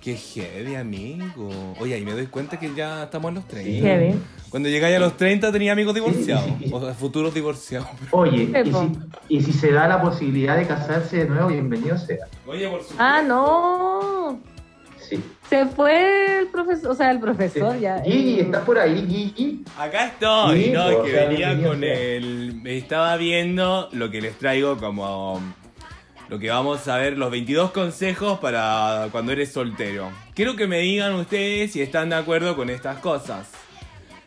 Speaker 1: Qué heavy, amigo. Oye, ahí me doy cuenta que ya estamos en los 30.
Speaker 2: Heavy.
Speaker 1: Cuando llegáis a los 30 tenía amigos divorciados.
Speaker 4: Sí.
Speaker 1: O sea, futuros divorciados.
Speaker 4: Oye, y
Speaker 2: Epo.
Speaker 4: si, y si se da la posibilidad de casarse de nuevo, bienvenido sea.
Speaker 8: Oye, por su...
Speaker 2: Ah, no.
Speaker 4: Sí.
Speaker 2: Se fue el profesor, o sea, el profesor ya. eh,
Speaker 4: Gigi, ¿estás por ahí, Gigi?
Speaker 1: Acá estoy.
Speaker 4: Sí,
Speaker 1: no,
Speaker 4: o
Speaker 1: que
Speaker 4: sea,
Speaker 1: venía
Speaker 4: bienvenido
Speaker 1: con
Speaker 4: sea.
Speaker 1: el. Estaba viendo lo que les traigo como. um, Lo que vamos a ver, los 22 consejos para cuando eres soltero. Quiero que me digan ustedes si están de acuerdo con estas cosas.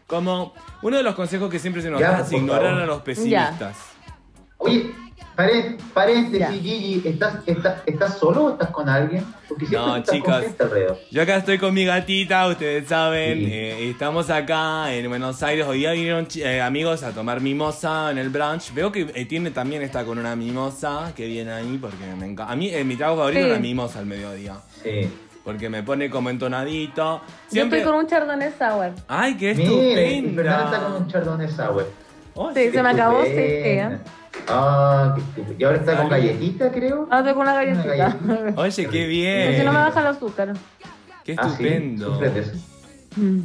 Speaker 1: Como uno de los consejos que siempre se nos
Speaker 4: Ya,
Speaker 1: da es
Speaker 4: por
Speaker 1: ignorar
Speaker 4: favor.
Speaker 1: a los pesimistas.
Speaker 4: Oye, paré- paréntesis,
Speaker 2: Ya.
Speaker 4: Gigi, ¿estás, estás, ¿estás solo o estás con alguien? Porque siempre
Speaker 1: No,
Speaker 4: estás
Speaker 1: chicas.
Speaker 4: con gente alrededor.
Speaker 1: Yo acá estoy con mi gatita, ustedes saben,
Speaker 4: Sí.
Speaker 1: eh, estamos acá en Buenos Aires, hoy día vinieron chi- eh, amigos a tomar mimosa en el brunch, veo que eh, tiene también está con una mimosa que viene ahí porque me encanta, a mí eh, mi trago favorito
Speaker 2: Sí.
Speaker 1: es la mimosa al mediodía,
Speaker 4: Sí.
Speaker 1: porque me pone como entonadito,
Speaker 2: Yo
Speaker 1: siempre...
Speaker 2: estoy con un chardonnay sour.
Speaker 1: ¡Ay, qué
Speaker 4: Miren, y Fernanda está con
Speaker 1: estupenda!
Speaker 4: un chardonnay sour.
Speaker 1: Oh,
Speaker 2: Sí,
Speaker 1: sí.
Speaker 2: se me acabó, este sí,
Speaker 4: Estupenda. Ah, qué estupendo. Y ahora está con galletita, creo.
Speaker 2: Ah, estoy con una
Speaker 4: Una
Speaker 2: galletita. [LAUGHS]
Speaker 4: galletita.
Speaker 1: Oye, qué bien.
Speaker 2: Es que no me baja el azúcar.
Speaker 1: ¡Qué
Speaker 4: Ah, sí,
Speaker 1: estupendo!
Speaker 4: sufres de eso.
Speaker 2: Mm.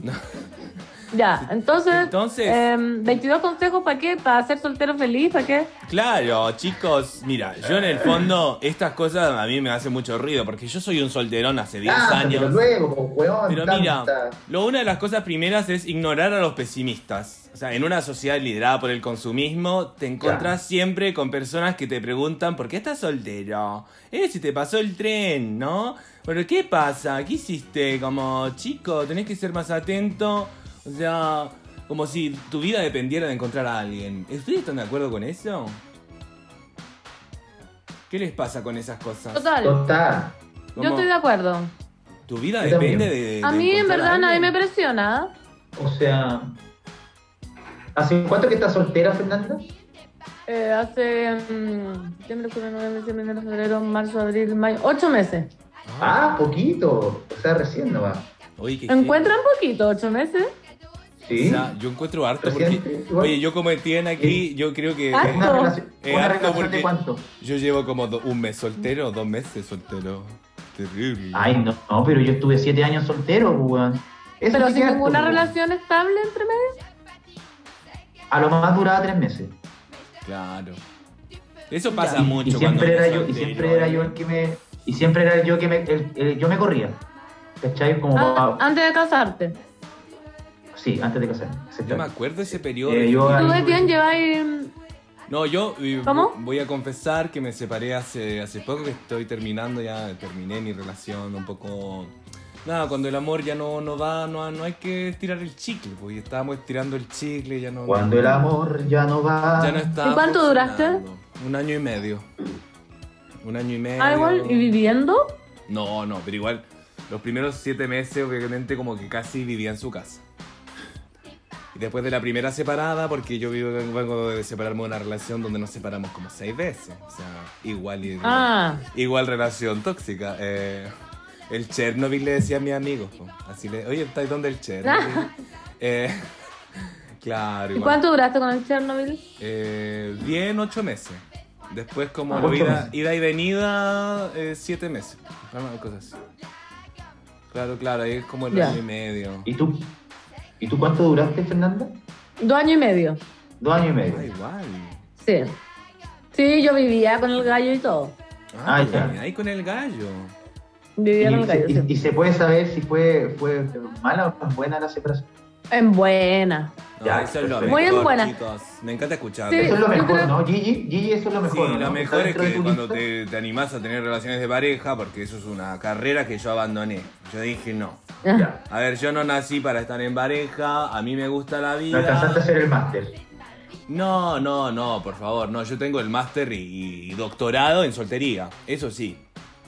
Speaker 2: Ya, entonces,
Speaker 1: Entonces-
Speaker 2: em, 22 consejos para qué, para ser soltero feliz, para qué.
Speaker 1: Claro, chicos, mira, yo en el fondo estas cosas a mí me hacen mucho ruido porque yo soy un solterón hace 10
Speaker 4: Ah,
Speaker 1: años.
Speaker 4: pero luego, weón,
Speaker 1: Pero mira, lo, una de las cosas primeras es ignorar a los pesimistas. O sea, en una sociedad liderada por el consumismo, te encontrás siempre con personas que te preguntan ¿por qué estás soltero? Eh, si te pasó el tren, ¿no? Pero ¿qué pasa? ¿Qué hiciste? Como, chico, tenés que ser más atento. O sea, como si tu vida dependiera de encontrar a alguien. ¿Ustedes están de acuerdo con eso? ¿Qué les pasa con esas cosas?
Speaker 2: Total,
Speaker 4: Total.
Speaker 1: Como,
Speaker 2: yo estoy de acuerdo.
Speaker 1: Tu vida
Speaker 4: Yo también.
Speaker 1: depende de, de
Speaker 2: A mí, en
Speaker 1: encontrar a
Speaker 2: verdad, nadie
Speaker 1: alguien.
Speaker 2: me presiona.
Speaker 4: O sea, ¿hace cuánto que estás soltera, Fernanda?
Speaker 2: Eh, hace mm, septiembre, octubre, noviembre, diciembre, enero, febrero, marzo, abril, mayo, ocho meses.
Speaker 4: Ah, poquito. O sea, recién nomás.
Speaker 1: Oye, qué
Speaker 2: Encuentran poquito, ocho meses.
Speaker 4: Sí.
Speaker 1: O sea, yo encuentro harto porque.
Speaker 4: Recién, igual.
Speaker 1: Oye, yo como Etienne aquí, yo creo que.
Speaker 2: Ah,
Speaker 1: eh,
Speaker 4: Una
Speaker 2: no.
Speaker 4: relación,
Speaker 1: Eh,
Speaker 4: una
Speaker 1: harto
Speaker 4: relación
Speaker 1: porque-
Speaker 4: de cuánto.
Speaker 1: yo llevo como do- un mes soltero, dos meses soltero. Terrible.
Speaker 4: Ay, no, no, pero yo estuve siete años soltero,
Speaker 3: pues,
Speaker 4: weón. Eso
Speaker 2: Pero
Speaker 4: sí
Speaker 2: sin
Speaker 4: que es
Speaker 2: ninguna
Speaker 4: harto, weón.
Speaker 2: relación estable entre medio.
Speaker 4: A lo más duraba tres meses.
Speaker 1: Claro. Eso pasa
Speaker 4: Y-
Speaker 1: mucho
Speaker 4: y siempre
Speaker 1: cuando
Speaker 4: era
Speaker 1: uno es
Speaker 4: yo, y
Speaker 1: soltero. eh.
Speaker 4: siempre era yo el que me. Y siempre era yo que me. el- el- yo me corría. ¿Cachai? Como
Speaker 2: Ah,
Speaker 4: pa-
Speaker 2: antes de casarte.
Speaker 4: Sí, antes de casarme.
Speaker 1: Yo me
Speaker 4: exactamente.
Speaker 1: acuerdo ese periodo.
Speaker 4: Eh, yo-
Speaker 2: Tú,
Speaker 4: Ay,
Speaker 2: Etienne,
Speaker 4: bueno.
Speaker 2: lleváis. mm,
Speaker 1: No, yo eh,
Speaker 2: ¿Cómo?
Speaker 1: voy a confesar que me separé hace, hace poco, que estoy terminando ya, terminé mi relación un poco... Nada, cuando el amor ya no, no va, no, no hay que estirar el chicle, pues y estábamos estirando el chicle, ya no...
Speaker 4: Cuando el amor ya no va.
Speaker 1: Ya no está.
Speaker 2: ¿Y cuánto
Speaker 1: funcionando. Un año y medio. Un año y medio.
Speaker 2: Ah, igual, ¿y viviendo?
Speaker 1: No, no, pero igual. Los primeros siete meses, obviamente, como que casi vivía en su casa. Y después de la primera separada, porque yo vivo, vengo de separarme de una relación donde nos separamos como seis veces. O sea, igual y.
Speaker 2: Ah,
Speaker 1: Igual relación tóxica. eh, el Chernobyl le decía a mis amigos. po. Así le. Oye, ¿estáis donde el
Speaker 2: [LAUGHS]
Speaker 1: Chernobyl? Eh, [LAUGHS] claro.
Speaker 2: ¿y
Speaker 1: igual.
Speaker 2: cuánto duraste con el Chernobyl?
Speaker 1: Eh, bien, ocho meses. Después como
Speaker 4: Ah,
Speaker 1: la
Speaker 4: ocho
Speaker 1: ida,
Speaker 4: meses.
Speaker 1: ida y venida, eh, siete meses. Una cosa así. Claro, claro, ahí es como el
Speaker 2: Ya.
Speaker 1: año y medio.
Speaker 4: ¿Y tú? ¿Y tú cuánto duraste, Fernanda?
Speaker 2: Dos años y medio.
Speaker 4: Dos años y
Speaker 1: Ah,
Speaker 4: medio.
Speaker 1: igual.
Speaker 2: Sí. Sí, yo vivía con el gallo y todo.
Speaker 1: Ah,
Speaker 4: Ah, ya.
Speaker 1: ahí con el gallo.
Speaker 4: ¿Y,
Speaker 2: Vivía con el
Speaker 4: se-
Speaker 2: gallo,
Speaker 4: y- y
Speaker 2: sí.
Speaker 4: se puede saber si fue, fue mala o buena la separación.
Speaker 2: En buena.
Speaker 1: No,
Speaker 4: Ya,
Speaker 1: eso es lo
Speaker 4: perfecto.
Speaker 2: Muy en
Speaker 1: mejor,
Speaker 2: buena.
Speaker 1: chicos. Me encanta escuchar.
Speaker 2: Sí,
Speaker 4: Eso es lo
Speaker 2: yo
Speaker 4: mejor,
Speaker 2: creo-
Speaker 4: ¿no? Gigi, Gigi, eso es lo
Speaker 1: Sí,
Speaker 4: mejor. ¿no?
Speaker 1: lo
Speaker 4: ¿Está
Speaker 1: mejor es
Speaker 4: dentro de
Speaker 1: que
Speaker 4: tu
Speaker 1: cuando
Speaker 4: lista?
Speaker 1: te, te animás a tener relaciones de pareja, porque eso es una carrera que yo abandoné. Yo dije no.
Speaker 2: [LAUGHS]
Speaker 4: Ya.
Speaker 1: A ver, yo no nací para estar en pareja, a mí me gusta la
Speaker 4: No alcanzaste a
Speaker 1: vida.
Speaker 4: hacer el máster.
Speaker 1: No, no, no, por favor, no. Yo tengo el máster y, y doctorado en soltería, eso sí.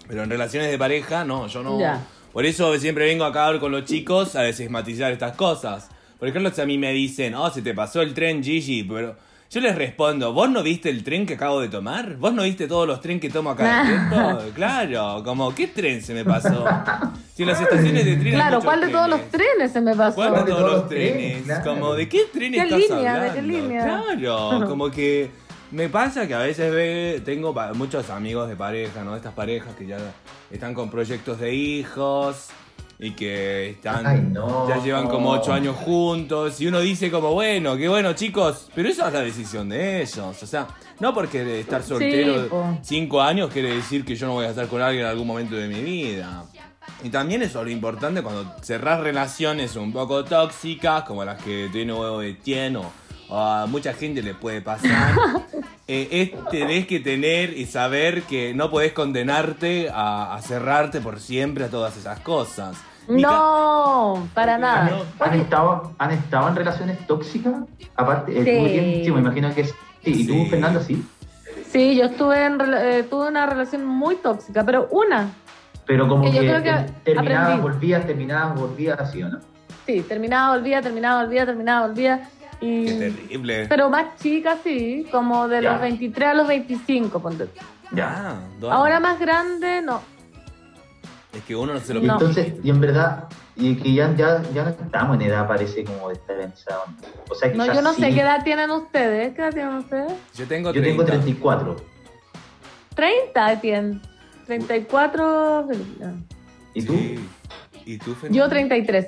Speaker 1: Pero en relaciones de pareja, no, yo no.
Speaker 2: Ya.
Speaker 1: Por eso siempre vengo acá a hablar con los chicos a desesmatizar estas cosas. Por ejemplo, si a mí me dicen, oh, se te pasó el tren, Gigi, pero yo les respondo, ¿vos no viste el tren que acabo de tomar? ¿Vos no viste todos los trenes que tomo
Speaker 2: [LAUGHS]
Speaker 1: acá tiempo? Claro, como, ¿qué tren se me pasó? Si en las estaciones de tren. hay
Speaker 2: Claro,
Speaker 1: muchos
Speaker 2: ¿cuál de todos
Speaker 1: trenes.
Speaker 2: los trenes se me pasó?
Speaker 1: ¿Cuál de todos los trenes?
Speaker 9: Claro.
Speaker 1: Como, ¿de qué tren
Speaker 2: ¿Qué
Speaker 1: estás
Speaker 2: línea? ¿De
Speaker 1: hablando?
Speaker 2: qué línea?
Speaker 1: Claro,
Speaker 2: [LAUGHS]
Speaker 1: como que me pasa que a veces ve- tengo pa- muchos amigos de pareja, ¿no? Estas parejas que ya están con proyectos de hijos y que están
Speaker 9: Ay, no.
Speaker 1: ya llevan como ocho años juntos y uno dice como, bueno, qué bueno chicos, pero esa es la decisión de ellos, o sea, no porque de estar soltero
Speaker 2: po.
Speaker 1: cinco años quiere decir que yo no voy a estar con alguien en algún momento de mi vida. Y también eso es lo importante cuando cerrás relaciones un poco tóxicas, como las que tiene o Etienne o o a mucha gente le puede
Speaker 2: [LAUGHS]
Speaker 1: pasar, eh, es, tenés que tener y saber que no podés condenarte a, a cerrarte por siempre a todas esas cosas. Ni ca-
Speaker 2: No, para nada.
Speaker 1: No. Ah,
Speaker 2: Oye,
Speaker 4: ¿Han estado, ¿Han estado en relaciones tóxicas? Aparte, eh,
Speaker 2: Sí.
Speaker 4: tú, Etienne, sí, me imagino que sí. ¿Y tú,
Speaker 1: Sí.
Speaker 4: Fernando, sí?
Speaker 2: Sí, yo estuve en, rela- eh, tuve una relación muy tóxica, pero una.
Speaker 4: Pero como
Speaker 2: Que
Speaker 4: que,
Speaker 2: yo creo que
Speaker 4: te- terminabas,
Speaker 2: aprendí.
Speaker 4: volvías, terminabas, volvías, así o no.
Speaker 2: Sí, terminaba, volvía, terminaba, volvía, terminaba, volvía. Y...
Speaker 1: Qué terrible.
Speaker 2: Pero más chica, sí, como de
Speaker 4: Ya.
Speaker 2: los 23 a los 25, ponte tú.
Speaker 4: Ya.
Speaker 1: Ah, dos
Speaker 2: Ahora
Speaker 1: años.
Speaker 2: más grande, no.
Speaker 1: Es que uno no se lo
Speaker 2: No.
Speaker 4: Entonces, y en verdad, y que ya, ya, ya no estamos en edad, parece como de estar pensado. O sea,
Speaker 2: No,
Speaker 4: quizás
Speaker 2: yo no sé
Speaker 4: sí.
Speaker 2: qué edad tienen ustedes. ¿Qué edad tienen ustedes?
Speaker 1: Yo tengo
Speaker 4: Yo tengo
Speaker 1: 30.
Speaker 4: 34.
Speaker 2: 30 tienen. 34.
Speaker 4: ¿Y tú?
Speaker 1: Sí. ¿Y tú, Fernando?
Speaker 2: ah, Yo 33.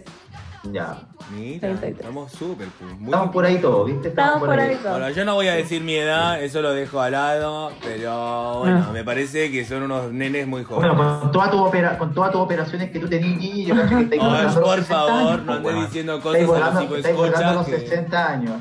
Speaker 4: Ya.
Speaker 1: Mira,
Speaker 2: 33.
Speaker 1: estamos súper. pues, muy-
Speaker 4: Estamos por ahí todos, ¿viste?
Speaker 2: Estamos por ahí todos.
Speaker 1: Ahora, yo no voy a decir mi edad, eso lo dejo al lado,
Speaker 2: Ah.
Speaker 1: pero bueno, me parece que son unos nenes muy jóvenes.
Speaker 4: Bueno, con todas tus opera- con todas tus operaciones que tú tenías, Gigi, yo creo
Speaker 1: [LAUGHS]
Speaker 4: que estáis
Speaker 1: Ay,
Speaker 4: volando
Speaker 1: por
Speaker 4: los 60
Speaker 1: favor,
Speaker 4: años, pues,
Speaker 1: no andes
Speaker 4: weón.
Speaker 1: diciendo
Speaker 4: Estáis
Speaker 1: cosas a los
Speaker 4: volando-
Speaker 1: hijos
Speaker 4: estáis volando
Speaker 1: escuchas
Speaker 4: los
Speaker 1: que-
Speaker 4: 60 años.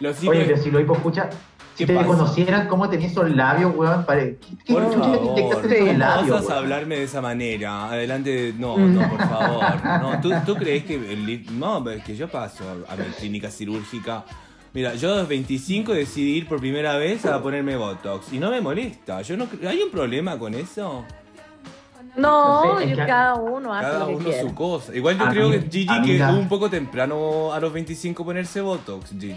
Speaker 1: Los
Speaker 4: Oye,
Speaker 1: hijos-
Speaker 4: pero si lo hipo escucha, si
Speaker 1: ¿Qué
Speaker 4: te
Speaker 1: pasa?
Speaker 4: conocieran cómo tenías esos labios, weón, pare... ¿Qué, qué
Speaker 1: Por
Speaker 4: chucha te
Speaker 1: favor,
Speaker 4: inyectaste en esos
Speaker 1: no
Speaker 4: labios,
Speaker 1: vas a
Speaker 4: weón?
Speaker 1: hablarme de esa manera. Adelante, no,
Speaker 2: Mm.
Speaker 1: no, por favor. No, ¿tú, tú crees que el li- no, es que yo paso a a mi clínica cirúrgica. Mira, yo a los 25 decidí ir por primera vez a ponerme Botox y no me molesta. Yo no cre- hay un problema con eso.
Speaker 2: No,
Speaker 4: Sí, es
Speaker 2: yo-
Speaker 4: que-
Speaker 2: cada uno hace
Speaker 1: Cada
Speaker 2: lo que
Speaker 1: uno
Speaker 2: quiere.
Speaker 1: su cosa. Igual yo
Speaker 4: Ami-
Speaker 1: creo que Gigi
Speaker 4: amiga.
Speaker 1: quedó un poco temprano a los 25 ponerse Botox, Gigi.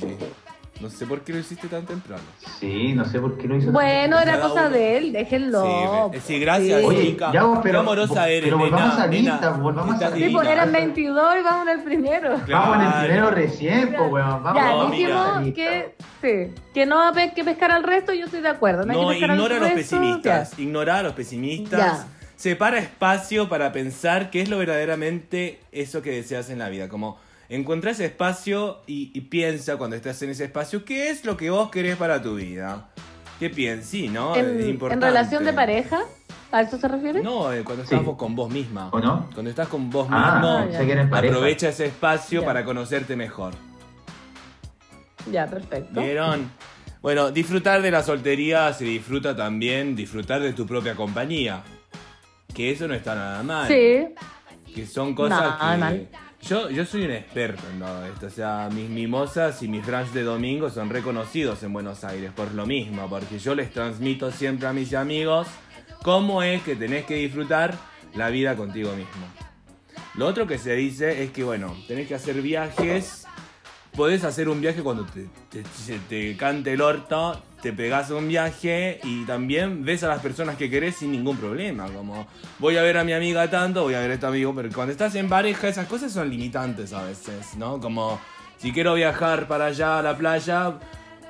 Speaker 1: No sé por qué lo hiciste tan temprano.
Speaker 4: Sí, no sé por qué lo hizo.
Speaker 2: Bueno, era
Speaker 1: Cada
Speaker 2: cosa
Speaker 1: uno.
Speaker 2: de él, déjenlo.
Speaker 1: Sí, ve- eh, sí, gracias,
Speaker 4: Oye,
Speaker 1: chica.
Speaker 4: ya vos, pero-
Speaker 1: Qué amorosa eres,
Speaker 4: pero volvamos
Speaker 1: nena,
Speaker 4: a lista,
Speaker 1: nena.
Speaker 4: volvamos a
Speaker 1: Estás
Speaker 4: lista.
Speaker 2: Sí, pues,
Speaker 1: divina.
Speaker 2: eran 22 y vamos en el primero.
Speaker 4: Vamos en el
Speaker 1: Claro.
Speaker 4: primero recién, po, weón. Vamos,
Speaker 2: ya,
Speaker 1: no,
Speaker 4: vamos,
Speaker 2: dijimos
Speaker 4: mira.
Speaker 2: que sí, que no hay que pescar al resto, yo estoy de acuerdo. No, hay
Speaker 1: No,
Speaker 2: que pescar al
Speaker 1: ignora a los
Speaker 2: resto,
Speaker 1: pesimistas. Ignora a los pesimistas.
Speaker 2: Ya.
Speaker 1: Separa espacio para pensar qué es lo verdaderamente eso que deseas en la vida. Como encuentra ese espacio y, y piensa cuando estás en ese espacio qué es lo que vos querés para tu vida. ¿Qué piensas? Sí, ¿no?
Speaker 2: ya.
Speaker 1: Es
Speaker 2: En, en
Speaker 1: importante.
Speaker 2: relación de pareja, ¿a eso se refiere?
Speaker 1: No, eh, cuando estás
Speaker 4: Sí.
Speaker 1: vos con vos misma.
Speaker 4: ¿O no?
Speaker 1: Cuando estás con vos
Speaker 4: Ah,
Speaker 1: mismo,
Speaker 4: sé que eres pareja.
Speaker 1: aprovecha ese espacio
Speaker 2: Ya.
Speaker 1: para conocerte mejor.
Speaker 2: Ya, perfecto.
Speaker 1: ¿Vieron? Bueno, disfrutar de la soltería se disfruta también disfrutar de tu propia compañía. Que eso no está nada mal.
Speaker 2: Sí,
Speaker 1: Que son cosas
Speaker 2: Nada
Speaker 1: que.
Speaker 2: mal.
Speaker 1: Yo, yo soy un experto en todo esto. O sea, mis mimosas y mis brunch de domingo son reconocidos en Buenos Aires por lo mismo. Porque yo les transmito siempre a mis amigos cómo es que tenés que disfrutar la vida contigo mismo. Lo otro que se dice es que, bueno, tenés que hacer viajes. Podés hacer un viaje cuando te, te- se te cante el orto, te pegás a un viaje y también ves a las personas que querés sin ningún problema. Como voy a ver a mi amiga tanto, voy a ver a este amigo, pero cuando estás en pareja esas cosas son limitantes a veces, ¿no? Como si quiero viajar para allá a la playa,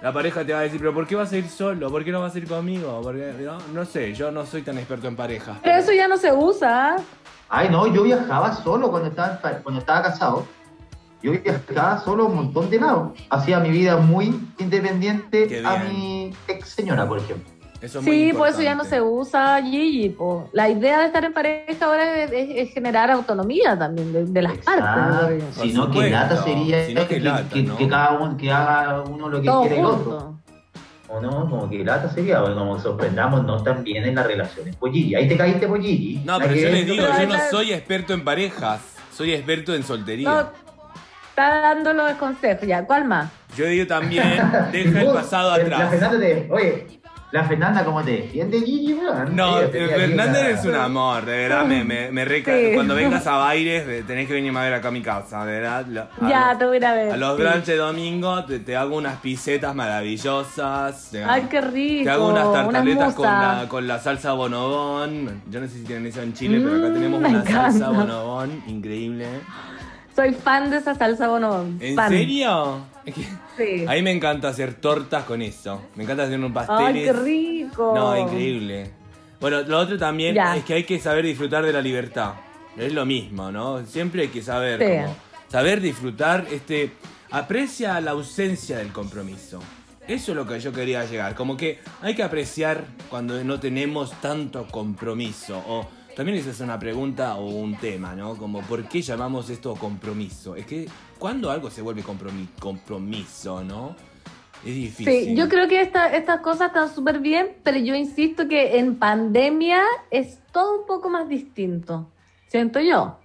Speaker 1: la pareja te va a decir, pero ¿por qué vas a ir solo? ¿Por qué no vas a ir conmigo? Porque, no, no sé, yo no soy tan experto en parejas.
Speaker 2: pero eso ya no se usa.
Speaker 4: Ay, no, yo viajaba solo cuando estaba, en pa- cuando estaba casado. Yo viajaba solo un montón de lados. Hacía mi vida muy
Speaker 1: Qué
Speaker 4: independiente a
Speaker 1: bien.
Speaker 4: mi ex señora, por ejemplo.
Speaker 1: Eso es muy
Speaker 2: Sí, por eso ya no
Speaker 1: importante.
Speaker 2: se usa Gigi. po. La idea de estar en pareja ahora es, es- es generar autonomía también de, de las partes. digo yo.
Speaker 1: Por
Speaker 4: Si no, que
Speaker 1: supuesto.
Speaker 4: lata sería
Speaker 1: Si no, qué
Speaker 4: que,
Speaker 1: lata,
Speaker 4: que-
Speaker 1: ¿no?
Speaker 4: que cada uno, que haga uno lo que
Speaker 2: Todo
Speaker 4: quiere el otro.
Speaker 2: junto.
Speaker 4: O no, como que lata sería, bueno, como sorprendámonos también en las relaciones. Polligi, ahí te caíste, Polligi.
Speaker 1: No,
Speaker 4: La
Speaker 1: pero
Speaker 4: que-
Speaker 1: yo les digo,
Speaker 2: pero
Speaker 1: yo
Speaker 2: ahí
Speaker 1: no
Speaker 2: la-
Speaker 1: soy experto en parejas, soy experto en soltería.
Speaker 2: No, está dando los consejos. Ya, ¿cuál más?
Speaker 1: Yo digo también,
Speaker 2: [LAUGHS]
Speaker 1: deja el
Speaker 4: Vos,
Speaker 1: pasado
Speaker 4: eh, La
Speaker 1: atrás.
Speaker 4: Fernanda te. Oye, la Fernanda, ¿cómo te defiende, Gigi, weón?
Speaker 1: No,
Speaker 4: Ella
Speaker 1: eh,
Speaker 4: tenía
Speaker 1: Fernández
Speaker 4: aquí
Speaker 1: es un amor, de verdad, me, me, me reca-
Speaker 2: Sí.
Speaker 1: Cuando vengas
Speaker 2: [LAUGHS]
Speaker 1: a Baires, de- tenés que venirme a ver acá a mi casa, de verdad. lo- a
Speaker 2: Ya,
Speaker 1: lo-
Speaker 2: te voy a ir a ver.
Speaker 1: A los
Speaker 2: sí.
Speaker 1: brunch de domingo te, te hago unas pisetas maravillosas. Te,
Speaker 2: Ay, qué rico.
Speaker 1: te hago unas tartaletas con,
Speaker 2: musas.
Speaker 1: la, con la salsa bonobón. Yo no sé si tienen eso en Chile, pero acá
Speaker 2: Mm,
Speaker 1: tenemos
Speaker 2: me
Speaker 1: una salsa
Speaker 2: encanta.
Speaker 1: bonobón increíble.
Speaker 2: Soy fan de esa salsa bonobón.
Speaker 1: ¿En
Speaker 2: fan.
Speaker 1: serio?
Speaker 2: Sí.
Speaker 1: A mí me encanta hacer tortas con eso. Me encanta hacer un pastel.
Speaker 2: Ay, qué rico.
Speaker 1: No, increíble. Bueno, lo otro también
Speaker 2: Ya.
Speaker 1: es que hay que saber disfrutar de la libertad. Es lo mismo, ¿no? Siempre hay que saber
Speaker 2: Sí.
Speaker 1: como, saber disfrutar este aprecia la ausencia del compromiso. Eso es lo que yo quería llegar, como que hay que apreciar cuando no tenemos tanto compromiso o también esa es una pregunta o un tema, ¿no? Como ¿por qué llamamos esto compromiso? Es que cuando algo se vuelve compromi- compromiso, ¿no? Es difícil.
Speaker 2: Sí, yo creo que esta- estas cosas están súper bien, pero yo insisto que en pandemia es todo un poco más distinto, siento yo.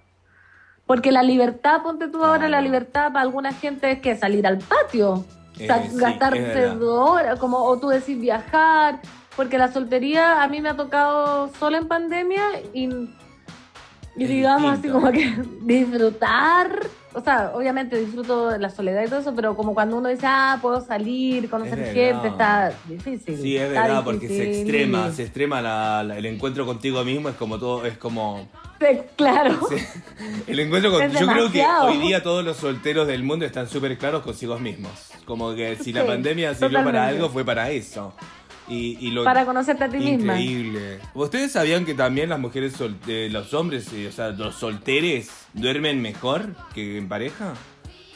Speaker 2: Porque la libertad, ponte tú ahora, la
Speaker 1: Claro.
Speaker 2: libertad para alguna gente es que salir al patio,
Speaker 1: Eh,
Speaker 2: sa-
Speaker 1: sí, es
Speaker 2: gastarse
Speaker 1: verdad.
Speaker 2: dos horas, como, o tú decís viajar, porque la soltería a mí me ha tocado solo en pandemia y, y
Speaker 1: Es
Speaker 2: digamos
Speaker 1: distinto.
Speaker 2: así como que [LAUGHS] disfrutar. O sea, obviamente disfruto de la soledad y todo eso, pero como cuando uno dice, ah, puedo salir, conocer
Speaker 1: Es
Speaker 2: gente,
Speaker 1: verdad.
Speaker 2: está difícil.
Speaker 1: Sí, es
Speaker 2: está
Speaker 1: verdad, porque se
Speaker 2: difícil.
Speaker 1: extrema, se extrema la- la- el encuentro contigo mismo, es como todo, es como...
Speaker 2: Se- [LAUGHS] claro.
Speaker 1: El encuentro con,
Speaker 2: Es
Speaker 1: yo creo que
Speaker 2: demasiado.
Speaker 1: hoy día todos los solteros del mundo están súper claros consigo mismos, como que si la
Speaker 2: Sí,
Speaker 1: pandemia sirvió para
Speaker 2: totalmente.
Speaker 1: algo fue para eso. Y, y lo
Speaker 2: Para conocerte a ti misma.
Speaker 1: increíble. ¿Ustedes sabían que también las mujeres, sol- eh, los hombres, eh, o sea, los solteres duermen mejor que en pareja?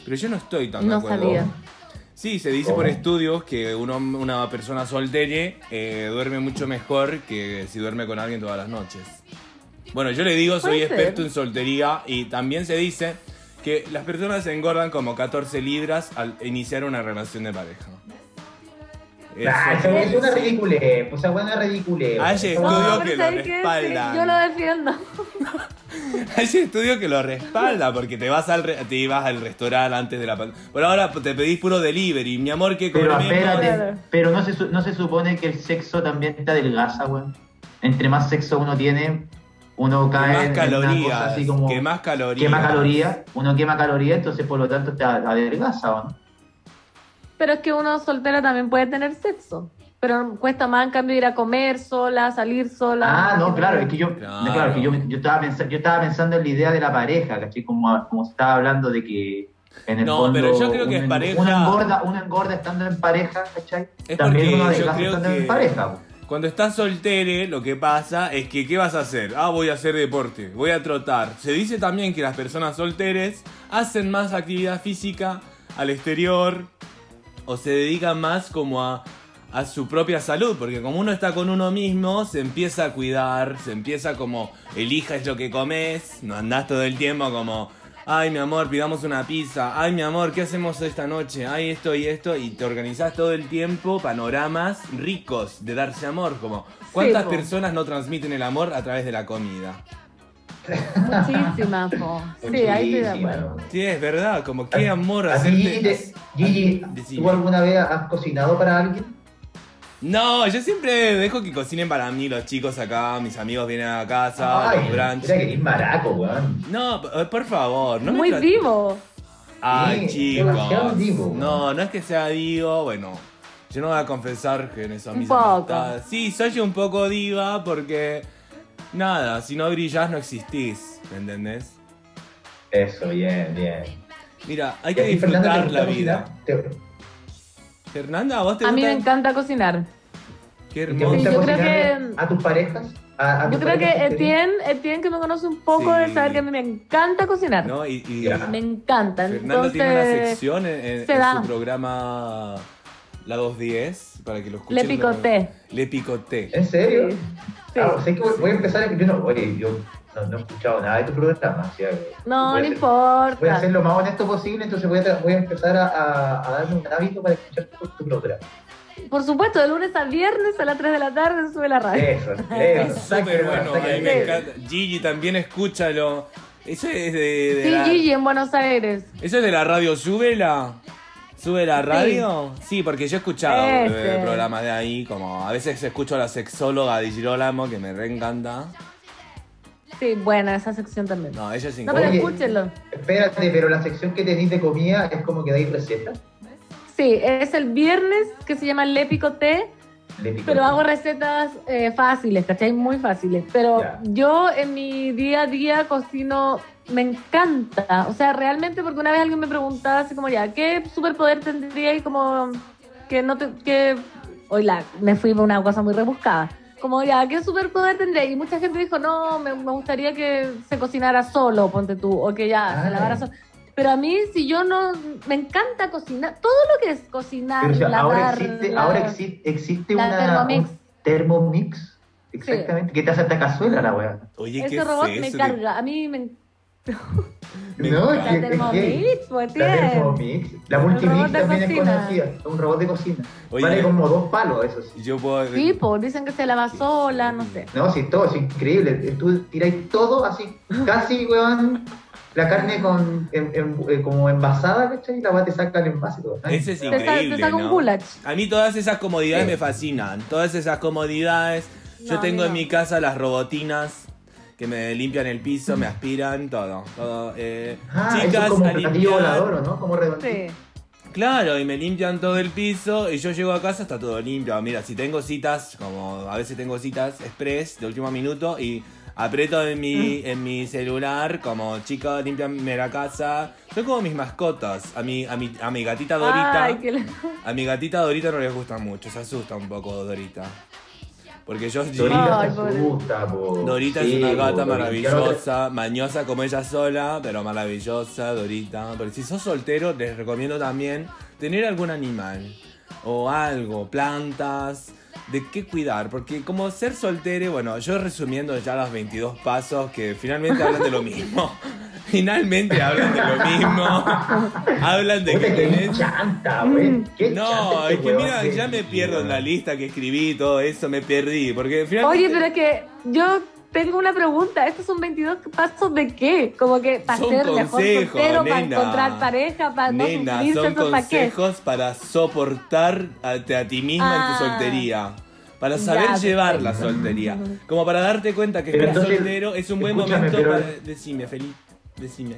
Speaker 1: Pero yo no estoy tan de
Speaker 2: No
Speaker 1: acuerdo.
Speaker 2: sabía.
Speaker 1: Sí, se dice por estudios que uno- una persona soltera duerme mucho mejor que si duerme con alguien todas las noches. Bueno, yo le digo, soy
Speaker 2: Puede ser.
Speaker 1: experto en soltería y también se dice que las personas se engordan como 14 libras al iniciar una relación de pareja. Eso-
Speaker 4: Ah, esa weón es una ridiculez, pues esa weón es una
Speaker 1: Hay
Speaker 4: ridiculez. weón.
Speaker 1: estudios
Speaker 2: No,
Speaker 1: que
Speaker 2: pero
Speaker 1: lo
Speaker 2: ¿sabes qué? Sí,
Speaker 1: respaldan.
Speaker 2: Yo lo defiendo.
Speaker 1: Hay estudio que lo respalda porque te vas al, re- te ibas al restaurante antes de la pandemia. Por ahora te pedís puro delivery. Mi amor, que
Speaker 4: Pero
Speaker 1: comemos?
Speaker 4: espérate,
Speaker 2: Claro.
Speaker 4: pero no se, su- no se supone que el sexo también te adelgaza, ah, weón. Entre más sexo uno tiene, uno cae
Speaker 1: más
Speaker 4: en una cosa
Speaker 1: calorías.
Speaker 4: así como
Speaker 1: Que más calorías.
Speaker 4: quema calorías, uno quema calorías, entonces por lo tanto te adelgaza, ah, weón.
Speaker 2: Pero es que uno soltero también puede tener sexo. Pero cuesta más, en cambio, ir a comer sola, salir sola.
Speaker 4: Ah, no, claro, es que yo,
Speaker 1: Claro.
Speaker 4: no, claro, que yo, yo estaba pensando, yo estaba pensando en la idea de la pareja, ¿cachai? Como, como se estaba hablando de que en el
Speaker 1: No,
Speaker 4: fondo
Speaker 1: pero yo creo que
Speaker 4: uno-
Speaker 1: es pareja.
Speaker 4: Uno engorda, uno engorda estando en pareja, ¿cachai?
Speaker 1: Es
Speaker 4: También
Speaker 1: porque
Speaker 4: uno
Speaker 1: yo
Speaker 4: adelgaza
Speaker 1: creo
Speaker 4: estando
Speaker 1: que-
Speaker 4: en pareja.
Speaker 1: [LAUGHS]
Speaker 4: po.
Speaker 1: Cuando estás soltere, lo que pasa es que, ¿qué vas a hacer? Ah, voy a hacer deporte, voy a trotar. Se dice también que las personas solteres hacen más actividad física al exterior o se dedican más como a, a su propia salud, porque como uno está con uno mismo, se empieza a cuidar, se empieza como, elijas lo que comes, no andás todo el tiempo como, ay mi amor, pidamos una pizza, ay mi amor, ¿qué hacemos esta noche? Ay esto y esto, y te organizás todo el tiempo panoramas ricos de darse amor, como, ¿cuántas
Speaker 2: po.
Speaker 1: personas no transmiten el amor a través de la comida?
Speaker 2: Muchísimas,
Speaker 4: [LAUGHS]
Speaker 2: po. Sí, ahí estoy de
Speaker 4: Muchísimo.
Speaker 2: acuerdo.
Speaker 1: Sí, es verdad, como qué amor
Speaker 4: A ti, Gigi,
Speaker 1: hacerte...
Speaker 4: te- Gigi,
Speaker 1: Decime.
Speaker 4: ¿tú alguna vez has cocinado para alguien?
Speaker 1: No, yo siempre dejo que cocinen para mí los chicos acá, mis amigos vienen a casa,
Speaker 4: Ay,
Speaker 1: los brunch.
Speaker 4: mira que eres maraco, weón.
Speaker 1: No, p- eh, por favor, no me
Speaker 2: Muy
Speaker 1: tra-
Speaker 2: vivo.
Speaker 1: Ay,
Speaker 4: Sí,
Speaker 1: chicos.
Speaker 4: demasiado divo.
Speaker 1: No, no es que sea divo, bueno. Yo no voy a confesar que en eso
Speaker 2: Un
Speaker 1: mis
Speaker 2: poco.
Speaker 1: amistades. Sí, soy un poco diva porque nada, si no brillás no existís, ¿me entendés?
Speaker 4: Eso, bien, bien.
Speaker 1: Mira, hay
Speaker 4: Eh, ¿Y
Speaker 1: que
Speaker 4: a ti, Fernanda, te
Speaker 1: disfrutar
Speaker 4: gusta
Speaker 1: la vida.
Speaker 4: cocinar? ¿Te-
Speaker 1: Fernanda, ¿a vos te
Speaker 2: A mí
Speaker 1: gusta?
Speaker 2: me encanta cocinar.
Speaker 1: Qué
Speaker 4: ¿Te
Speaker 1: hermoso.
Speaker 2: Sí,
Speaker 4: gusta
Speaker 2: yo creo
Speaker 4: cocinarle
Speaker 2: que-
Speaker 4: a tus parejas? ¿A- a
Speaker 2: Yo
Speaker 4: tus
Speaker 2: creo que
Speaker 4: parejas solteras?
Speaker 2: Etienne, Etienne que me conoce un poco,
Speaker 1: Sí.
Speaker 2: debe saber que a mí me encanta cocinar.
Speaker 1: ¿No? Y, y-
Speaker 4: Ya.
Speaker 2: Me encanta.
Speaker 1: Fernando tiene una
Speaker 2: Entonces,
Speaker 1: sección en, en-
Speaker 2: se
Speaker 1: en
Speaker 2: da.
Speaker 1: su programa La 210 para que lo escuchen.
Speaker 2: le picoté.
Speaker 1: Le picoté.
Speaker 4: ¿En serio?
Speaker 2: Sí. Sí.
Speaker 4: Ah, sé que voy, voy a empezar a... Yo no, oye, yo no, no he escuchado nada de tu programa. o sea,
Speaker 2: No, no
Speaker 4: voy a ser- Voy a
Speaker 2: importa.
Speaker 4: ser lo más honesto posible, entonces voy a, tra- voy a empezar a, a, a darme un hábito para escuchar tu, tu programa.
Speaker 2: Por supuesto, de lunes a viernes a las 3 de la tarde sube la radio. [LAUGHS]
Speaker 4: Eso,
Speaker 1: Es
Speaker 4: eso.
Speaker 1: súper bueno, a mí
Speaker 2: sáquenlo.
Speaker 1: me encanta. Gigi también escúchalo. Eso es de, de
Speaker 2: Sí,
Speaker 1: la,
Speaker 2: Gigi en Buenos Aires.
Speaker 1: eso es de la radio Súbela. ¿Sube la radio? Sí, porque yo he escuchado eh,
Speaker 2: Ese.
Speaker 1: programas de ahí, como a veces escucho a la sexóloga de Girolamo, que me reencanta.
Speaker 2: Sí, buena esa sección también.
Speaker 1: No, ella es
Speaker 2: No, pero
Speaker 1: increíble.
Speaker 4: Oye.
Speaker 2: escúchenlo.
Speaker 4: Espérate, pero la sección que tenéis de comida es como que dais recetas.
Speaker 2: Sí, es el viernes que se llama Lépico Té,
Speaker 4: Le pico.
Speaker 2: pero
Speaker 4: [LAUGHS]
Speaker 2: hago recetas eh, fáciles, ¿cachai? Muy fáciles. Pero
Speaker 4: Ya.
Speaker 2: yo en mi día a día cocino, me encanta. O sea, realmente porque una vez alguien me preguntaba así como ya, ¿qué superpoder tendría y como que no te... que... Hoy la, me fui por una cosa muy rebuscada. Como ya, ¿qué superpoder tendría? Y mucha gente dijo, no, me, me gustaría que se cocinara solo, ponte tú, o que ya, se
Speaker 4: Ay.
Speaker 2: lavara solo. Pero a mí, si yo no. Me encanta cocinar. Todo lo que es cocinar,
Speaker 4: Pero, o sea, ahora
Speaker 2: lavar.
Speaker 4: existe,
Speaker 2: la-
Speaker 4: ahora exi- existe
Speaker 2: la
Speaker 4: una,
Speaker 2: Thermomix.
Speaker 4: un Thermomix. Exactamente. Que te hace hasta cazuela la weá.
Speaker 1: Oye, ¿qué
Speaker 2: Ese
Speaker 1: es
Speaker 2: este robot me
Speaker 1: eso?
Speaker 2: carga. A mí me encanta
Speaker 1: Me
Speaker 4: No, es que-
Speaker 2: el
Speaker 4: es que-
Speaker 2: Thermomix, pues,
Speaker 4: La
Speaker 2: tío.
Speaker 4: Thermomix. La
Speaker 2: Un
Speaker 4: Multimix
Speaker 2: robot de
Speaker 4: también es
Speaker 2: cocina.
Speaker 4: conocida. Es un robot de cocina.
Speaker 1: Oye,
Speaker 4: vale
Speaker 1: yo-
Speaker 4: como dos palos, eso sí.
Speaker 1: Yo puedo...
Speaker 2: Sí, pues, dicen que se lava sola, no sé.
Speaker 4: No, sí, todo, es increíble. Tú tiráis todo así, casi, weón, la carne con, en- en- eh, como envasada, ¿cachai? Y la weá te saca el envase, todo. ¿eh?
Speaker 1: Ese es
Speaker 2: Te, sa- te
Speaker 1: increíble,
Speaker 2: saca un
Speaker 1: ¿no?
Speaker 2: goulash.
Speaker 1: A mí todas esas comodidades
Speaker 4: Sí.
Speaker 1: me fascinan. Todas esas comodidades.
Speaker 2: No,
Speaker 1: Yo
Speaker 2: a
Speaker 1: tengo
Speaker 2: mí
Speaker 1: en
Speaker 2: no.
Speaker 1: mi casa las robotinas que me limpian el piso, me aspiran, todo. todo. Eh,
Speaker 4: Ah, eso es
Speaker 1: chicas,
Speaker 4: como
Speaker 1: a
Speaker 4: un platillo volador,
Speaker 1: limpiar.
Speaker 4: ¿o ¿no? Como redondito.
Speaker 2: Sí.
Speaker 1: Claro, y me limpian todo el piso y yo llego a casa, está todo limpio. Mira, si tengo citas, como a veces tengo citas express de último minuto y aprieto en
Speaker 2: Mm.
Speaker 1: mi, en mi celular como chicos, limpianme la casa. Son como mis mascotas. A mi, a mi, a mi gatita Dorita.
Speaker 2: Ay, que la-
Speaker 1: A mi gatita Dorita no les gusta mucho, se asusta un poco Dorita. Porque yo
Speaker 4: Dorita
Speaker 2: Ay,
Speaker 4: se
Speaker 2: pobre.
Speaker 4: asusta, po.
Speaker 1: Dorita
Speaker 4: Sí,
Speaker 1: es una
Speaker 4: po,
Speaker 1: gata
Speaker 4: Dorita.
Speaker 1: maravillosa, mañosa como ella sola, pero maravillosa, Dorita. Pero si sos soltero, les recomiendo también tener algún animal o algo, plantas, de qué cuidar. Porque como ser soltero, bueno, yo resumiendo ya los 22 pasos que finalmente hablan de lo
Speaker 4: [LAUGHS]
Speaker 1: mismo. Finalmente hablan de lo mismo. hablan de que
Speaker 4: Puta, qué
Speaker 1: tenés... Mm.
Speaker 4: chanta, weón. Qué
Speaker 1: No,
Speaker 4: chanta este
Speaker 1: es que
Speaker 4: weón,
Speaker 1: mira,
Speaker 4: qué
Speaker 1: ya me pierdo en la lista que escribí, todo eso me perdí. Porque finalmente
Speaker 2: Oye, pero es que yo tengo una pregunta. ¿Estos son 22 pasos de qué? Como que para
Speaker 1: Son
Speaker 2: ser mejor
Speaker 1: consejos,
Speaker 2: soltero, para
Speaker 1: nena.
Speaker 2: encontrar pareja, para no
Speaker 1: Nena,
Speaker 2: sufrirse,
Speaker 1: son
Speaker 2: ¿eso para qué?
Speaker 1: consejos para soportarte a ti misma en
Speaker 2: Ah.
Speaker 1: tu soltería. Para saber
Speaker 2: Ya,
Speaker 1: llevar la
Speaker 2: perfecto.
Speaker 1: soltería. Como para darte cuenta que
Speaker 4: Pero
Speaker 1: estar
Speaker 4: entonces,
Speaker 1: soltero es un buen
Speaker 4: escúchame,
Speaker 1: momento
Speaker 4: pero-
Speaker 1: para... Decime, Felipe, decime.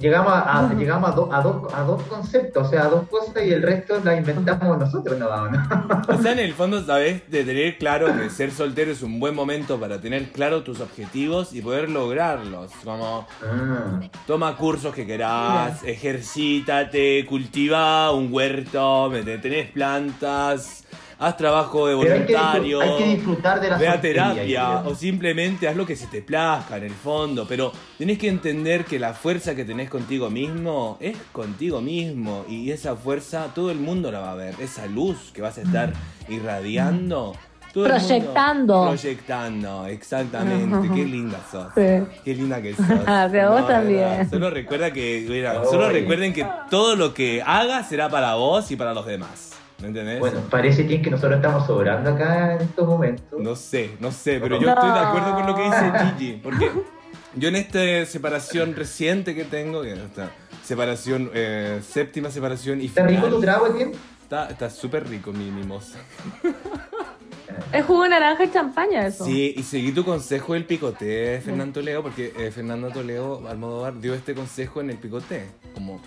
Speaker 4: Llegamos a, a- llegamos a, do- a dos, a dos conceptos, o sea, a dos cosas y el resto la inventamos nosotros, ¿no? ¿no?
Speaker 1: O sea, en el fondo sabes de tener claro que ser soltero es un buen momento para tener claro tus objetivos y poder lograrlos. Como...
Speaker 4: Ah.
Speaker 1: Toma cursos que querás, ejercítate, cultiva un huerto, mete- tenés plantas, haz trabajo de
Speaker 4: Pero hay que,
Speaker 1: voluntario,
Speaker 4: disfr- hay que disfrutar de la
Speaker 1: ve a
Speaker 4: soltería, yo
Speaker 1: terapia
Speaker 4: creo.
Speaker 1: o simplemente haz lo que se te plazca en el fondo. Pero tenés que entender que la fuerza que tenés contigo mismo es contigo mismo y esa fuerza todo el mundo la va a ver, esa luz que vas a estar irradiando. todo el mundo-
Speaker 2: Proyectando.
Speaker 1: proyectando, exactamente. Qué linda sos.
Speaker 2: Sí.
Speaker 1: Qué linda
Speaker 2: [LAUGHS]
Speaker 1: que sos.
Speaker 2: Ah, de vos
Speaker 1: de
Speaker 2: también.
Speaker 1: verdad. Solo recuerda que, mira, solo
Speaker 4: Ay.
Speaker 1: recuerden que todo lo que hagas será para vos y para los demás. ¿Me entendés?
Speaker 4: Bueno, parece que, que nosotros estamos sobrando acá en estos momentos.
Speaker 1: No sé, no sé, pero
Speaker 4: No.
Speaker 1: yo estoy de acuerdo con lo que dice Gigi. Porque yo en esta separación reciente que tengo, que esta separación, eh, séptima separación y
Speaker 4: ¿Está rico
Speaker 1: final,
Speaker 4: tu trago, Etienne?
Speaker 1: está está súper rico mi mimosa.
Speaker 2: Es jugo de naranja y champaña eso.
Speaker 1: Sí, y seguí tu consejo del picoté, Fernando Toledo, porque eh, Fernando Toledo Almodóvar dio este consejo en el picoté, como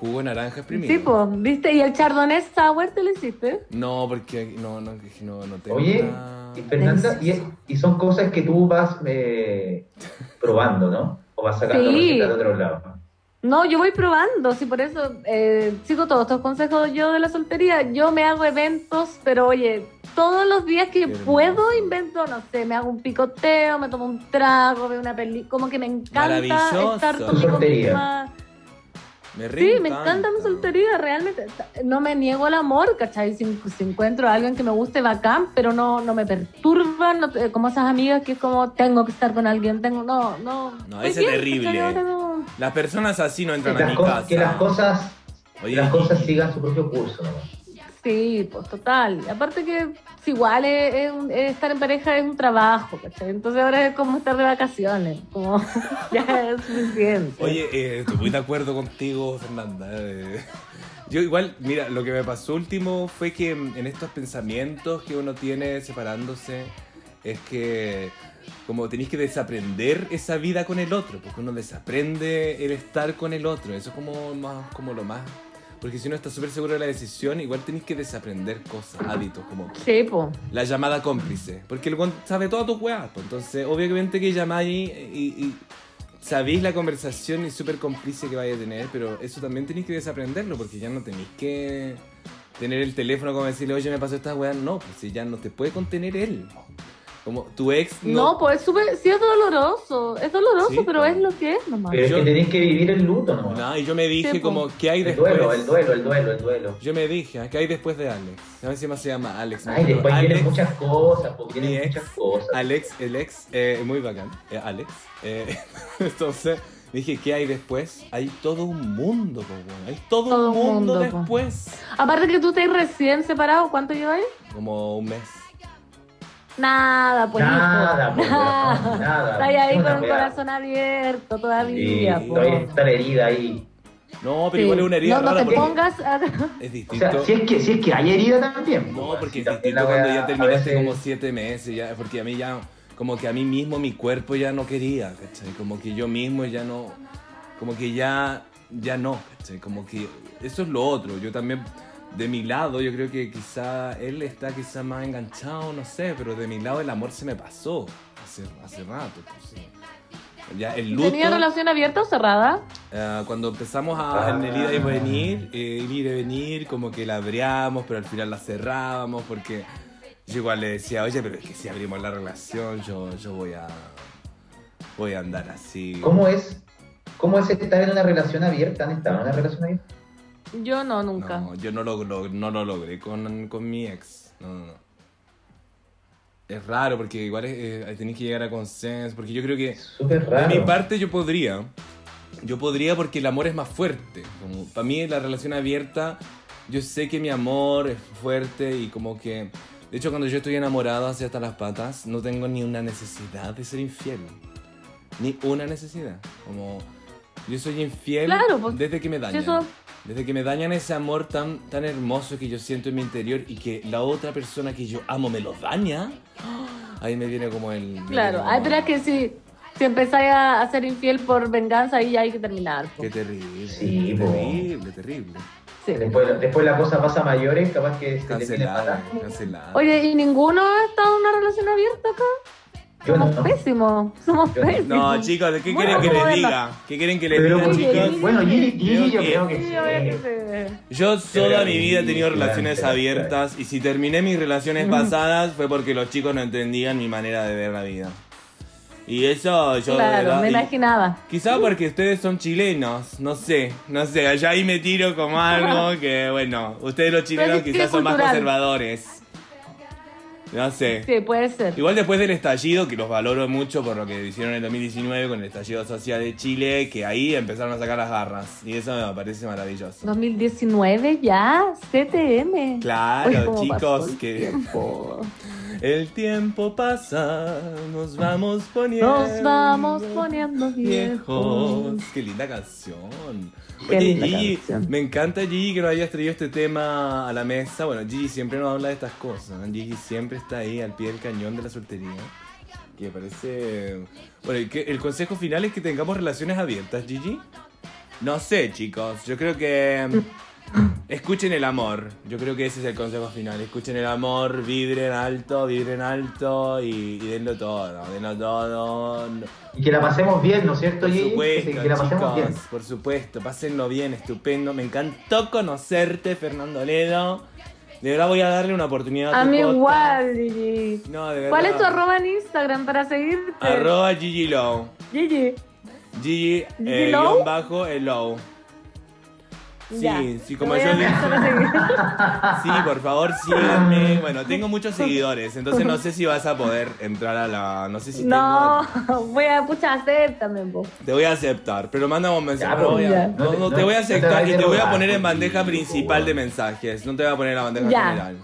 Speaker 1: jugo de naranja exprimido.
Speaker 2: Sí, pues, ¿viste? ¿Y el chardonnay sour te lo hiciste?
Speaker 1: No, porque no, no, no, no tengo
Speaker 4: Oye,
Speaker 1: nada.
Speaker 4: y Fernanda, y, es- y son cosas que tú vas eh, probando, ¿no? O vas sacando
Speaker 2: Sí.
Speaker 4: recetas de otro lado.
Speaker 2: No, yo voy probando, sí, por eso eh, sigo todos estos consejos yo de la soltería. Yo me hago eventos, pero oye, todos los días que
Speaker 1: hermoso.
Speaker 2: puedo invento, no sé, me hago un picoteo, me tomo un trago, veo una peli, como que me encanta
Speaker 1: Maravilloso.
Speaker 2: estar
Speaker 1: Tu
Speaker 2: conmigo
Speaker 4: soltería.
Speaker 2: misma.
Speaker 1: me
Speaker 2: Sí,
Speaker 1: re
Speaker 2: me encanta mi soltería, realmente. No me niego al amor, ¿cachai? Si, si encuentro a alguien que me guste, bacán, pero no, no me perturban, no te- como esas amigas que es como, tengo que estar con alguien, tengo, no, no.
Speaker 1: No, ese
Speaker 2: Estoy
Speaker 1: es terrible.
Speaker 2: ¿cachai? Ahora no.
Speaker 1: Las personas así no
Speaker 4: Que
Speaker 1: entran a
Speaker 4: las,
Speaker 1: mi
Speaker 4: cos-
Speaker 1: casa.
Speaker 4: que las cosas, que
Speaker 1: Oye,
Speaker 4: las cosas
Speaker 1: Gigi,
Speaker 4: sigan su propio curso. ¿no?
Speaker 2: Sí, pues total. Y Aparte que es igual es, es un- es estar en pareja es un trabajo, ¿cachai? Entonces ahora es como estar de vacaciones, como [LAUGHS] ya es suficiente.
Speaker 1: Oye, eh, estoy muy de acuerdo contigo, Fernanda. eh. Yo igual, mira, lo que me pasó último fue que en estos pensamientos que uno tiene separándose, es que como tenéis que desaprender esa vida con el otro, porque uno desaprende el estar con el otro, eso es como, más, como lo más... Porque si uno está súper seguro de la decisión, igual tenéis que desaprender cosas, hábitos, como
Speaker 2: Sí, pues. po.
Speaker 1: la llamada cómplice. Porque el weón sabe todas tus weas. pues, Entonces, obviamente que llamáis y, y sabéis la conversación y súper cómplice que vais a tener, pero eso también tenéis que desaprenderlo, porque ya no tenéis que tener el teléfono como decirle, oye, me pasó esta wea. No, pues si ya no te puede contener él. Como tu ex
Speaker 2: No,
Speaker 1: no.
Speaker 2: pues es súper- sí es doloroso, es doloroso,
Speaker 1: Sí, pues. Eh.
Speaker 2: pero
Speaker 1: po.
Speaker 2: es lo que es nomás.
Speaker 3: Pero es
Speaker 1: Yo-
Speaker 3: que tenés que vivir el luto, ¿no?
Speaker 1: No, y yo me dije
Speaker 2: Sí, po.
Speaker 1: como, ¿qué hay
Speaker 3: el
Speaker 1: después?
Speaker 3: duelo, el duelo, el duelo, el duelo.
Speaker 1: Yo me dije, ah, ¿qué hay después de Alex? A ver si más se llama Alex.
Speaker 3: Ay,
Speaker 1: Pero
Speaker 3: después vienen
Speaker 1: Alex-
Speaker 3: muchas cosas, porque
Speaker 1: Mi
Speaker 3: vienen
Speaker 1: ex,
Speaker 3: muchas cosas.
Speaker 1: Alex, el ex, eh, muy bacán, eh, Alex. eh, [LAUGHS] entonces dije, ¿qué hay después? Hay todo un mundo, po, weón, hay todo,
Speaker 2: Todo
Speaker 1: un
Speaker 2: un
Speaker 1: mundo,
Speaker 2: mundo, po.
Speaker 1: después.
Speaker 2: Aparte que tú estás recién separado, ¿cuánto lleváis?
Speaker 1: Como un mes.
Speaker 2: Nada, pues.
Speaker 3: nada,
Speaker 2: hijo. [LAUGHS]
Speaker 3: pues, weón,
Speaker 2: Nada.
Speaker 3: nada.
Speaker 2: Estás ahí
Speaker 3: Una
Speaker 2: con el
Speaker 3: wea.
Speaker 2: corazón abierto
Speaker 3: Sí,
Speaker 2: todavía, po.
Speaker 3: todavía está la herida ahí.
Speaker 1: No, pero
Speaker 2: Sí.
Speaker 1: igual es una herida
Speaker 2: no, no
Speaker 1: rara
Speaker 2: te
Speaker 1: porque
Speaker 2: pongas a- [LAUGHS]
Speaker 1: es
Speaker 3: O
Speaker 1: distinto.
Speaker 3: sea, si es que, si es que hay herida también. pues,
Speaker 1: No,
Speaker 3: weón,
Speaker 1: porque
Speaker 3: si
Speaker 1: es
Speaker 3: también
Speaker 1: distinto
Speaker 3: la
Speaker 1: cuando
Speaker 3: wea
Speaker 1: ya
Speaker 3: a
Speaker 1: terminaste
Speaker 3: veces-
Speaker 1: como siete meses, ya, porque a mí ya, como que a mí mismo mi cuerpo ya no quería, ¿cachai? Como que yo mismo ya no, como que ya, ya no, ¿cachai? Como que eso es lo otro, yo también, de mi lado, yo creo que quizá él está quizá más enganchado, no sé, pero de mi lado el amor se me pasó hace, hace rato, pues, sí. Ya el luto,
Speaker 2: ¿Tenía relación abierta o cerrada?
Speaker 1: eh, cuando empezamos a en el ida y venir, eh, el ir y venir, como que la abríamos, pero al final la cerrábamos, porque yo igual le decía, oye, pero es que si abrimos la relación, yo, yo voy a voy a andar así.
Speaker 3: ¿Cómo es, ¿Cómo es estar en una relación abierta? ¿Han estado en una relación abierta?
Speaker 2: Yo no, nunca.
Speaker 1: No, yo no lo, lo- no lo logré con, con mi ex. No, no, no. Es raro, porque igual es- eh, tenés que llegar a consenso, porque yo creo que
Speaker 3: Súper
Speaker 1: De
Speaker 3: raro.
Speaker 1: mi parte yo podría. Yo podría porque el amor es más fuerte. Como, para mí la relación abierta, yo sé que mi amor es fuerte y como que... De hecho, cuando yo estoy enamorado hacia hasta las patas, no tengo ni una necesidad de ser infiel. Ni una necesidad. Como yo soy infiel
Speaker 2: Claro, pues,
Speaker 1: desde que me dañan.
Speaker 2: eso-
Speaker 1: Desde que me dañan ese amor tan, tan hermoso que yo siento en mi interior y que la otra persona que yo amo me lo daña, [GASPS] ahí me viene como el... me viene
Speaker 2: Claro,
Speaker 1: como-
Speaker 2: hay pero que si, si empezáis a, a ser infiel por venganza, ahí ya hay que terminar. po.
Speaker 1: Qué terrible.
Speaker 3: Sí,
Speaker 1: qué
Speaker 3: po.
Speaker 1: terrible, terrible.
Speaker 2: Sí.
Speaker 3: Después, después la cosa pasa a mayores, capaz que se te tiene
Speaker 1: Cancelada,
Speaker 3: fatal.
Speaker 1: cancelada.
Speaker 2: Oye, ¿y ninguno ha estado en una relación abierta acá?
Speaker 3: Yo
Speaker 2: Somos
Speaker 3: no.
Speaker 2: pésimos, somos
Speaker 3: Yo no.
Speaker 2: pésimos.
Speaker 10: No, chicos, ¿de ¿qué
Speaker 2: Muy
Speaker 10: quieren que
Speaker 2: bueno,
Speaker 10: les
Speaker 2: bueno.
Speaker 10: diga? ¿Qué quieren que les
Speaker 3: Pero
Speaker 10: diga,
Speaker 3: bueno,
Speaker 10: chicos?
Speaker 3: bueno, Giri, Giri, yo creo que
Speaker 2: Sí, obvio que
Speaker 3: sí.
Speaker 2: sí.
Speaker 10: Yo toda
Speaker 3: Pero
Speaker 10: mi vida he tenido
Speaker 3: sí,
Speaker 10: relaciones
Speaker 3: claro,
Speaker 10: abiertas y si terminé mis relaciones pasadas fue porque los chicos no entendían mi manera de ver la vida. Y eso yo... de
Speaker 2: Claro,
Speaker 10: verdad-
Speaker 2: me
Speaker 10: y-
Speaker 2: imaginaba.
Speaker 10: Quizá porque ustedes son chilenos, no sé, no sé, allá ahí me tiro como
Speaker 2: [LAUGHS]
Speaker 10: algo que, bueno, ustedes los chilenos
Speaker 2: Pero es
Speaker 10: quizás son más
Speaker 2: cultural.
Speaker 10: conservadores. No sé.
Speaker 2: Sí, puede ser.
Speaker 10: Igual después del estallido, que los valoro mucho por lo que hicieron en el 2019 con el estallido social de Chile, que ahí empezaron a sacar las garras. Y eso me parece maravilloso.
Speaker 2: 2019 ya, CTM.
Speaker 10: Claro,
Speaker 2: Oye, ¿cómo
Speaker 10: chicos,
Speaker 2: pasó el
Speaker 10: que-
Speaker 2: tiempo?
Speaker 10: [LAUGHS] El tiempo pasa, nos vamos poniendo.
Speaker 2: Nos vamos poniendo viejos.
Speaker 10: Viejos. Qué linda canción.
Speaker 2: Qué
Speaker 10: Oye,
Speaker 2: linda
Speaker 10: Gigi,
Speaker 2: canción.
Speaker 10: me encanta Gigi que nos hayas traído este tema a la mesa. Bueno, Gigi siempre nos habla de estas cosas. ¿no? Gigi siempre está ahí al pie del cañón de la soltería. Que parece. Bueno, ¿y qué- el consejo final es que tengamos relaciones abiertas, Gigi. No sé, chicos. Yo creo que. mm, Escuchen el amor. Yo creo que ese es el consejo final. Escuchen el amor, vibren alto, vibren alto y, y denlo todo, denlo todo. No-
Speaker 3: Y que la pasemos bien, ¿no es cierto,
Speaker 10: por
Speaker 3: Gigi?
Speaker 10: supuesto,
Speaker 3: Sí, que la pasemos bien.
Speaker 10: chicos, por supuesto, pásenlo bien, estupendo. Me encantó conocerte, Fernando Ledo. De verdad voy a darle una oportunidad a
Speaker 2: A
Speaker 10: tu
Speaker 2: mí
Speaker 10: podcast.
Speaker 2: igual, Gigi.
Speaker 10: No, de verdad.
Speaker 2: ¿Cuál es tu arroba en Instagram para seguirte?
Speaker 10: Arroba Gigi Low.
Speaker 2: Gigi.
Speaker 10: Gigi, eh,
Speaker 2: Gigi Low?
Speaker 10: guión bajo, el Low. Sí,
Speaker 2: Ya.
Speaker 10: sí, como
Speaker 2: Voy
Speaker 10: yo
Speaker 2: a [LAUGHS]
Speaker 10: dije.
Speaker 2: empezar a seguir.
Speaker 10: [LAUGHS] Sí, por favor, síganme. Bueno, tengo
Speaker 2: [LAUGHS]
Speaker 10: muchos seguidores, entonces no sé si vas a poder entrar a la... No sé si
Speaker 2: No,
Speaker 10: tengo-
Speaker 2: [LAUGHS] voy a este pucha acéptame vos.
Speaker 10: Te voy a aceptar, pero manda un mensaje.
Speaker 3: Ya,
Speaker 10: no voy a-
Speaker 2: ya.
Speaker 10: no, no,
Speaker 3: No te-
Speaker 10: te voy a
Speaker 3: no te
Speaker 10: aceptar
Speaker 3: vayas
Speaker 10: y te
Speaker 3: a
Speaker 10: voy a
Speaker 3: robar,
Speaker 10: poner en bandeja
Speaker 3: sí,
Speaker 10: principal
Speaker 3: bueno.
Speaker 10: de mensajes. No te voy a poner en la bandeja
Speaker 2: Ya.
Speaker 10: general.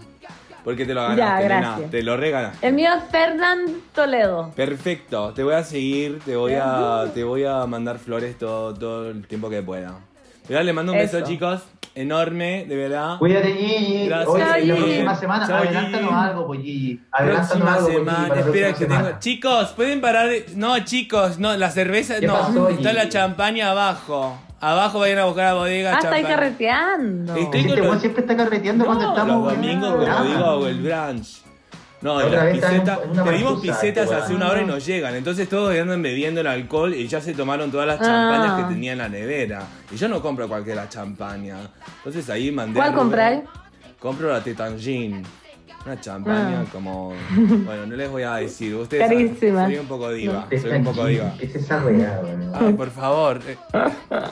Speaker 10: Porque te lo
Speaker 2: Ya,
Speaker 10: ganaste, nena,
Speaker 2: gracias.
Speaker 10: Te lo regalaste.
Speaker 2: El mío es Fernán Toledo.
Speaker 10: Perfecto. Te voy a seguir, te voy a, te voy a mandar flores todo, todo el tiempo que pueda. Ya, le mando un beso,
Speaker 2: Eso.
Speaker 10: chicos.
Speaker 1: enorme, de verdad.
Speaker 4: Cuídate, Gigi.
Speaker 1: Gracias,
Speaker 4: Oye, la
Speaker 2: Gigi.
Speaker 4: próxima semana,
Speaker 1: Chao,
Speaker 4: adelántanos
Speaker 1: Gigi.
Speaker 4: algo, pues, Gigi. Adelántanos
Speaker 1: Próxima
Speaker 4: algo, pues, Gigi,
Speaker 1: semana,
Speaker 4: para la
Speaker 1: espera
Speaker 4: próxima
Speaker 1: que
Speaker 4: semana.
Speaker 1: tengo. Chicos, pueden parar. de- No, chicos, no, la cerveza,
Speaker 4: ¿Qué
Speaker 1: no.
Speaker 4: pasó,
Speaker 1: está
Speaker 4: Gigi?
Speaker 1: la champaña abajo. Abajo vayan a buscar la bodega.
Speaker 2: Ah, está ahí
Speaker 1: champaña.
Speaker 2: carreteando.
Speaker 1: Estoy
Speaker 4: Este
Speaker 1: con
Speaker 4: weón
Speaker 1: los-
Speaker 4: siempre está carreteando cuando
Speaker 1: No,
Speaker 4: estamos.
Speaker 1: Los
Speaker 4: en
Speaker 1: domingos,
Speaker 4: el
Speaker 1: como
Speaker 4: programa.
Speaker 1: digo, o el brunch. No,
Speaker 4: La otra
Speaker 1: las
Speaker 4: vez estaba en
Speaker 1: pisetas,
Speaker 4: un- en una
Speaker 1: pedimos
Speaker 4: marcusa,
Speaker 1: pisetas
Speaker 4: este
Speaker 1: hace
Speaker 4: weón.
Speaker 1: una hora y no llegan. Entonces todos andan bebiendo el alcohol y ya se tomaron todas las champañas
Speaker 2: Ah.
Speaker 1: que tenía en la nevera. Y yo no compro cualquiera champaña. Entonces ahí mandé. a
Speaker 2: ¿Cuál
Speaker 1: Rubén.
Speaker 2: compráis?
Speaker 1: Compro la Tetangin. Una champaña
Speaker 2: Ah.
Speaker 1: como. Bueno, no les voy a decir. Ustedes.
Speaker 2: Carísima.
Speaker 1: Soy un poco diva.
Speaker 4: Este
Speaker 1: Soy un poco
Speaker 4: Gigi,
Speaker 1: diva.
Speaker 4: ¿Qué es esa weá, weón?
Speaker 1: Ay, por favor. Eh,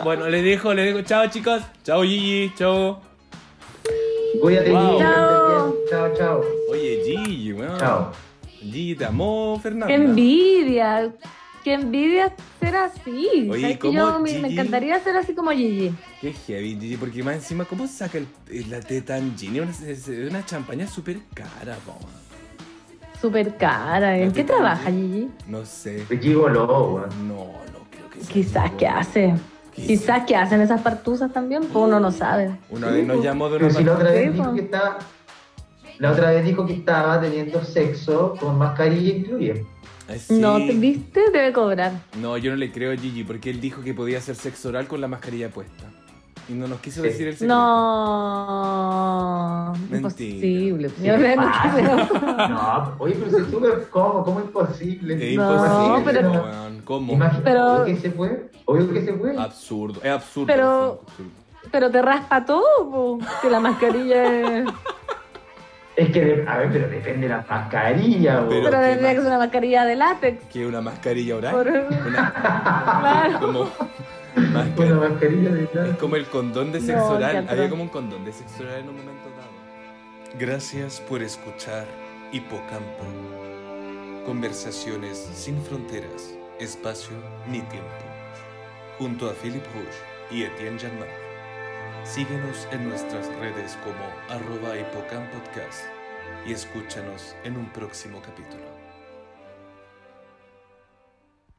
Speaker 1: Bueno, les dejo, les dejo. Chao, chicos. Chao, Gigi. Chao.
Speaker 4: Cuídate,
Speaker 1: Wow.
Speaker 4: Gigi. que
Speaker 2: Chao.
Speaker 4: estés bien. Chao, chao.
Speaker 1: Oye, Gigi, weón.
Speaker 4: Chao.
Speaker 1: Gigi te amó, Fernanda.
Speaker 2: Qué envidia. Qué envidia ser así.
Speaker 1: Oye,
Speaker 2: ¿Sabes que
Speaker 1: ¿cómo
Speaker 2: yo me, me
Speaker 1: Gigi?
Speaker 2: encantaría ser así como Gigi.
Speaker 1: Qué heavy, Gigi, porque más encima, ¿cómo saca el- eh, la Tetangini? Una, es una champaña súper cara, po.
Speaker 2: Súper cara. ¿En
Speaker 1: No
Speaker 2: ¿eh? qué
Speaker 1: te
Speaker 2: trabaja
Speaker 1: entendí.
Speaker 2: Gigi?
Speaker 1: No sé.
Speaker 4: Gigi voló, weón.
Speaker 1: No, no creo que sea.
Speaker 2: Quizás
Speaker 1: ningún-
Speaker 2: que hace. Quizás que hacen esas partusas también, pues uno no sabe.
Speaker 1: Una vez nos llamó de una
Speaker 4: Pero si la otra
Speaker 2: Sí,
Speaker 4: vez
Speaker 2: po.
Speaker 4: dijo que estaba. La otra vez dijo que estaba teniendo sexo con mascarilla incluye.
Speaker 1: Ay, sí.
Speaker 2: No, ¿te ¿viste? Debe cobrar.
Speaker 1: No, yo no le creo a Gigi porque él dijo que podía hacer sexo oral con la mascarilla puesta. Y no nos quiso
Speaker 4: Sí.
Speaker 1: decir el secreto.
Speaker 2: No.
Speaker 1: Mentira.
Speaker 2: Imposible.
Speaker 4: Sí,
Speaker 2: Yo no-
Speaker 1: [LAUGHS]
Speaker 4: pasa. No, oye, pero si tú ¿cómo? ¿Cómo es imposible?
Speaker 1: Ah. Es
Speaker 2: No,
Speaker 1: imposible,
Speaker 2: pero-
Speaker 1: weón. Ah. ¿Cómo?
Speaker 4: Imagina,
Speaker 2: Pero-
Speaker 4: obvio que se fue. Obvio que se fue.
Speaker 1: Absurdo. Es absurdo.
Speaker 2: Pero-
Speaker 1: es absurdo.
Speaker 2: Pero te raspa todo, po, que la mascarilla es...
Speaker 4: Es que, de- a ver, pero depende de la mascarilla,
Speaker 1: Pero-
Speaker 4: weón.
Speaker 2: Pero
Speaker 1: qué
Speaker 2: tendría que
Speaker 1: más. ¿Eh?
Speaker 2: ser una mascarilla de látex.
Speaker 1: ¿Qué? ¿Una mascarilla oral?
Speaker 2: Por...
Speaker 1: [LAUGHS] Una-
Speaker 2: [LAUGHS] Claro.
Speaker 1: como...
Speaker 4: Con la
Speaker 1: mascarilla.
Speaker 4: mascarilla de tal.
Speaker 1: Es como el condón de sexo
Speaker 2: No,
Speaker 1: oral.
Speaker 2: qué atroz.
Speaker 1: Había como un condón de sexo oral en un momento dado.
Speaker 11: Gracias por escuchar Hipocampo. Conversaciones sin fronteras, espacio ni tiempo. Junto a Philip Rouge y Etienne Janmar. Síguenos en nuestras redes como arroba hipocampodcast y escúchanos en un próximo capítulo.